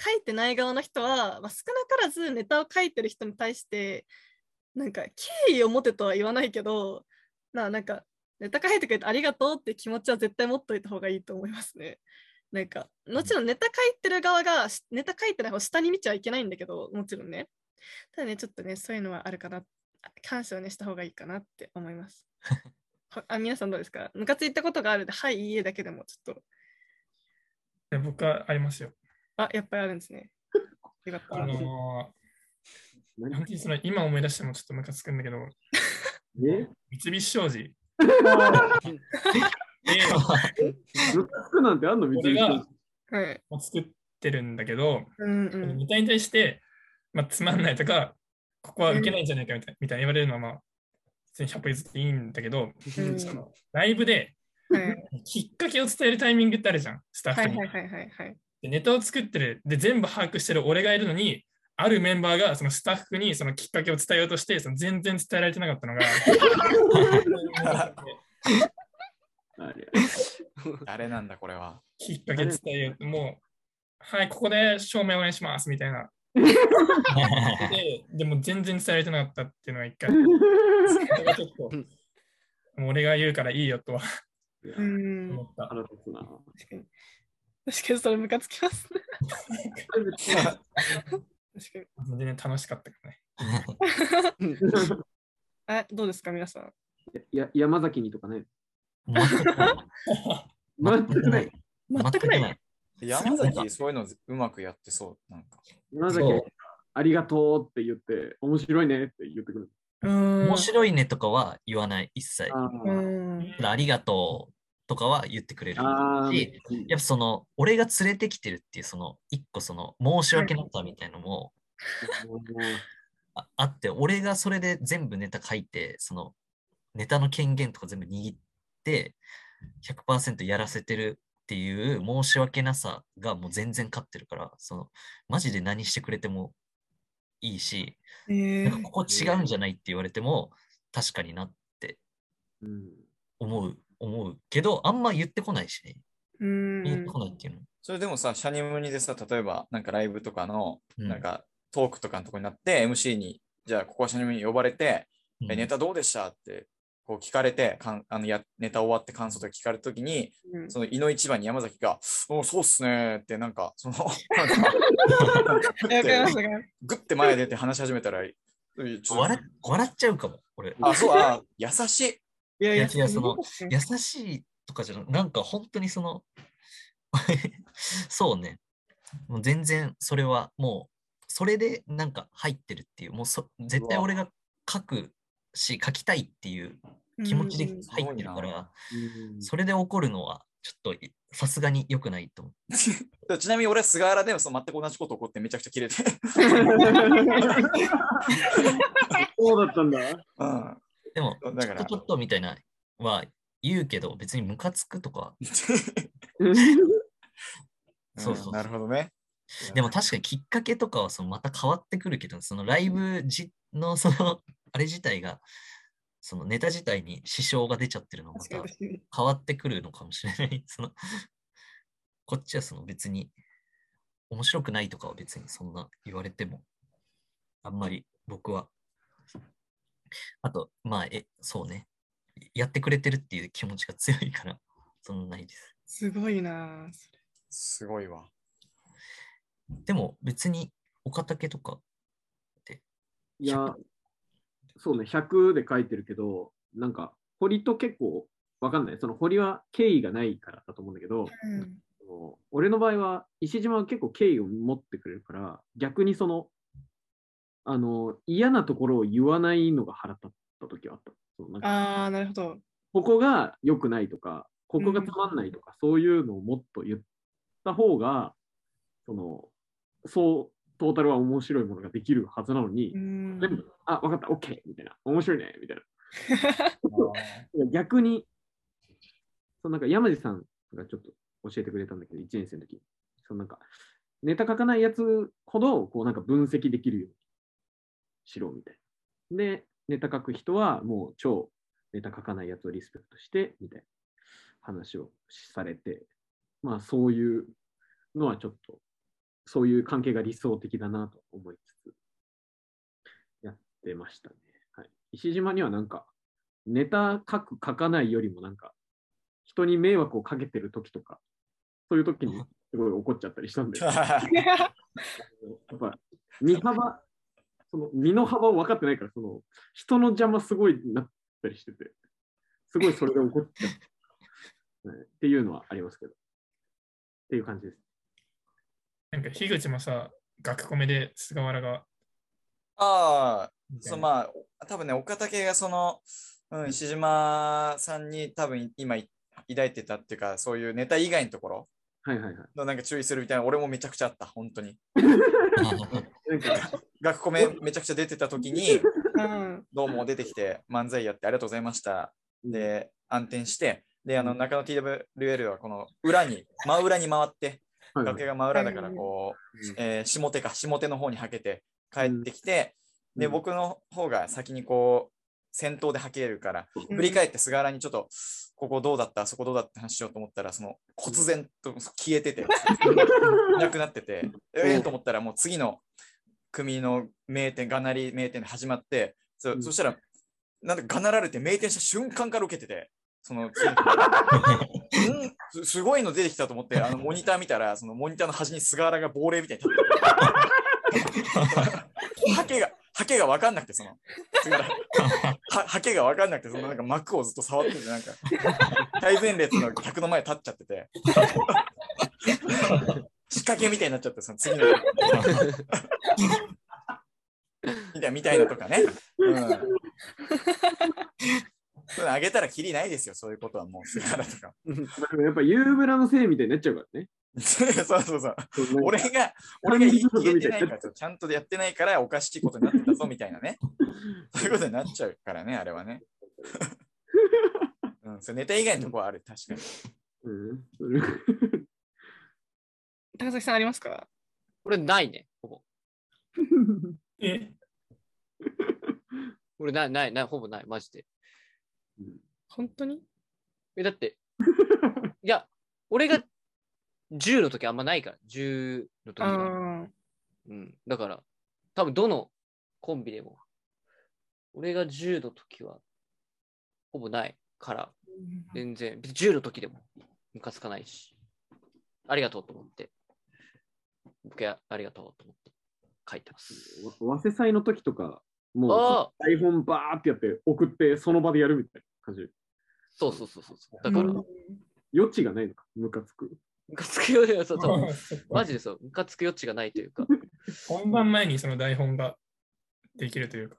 Speaker 1: 書いてない側の人は、まあ、少なからずネタを書いてる人に対して、なんか敬意を持てとは言わないけど、ななんかネタ書いてくれてありがとうって気持ちは絶対持っといた方がいいと思いますね。なんか、もちろんネタ書いてる側が、しネタ書いてない方を下に見ちゃいけないんだけど、もちろんね。ただね、ちょっとね、そういうのはあるかな、感謝をね、した方がいいかなって思います。ほあ皆さんどうですかムカついたことがあるで、はい、いいえだけでもちょっと。
Speaker 4: で僕はありますよ。
Speaker 1: あ、やっぱりあるん ですね。よか
Speaker 4: あ
Speaker 1: った。
Speaker 4: のー
Speaker 2: 何
Speaker 4: 本当にその今思い出してもちょっとムカつくんだけど、
Speaker 2: え
Speaker 4: 三菱商事で、
Speaker 2: ムカつくなんてあんの三菱
Speaker 4: 俺が
Speaker 1: はい。
Speaker 4: を作ってるんだけど、
Speaker 1: うんうん。
Speaker 4: ネタに対して、まあ、つまんないとか、ここは受けないんじゃないかみたいみたいに言われるのは、まあ、別に100歩譲っていいんだけど、
Speaker 1: うん
Speaker 4: そのライブで
Speaker 1: はい
Speaker 4: きっかけを伝えるタイミングってあるじゃん、スタッフ
Speaker 1: は
Speaker 4: に。
Speaker 1: いはいはいはいはい。
Speaker 4: でネタを作ってる、で、全部把握してる俺がいるのに、あるメンバーがそのスタッフにそのきっかけを伝えようとして、その全然伝えられてなかっ たのが。
Speaker 2: あれ
Speaker 6: 誰なんだこれは。
Speaker 4: きっかけ伝えようと、もう、はい、ここで証明お願いしますみたいな。で、でも全然伝えられてなかったっていうのが一回、それがちょっと、もう俺が言うからいいよとは
Speaker 1: う
Speaker 2: いや
Speaker 1: ん。
Speaker 4: 思った。
Speaker 2: 腹立つな。
Speaker 1: 確かに。確かにそれムカつきますね。確かに。
Speaker 4: 全然楽しかったからね。
Speaker 1: あ、どうですか皆さん。
Speaker 2: や山崎にとかね。全
Speaker 5: 全
Speaker 2: く
Speaker 5: く
Speaker 2: な
Speaker 5: ないい。
Speaker 1: 全くない。
Speaker 5: い。
Speaker 6: 山崎、そういうのうまくやってそう。なんか。
Speaker 2: 山崎
Speaker 5: そう、
Speaker 2: ありがとうって言って、面白いねって言ってくる。
Speaker 1: うん。
Speaker 5: 面白いねとかは言わない、一切。
Speaker 2: あ
Speaker 1: う
Speaker 2: ー
Speaker 1: ん。
Speaker 5: ありがとうとかは言ってくれる。
Speaker 2: あー。
Speaker 5: しやっぱその、俺が連れてきてるっていう、その、一個その、申し訳なさみたいのも、
Speaker 2: もう
Speaker 5: ああって、俺がそれで全部ネタ書いて、そのネタの権限とか全部握って、100%やらせてるっていう申し訳なさがもう全然勝ってるから、そのマジで何してくれてもいいし、
Speaker 1: え
Speaker 5: な
Speaker 1: ー
Speaker 5: んかここ違うんじゃないって言われても、確かになって
Speaker 2: うん
Speaker 5: 思う、思うけど、あんま言ってこないしね。
Speaker 1: うん。
Speaker 5: 言ってこないっていうの。
Speaker 6: それでもさ、シャニムニでさ、例えばなんかライブとかの、
Speaker 5: うん
Speaker 6: なんかトークとかのとこになって、MC に、じゃあここはシャニムニに呼ばれて、
Speaker 5: うん
Speaker 6: えネタどうでしたってこう聞かれて、かんあのやネタ終わって感想とか聞かれたときに、
Speaker 1: うん
Speaker 6: その井の一番に山崎が、おうそうっすねーって、なんか、その、 なんか、グ
Speaker 1: えわ
Speaker 6: ッ
Speaker 1: かりま
Speaker 6: て
Speaker 1: したか
Speaker 6: グッて前出て話し始めたら、うんちょっと
Speaker 5: 笑っ笑っちゃうかも、俺。
Speaker 6: あ、そう、あ、優し
Speaker 1: い
Speaker 6: い。
Speaker 1: や
Speaker 5: いや違うその
Speaker 1: いや
Speaker 5: 優しいとかじゃなくなんか本当にその そうねもう全然それはもうそれでなんか入ってるっていうもうそ絶対
Speaker 6: うわ
Speaker 5: 俺が書くし書きたいっていう気持ちで
Speaker 1: うん
Speaker 5: 入ってるか
Speaker 6: すごい
Speaker 2: う
Speaker 5: ら、
Speaker 2: ん
Speaker 5: それで怒るのはちょっといさすがに良くないと思う
Speaker 6: でちなみに俺は菅原でもその全く同じこと起こってめちゃくちゃキレて。
Speaker 2: そうだったんだ。
Speaker 6: うん。
Speaker 5: でも
Speaker 6: そうだ
Speaker 5: ち
Speaker 6: か
Speaker 5: ょっ
Speaker 6: ら
Speaker 5: とちょっとみたいなは言うけど別にムカつくとかそうそうそう
Speaker 6: うんなるほどね。
Speaker 5: でも確かにきっかけとかはそのまた変わってくるけど、そのライブじのその あれ自体が、そのネタ自体に支障が出ちゃってるのがま
Speaker 1: 確か
Speaker 5: た
Speaker 1: に確かに
Speaker 5: 変わってくるのかもしれない。 そのこっちはその別に面白くないとかは別にそんな言われても、あんまり僕は。あと、まあ、え、そうね。やってくれてるっていう気持ちが強いから、そんなないです。
Speaker 1: すごいなぁ。
Speaker 6: すごいわ。
Speaker 5: でも別に岡竹とか、
Speaker 2: いや、そうね、100で書いてるけど、なんか、堀と結構わかんない。その堀は敬意がないからだと思うんだけど、
Speaker 1: うん
Speaker 2: その俺の場合は、石島は結構敬意を持ってくれるから、逆にその、あの、嫌なところを言わないのが腹立った時はあった。そうなんか
Speaker 1: ああ、なるほど。
Speaker 2: ここが良くないとか、ここがつまんないとか、そういうのをもっと言った方が、その、そう、トータルは面白いものができるはずなのに、
Speaker 1: うん
Speaker 2: 全部、あ、わかった、OK! みたいな、面白いねみたいな。逆に、そのなんか山地さんがちょっと教えてくれたんだけど、1年生の時そのなんか、ネタ書かないやつほど、こうなんか分析できるようにしろみたいな。で、ネタ書く人はもう超ネタ書かないやつをリスペクトして、みたいな話をされて、まあそういうのはちょっと、そういう関係が理想的だなと思いつつ、やってましたね。はい、石島にはなんか、ネタ書く、書かないよりもなんか、人に迷惑をかけてる時とか、そういう時にすごい怒っちゃったりしたんで、や っぱ、身幅、その身の幅を分かってないから、その人の邪魔すごいなったりしてて、すごいそれで怒っちゃう、はいっていうのはありますけど、っていう感じです。
Speaker 4: なんか樋口もさ、学コメで菅原 が。
Speaker 6: ああ、
Speaker 4: みたい
Speaker 6: そう
Speaker 4: な
Speaker 6: まあ多分ね岡武がその、うん、石島さんに多分今抱いてたっていうかそういうネタ以外のところ
Speaker 2: はいはいはい。
Speaker 6: のなんか注意するみたいな俺もめちゃくちゃあった本当に
Speaker 2: なんか、
Speaker 6: 学コメめちゃくちゃ出てた時に
Speaker 1: うん。
Speaker 6: どうも出てきて漫才やってありがとうございましたで暗転してであの中野 TWL はこの裏に真裏に回って
Speaker 2: はいはい
Speaker 6: 崖が真裏だからこ
Speaker 2: うん
Speaker 6: う、えー下手か下手の方にはけて帰ってきて、
Speaker 2: うん
Speaker 6: で
Speaker 2: うん
Speaker 6: 僕の方が先にこう先頭ではけるから振り返って菅原にちょっとここどうだったあそこどうだって話しようと思ったらその忽然と消え てていなくなっててええと思ったらもう次の組の名店がなり名店で始まってそ,、
Speaker 2: うん
Speaker 6: そしたらなんかがなられて名店した瞬間から受けててその うんすすごいの出てきたと思って、あのモニター見たら、そのモニターの端に菅原が亡霊みたいに立ってて、ハケが、ハケが分かんなくて、その、菅原、はハケが分かんなくて、そのなんか幕をずっと触ってて、なんか、 最前列の客の前立っちゃって て、仕掛け みたいになっちゃって、その次の。みたいなみたいなとかね。うん。 それあげたらきりないですよ、そういうことはもう、菅原とか。
Speaker 2: まあでもやっぱユーブラのせいみたいになっちゃうからね。
Speaker 6: そうそうそ
Speaker 2: そう
Speaker 6: う。
Speaker 2: なんか
Speaker 6: 俺が、俺が言えてないから、ちゃんとやってないからおかしいことになってたぞみたいな ね。そういうことになっちゃうからね、あれはね。うん、それネタ以外のとこはある、確かに。
Speaker 2: うんそれ
Speaker 1: 高崎さんありますか
Speaker 3: 俺ないね、ほぼ。
Speaker 4: え
Speaker 3: 俺ない、ない、ない、ほぼない、マジで。
Speaker 1: 本当に
Speaker 3: え、だって、いや、俺が10の時あんまないから、10
Speaker 1: う
Speaker 3: の時が。
Speaker 1: ん。
Speaker 3: うん。だから、多分どのコンビでも、俺が10の時は、ほぼないから、全然、別に10の時でも、ムカつかないし、ありがとうと思って、僕はありがとうと思って書いてます。
Speaker 2: わ早瀬祭の時とか、
Speaker 3: あ
Speaker 2: もう台本バーってやって送ってその場でやるみたいな感じ。
Speaker 3: そうそうそうそうそう。だから、ム
Speaker 2: 余地がないのか、ムカつく。
Speaker 3: カつくよりは、そうそう。マ
Speaker 4: マ
Speaker 3: ジでそう、ムカつく余地がないというか、
Speaker 4: 本番前にその台本ができるというか。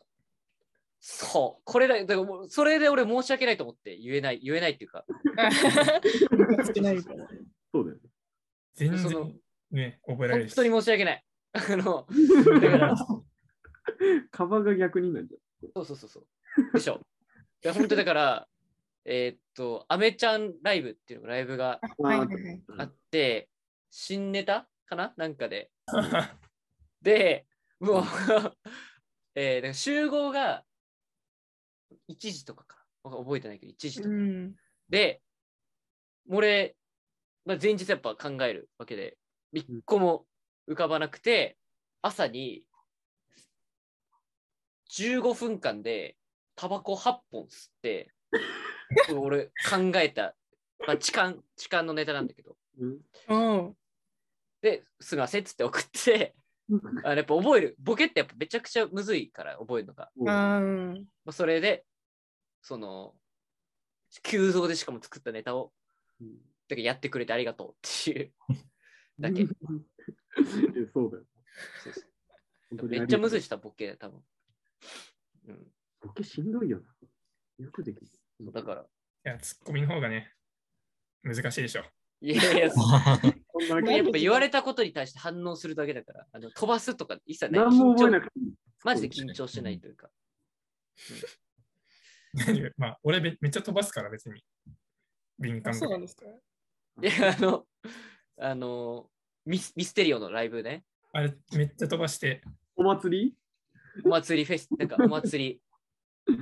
Speaker 3: そう、これだ、だからもうそれで俺申し訳ないと思って言えない、言えないっていうか、
Speaker 1: つけないから。
Speaker 2: そうだよね。
Speaker 4: 全
Speaker 3: そ
Speaker 4: 然
Speaker 3: の
Speaker 4: ね、覚えら
Speaker 3: 本
Speaker 4: れるし。
Speaker 3: 当に申し訳ない。 あの、だから、
Speaker 2: カバが逆になんじ
Speaker 3: そうそうそうそう。でしょ。いや本当だから、 えーっと、アメちゃんライブっていうのがライブが
Speaker 1: はいはいはい。
Speaker 3: あって、新ネタかななんか で。で、もう、 えーだから集合が1時とかかな。わか覚えてないけど、1時と
Speaker 1: う
Speaker 3: か。
Speaker 1: ん。
Speaker 3: で、俺、まあ、前日やっぱ考えるわけで、一個も浮かばなくて、朝に15分間でタバコ8本吸って、俺考えた、まあ、痴漢、痴漢のネタなんだけど、
Speaker 2: ゃん。うん
Speaker 1: うん。
Speaker 3: で、すみませんっつって送って、あのやっぱ覚える、ボケってやっぱめちゃくちゃむずいから覚えるのが。
Speaker 2: もう
Speaker 1: あー
Speaker 3: まあ、それで、その、急増でしかも作ったネタを
Speaker 2: うん
Speaker 3: だからやってくれてありがとうっていう だけ。
Speaker 2: えそうだよ。
Speaker 3: そうそう
Speaker 2: 本 当に
Speaker 3: めっちゃむずい
Speaker 2: し。
Speaker 3: した、ボケ、多分。うん。
Speaker 2: ボケしんどいよな。よくできる。
Speaker 3: だから。
Speaker 4: いや、ツッコミの方がね、難しいでしょ。
Speaker 3: いやい や、そ
Speaker 2: そんなわ
Speaker 3: う
Speaker 2: け
Speaker 3: やっぱ言われたことに対して反応するだけだから、あの飛ばすとか一切ない。
Speaker 2: 何も覚えな
Speaker 3: 緊張
Speaker 2: くて。
Speaker 3: マジで緊張してないというか。
Speaker 4: まあ、俺めめっちゃ飛ばすから別に。敏
Speaker 1: あ、
Speaker 4: 感
Speaker 1: そうな
Speaker 4: が
Speaker 1: んですか
Speaker 2: うん
Speaker 3: いや、あの、あの、ミスミステリオのライブね。
Speaker 4: あれ、めっちゃ飛ばして、
Speaker 2: お祭り
Speaker 3: お祭りフェス、なんかお祭り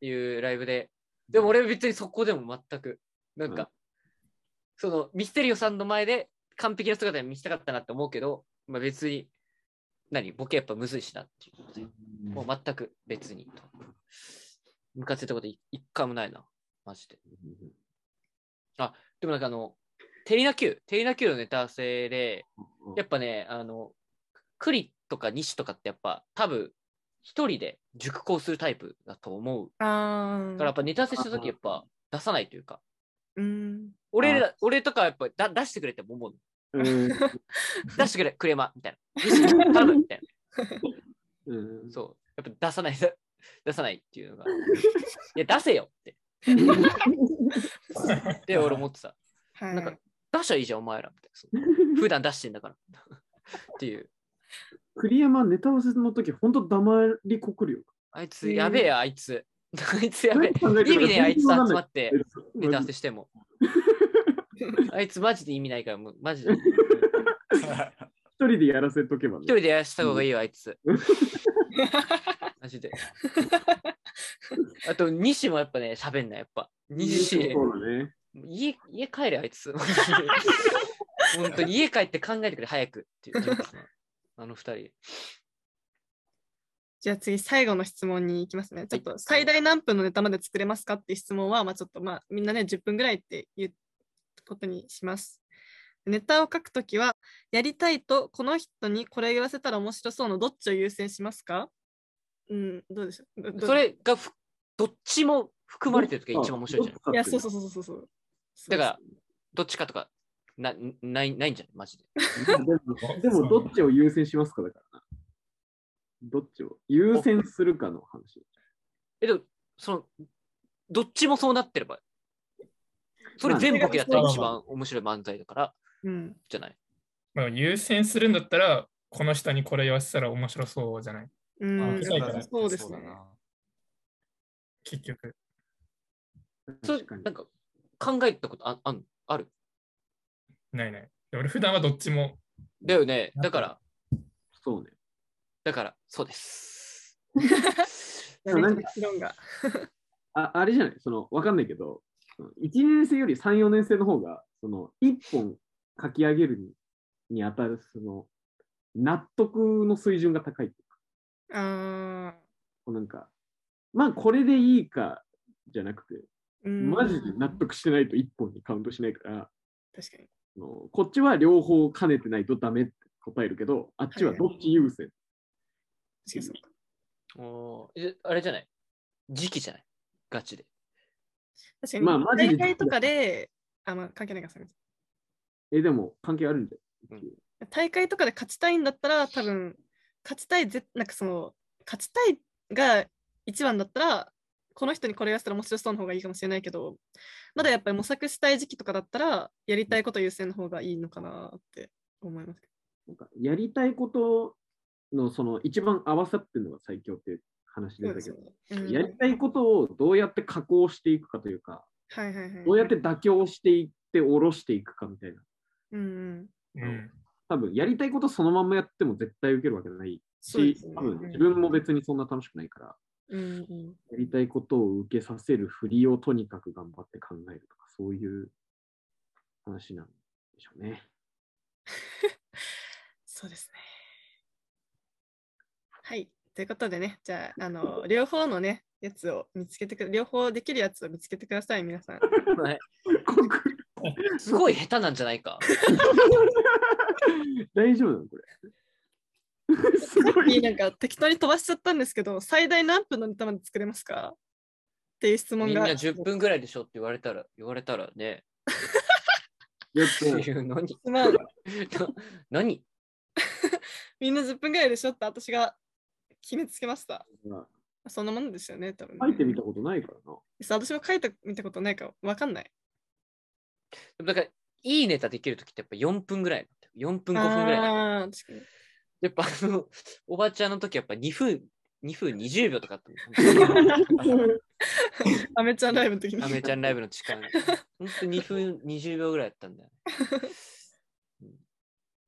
Speaker 3: いうライブで。でも俺別にそこでも全く、なんか、
Speaker 2: うん
Speaker 3: そのミステリオさんの前で完璧な姿に見せたかったなって思うけど、まあ、別に、何、ボケやっぱむずいしなっていうことで。もう全く別にと。ムカついたことい一回もないな、マジで。でもなんかあの、テリナ Q、テリナ Q のネタ性で、やっぱね、あの、栗とか西とかってやっぱ多分、一人で熟考するタイプだと思う。
Speaker 1: あー
Speaker 3: だからやっぱネタ性した時やっぱ出さないというか、
Speaker 1: うん。
Speaker 3: 俺ら、俺とかやっぱだ出してくれって 思うの。
Speaker 2: うん
Speaker 3: 出してくれ、クレマみたいな。 西頼むみたい
Speaker 2: うん
Speaker 3: な。そう。やっぱ出さない、 出さないっていうのが。いや、出せよって。で、俺思ってた。
Speaker 1: はい。
Speaker 3: なんか出しゃいいじゃん、お前らみたいな そう。普段出してんだから。っていう。
Speaker 2: 栗山ネタ合わせの時本当黙りこくるよ。
Speaker 3: あいつ、やべえや、あいつ。 あいつやべえ。
Speaker 2: 何考えて
Speaker 3: 意
Speaker 2: る
Speaker 3: 味ねえ、あいつ集ま
Speaker 2: っ
Speaker 3: って
Speaker 2: て。
Speaker 3: ネタ合わせして も。あいつマジで意味ないから、もうマジ で。
Speaker 2: 一人でやらせとけばね
Speaker 3: 一。人でやらした方がいいよ、あい つ。マジで。あと、西もやっぱね、喋んない、やっぱ。西、
Speaker 2: そうだね。
Speaker 3: 家家帰れ、あい つ。本当に家帰って考えてくれ、早く。っていう人物なあの二人。
Speaker 1: じゃあ次、最後の質問に行きますね。ちょっと最大何分のネタまで作れますかっていう質問は、まあちょっとまあみんなね、10分ぐらいっていうことにします。ネタを書くときは、やりたいとこの人にこれ言わせたら面白そうのどっちを優先しますかうん、どうでしょうどど
Speaker 3: それがふどっちも含まれてる時が一番面白いじゃん。
Speaker 2: ん。
Speaker 1: いや、そうそう
Speaker 2: う。
Speaker 1: そうそうそう。
Speaker 3: だから、どっちかとかなないないんじゃないマジで。
Speaker 2: でもどっちを優先しますかだからな。どっちを優先するかの話。
Speaker 3: え、でも、その、どっちもそうなってれば、それ全部僕やったら一番面白い漫才だから、
Speaker 1: うん、
Speaker 3: じゃない。
Speaker 4: まあ、優先するんだったら、この人にこれ言わせたら面白そうじゃない。
Speaker 1: うん、
Speaker 4: あ
Speaker 1: やっぱそうですね。
Speaker 4: 結局。
Speaker 3: そう
Speaker 2: 確かに
Speaker 3: なん。か、考えたことああんある
Speaker 4: ないない。で俺、普段はどっちも。
Speaker 3: だよね。
Speaker 4: なん
Speaker 3: だか
Speaker 4: か
Speaker 3: ら、
Speaker 2: そうね。
Speaker 3: だから、そうです。
Speaker 1: やり
Speaker 2: な
Speaker 1: た
Speaker 2: ん
Speaker 1: い
Speaker 2: か
Speaker 1: 議論が。
Speaker 2: ああれじゃないその、わかんないけど、1年生より3、4年生の方が、その、1本書き上げるににあたる、その、納得の水準が高いっていうか
Speaker 1: あ
Speaker 2: こうなんか、まあ、これでいいか、じゃなくて、
Speaker 1: ーうん、
Speaker 2: マジで納得してないと1本にカウントしないから、
Speaker 1: 確かに。
Speaker 2: あのこっちは両方兼ねてないとダメって答えるけど、あっちはどっち優先。
Speaker 1: 確かにそうか
Speaker 3: おーえあれじゃない時期じゃないガチで。
Speaker 1: 確かに、
Speaker 2: まあマジで
Speaker 1: 大会とかで、あ、まあ関係ないか、すみません。
Speaker 2: え、でも関係あるんだよ。
Speaker 1: 大会とかで勝ちたいんだったら多分勝ちたいぜなんかその勝ちたいが一番だったらこの人にこれやったら面白そうの方がいいかもしれないけどまだやっぱり模索したい時期とかだったらやりたいこと優先の方がいいのかなって思います
Speaker 2: なんかやりたいことのその一番合わさってるのが最強っていう
Speaker 1: そ
Speaker 2: 話で
Speaker 1: う
Speaker 2: た
Speaker 1: で
Speaker 2: け
Speaker 1: す
Speaker 2: ど
Speaker 1: よ、ねうん
Speaker 2: やりたいことをどうやって加工していくかというか、
Speaker 1: はいはいはい
Speaker 2: どうやって妥協していって下ろしていくかみたいな。
Speaker 1: うんうん
Speaker 4: うん。
Speaker 2: 多分やりたいことそのまんまやっても絶対受けるわけない
Speaker 1: そうで
Speaker 2: し
Speaker 1: すね、
Speaker 2: 多分自分も別にそんな楽しくないから、
Speaker 1: うんうん
Speaker 2: やりたいことを受けさせるふりをとにかく頑張って考えるとか、そういう話なんでしょう ね。
Speaker 1: そうですね。はい。ということでね、じゃあ、あ の、両方のね、やつを見つけてく、両方できるやつを見つけてください、皆さ ん。
Speaker 3: すごい下手なんじゃないか。
Speaker 2: 大丈夫なのこれ。 すご
Speaker 1: いい
Speaker 2: い。
Speaker 1: なんか適当に飛ばしちゃったんですけど、最大何分のネタまで作れますかっていう質問
Speaker 3: みん
Speaker 1: が。
Speaker 3: な10分ぐらいでしょって言われたら、言われたらね。
Speaker 2: や っ
Speaker 3: っていうのに。
Speaker 1: まあ、
Speaker 3: な何
Speaker 1: みんな10分ぐらいでしょって私が決めつけました。
Speaker 2: ぱ
Speaker 1: そんなもんですよね、多分、
Speaker 2: 書いてみたことないからな。
Speaker 1: そう私も書いてみたことないから分かんない。
Speaker 3: でもだから、いいネタできるときってやっぱ4分ぐらい。4分、5分ぐらいなんだよ。
Speaker 1: あー確かに
Speaker 3: やっぱあの、 おばちゃんの時やっぱ2分、2分20秒とかあった の
Speaker 1: アメちゃんライブの時に。
Speaker 3: アメちゃんライブの時間。ほんと2分20秒ぐらいやったんだよね。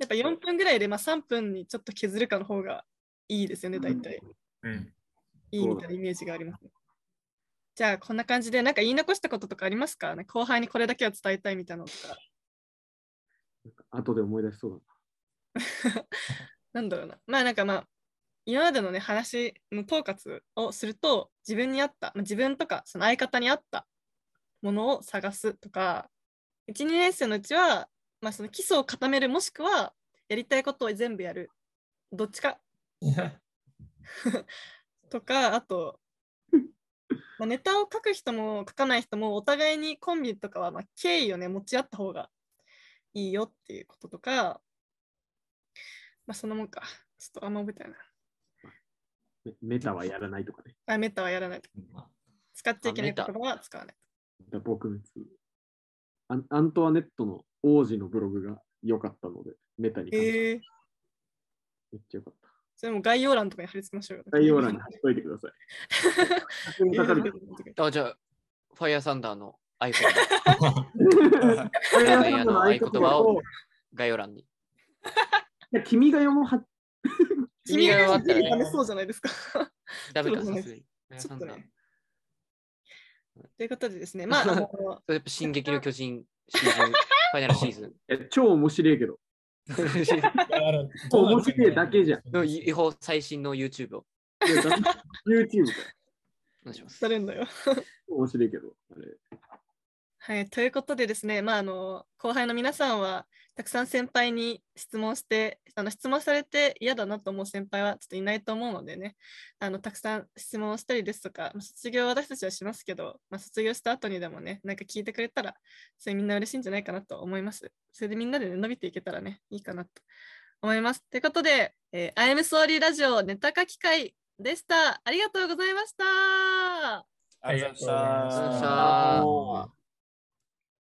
Speaker 1: やっぱ4分ぐらいで、まあ、3分にちょっと削るかの方がいいですよね、大体。
Speaker 5: うん。
Speaker 1: いいみたいなイメージがあります。じゃあ、こんな感じで、なんか言い残したこととかありますかね後輩にこれだけは伝えたいみたいなのとか。
Speaker 2: 後で思い出しそうだな。
Speaker 1: なんだろうな。まあなんかまあ、今までのね、話の統括をすると、自分に合った、まあ、自分とかその相方に合ったものを探すとか、1、2年生のうちは、まあその基礎を固める、もしくはやりたいことを全部やる。どっちか
Speaker 4: いや、
Speaker 1: とか、あと、まあネタを書く人も書かない人も、お互いにコンビとかは、まあ、敬意をね、持ち合った方がいいよっていうこととか、まあ、そのもんか。ちょっとあんま覚えてないな。
Speaker 2: メメタはやらないとかね。
Speaker 1: あ、メタはやらないと。
Speaker 5: まあ
Speaker 1: 使っちゃいけない
Speaker 3: あメタ
Speaker 1: 言葉は使わない。
Speaker 2: だ撲滅アン。アントワネットの王子のブログが良かったので、メタに感謝
Speaker 1: ええ
Speaker 2: めっちゃ良かった。
Speaker 1: それも概要欄とかに貼り付けましょうよ。
Speaker 2: 概要欄に貼っといてください。確
Speaker 1: 概
Speaker 2: 認
Speaker 1: 要
Speaker 2: かか
Speaker 1: 欄に
Speaker 2: るけ
Speaker 1: 貼っといてくだ
Speaker 3: あ、じゃあ、ファイアサンダーのアイコン、
Speaker 2: ど。
Speaker 3: やばいやばい
Speaker 2: あの合言葉を
Speaker 3: 概要欄に。
Speaker 2: いや君が読もうは
Speaker 1: さい君が
Speaker 3: 君が
Speaker 1: 読ん
Speaker 3: 読ん
Speaker 1: で
Speaker 3: だらね
Speaker 1: そうじゃないですか。
Speaker 3: ダメか、
Speaker 1: そう
Speaker 3: さ
Speaker 1: です
Speaker 3: す
Speaker 1: ちょっ
Speaker 3: がに。ファイアサン
Speaker 1: と
Speaker 3: ダー
Speaker 1: ね。ということでですね、まあ、あの
Speaker 3: やっぱ進撃の巨人、シーズン、ファイナルシーズン
Speaker 2: え超面白いけど、
Speaker 3: シ ーズン
Speaker 4: ある
Speaker 2: 面白いだけじゃん
Speaker 3: の 違法最新の YouTube を
Speaker 2: いやだ YouTube か
Speaker 3: お願いします。
Speaker 1: されるのよ。
Speaker 2: 面白いけど、あれ
Speaker 1: はい、ということでですね、まあ、あの後輩の皆さんはたくさん先輩に質問してあの質問されて嫌だなと思う先輩はちょっといないと思うのでねあのたくさん質問をしたりですとかまあ卒業は私たちはしますけど、まあ、卒業した後にでもねなんか聞いてくれたらそれみんな嬉しいんじゃないかなと思いますそれでみんなで、ね、伸びていけたらねいいかなと思いますということで、えー、I'm Sorry ラジオネタ書き会でしたありがとうございました
Speaker 6: ありがとうご
Speaker 4: ありがとうご
Speaker 6: ざいまし
Speaker 4: ざいました
Speaker 3: さあ
Speaker 2: もう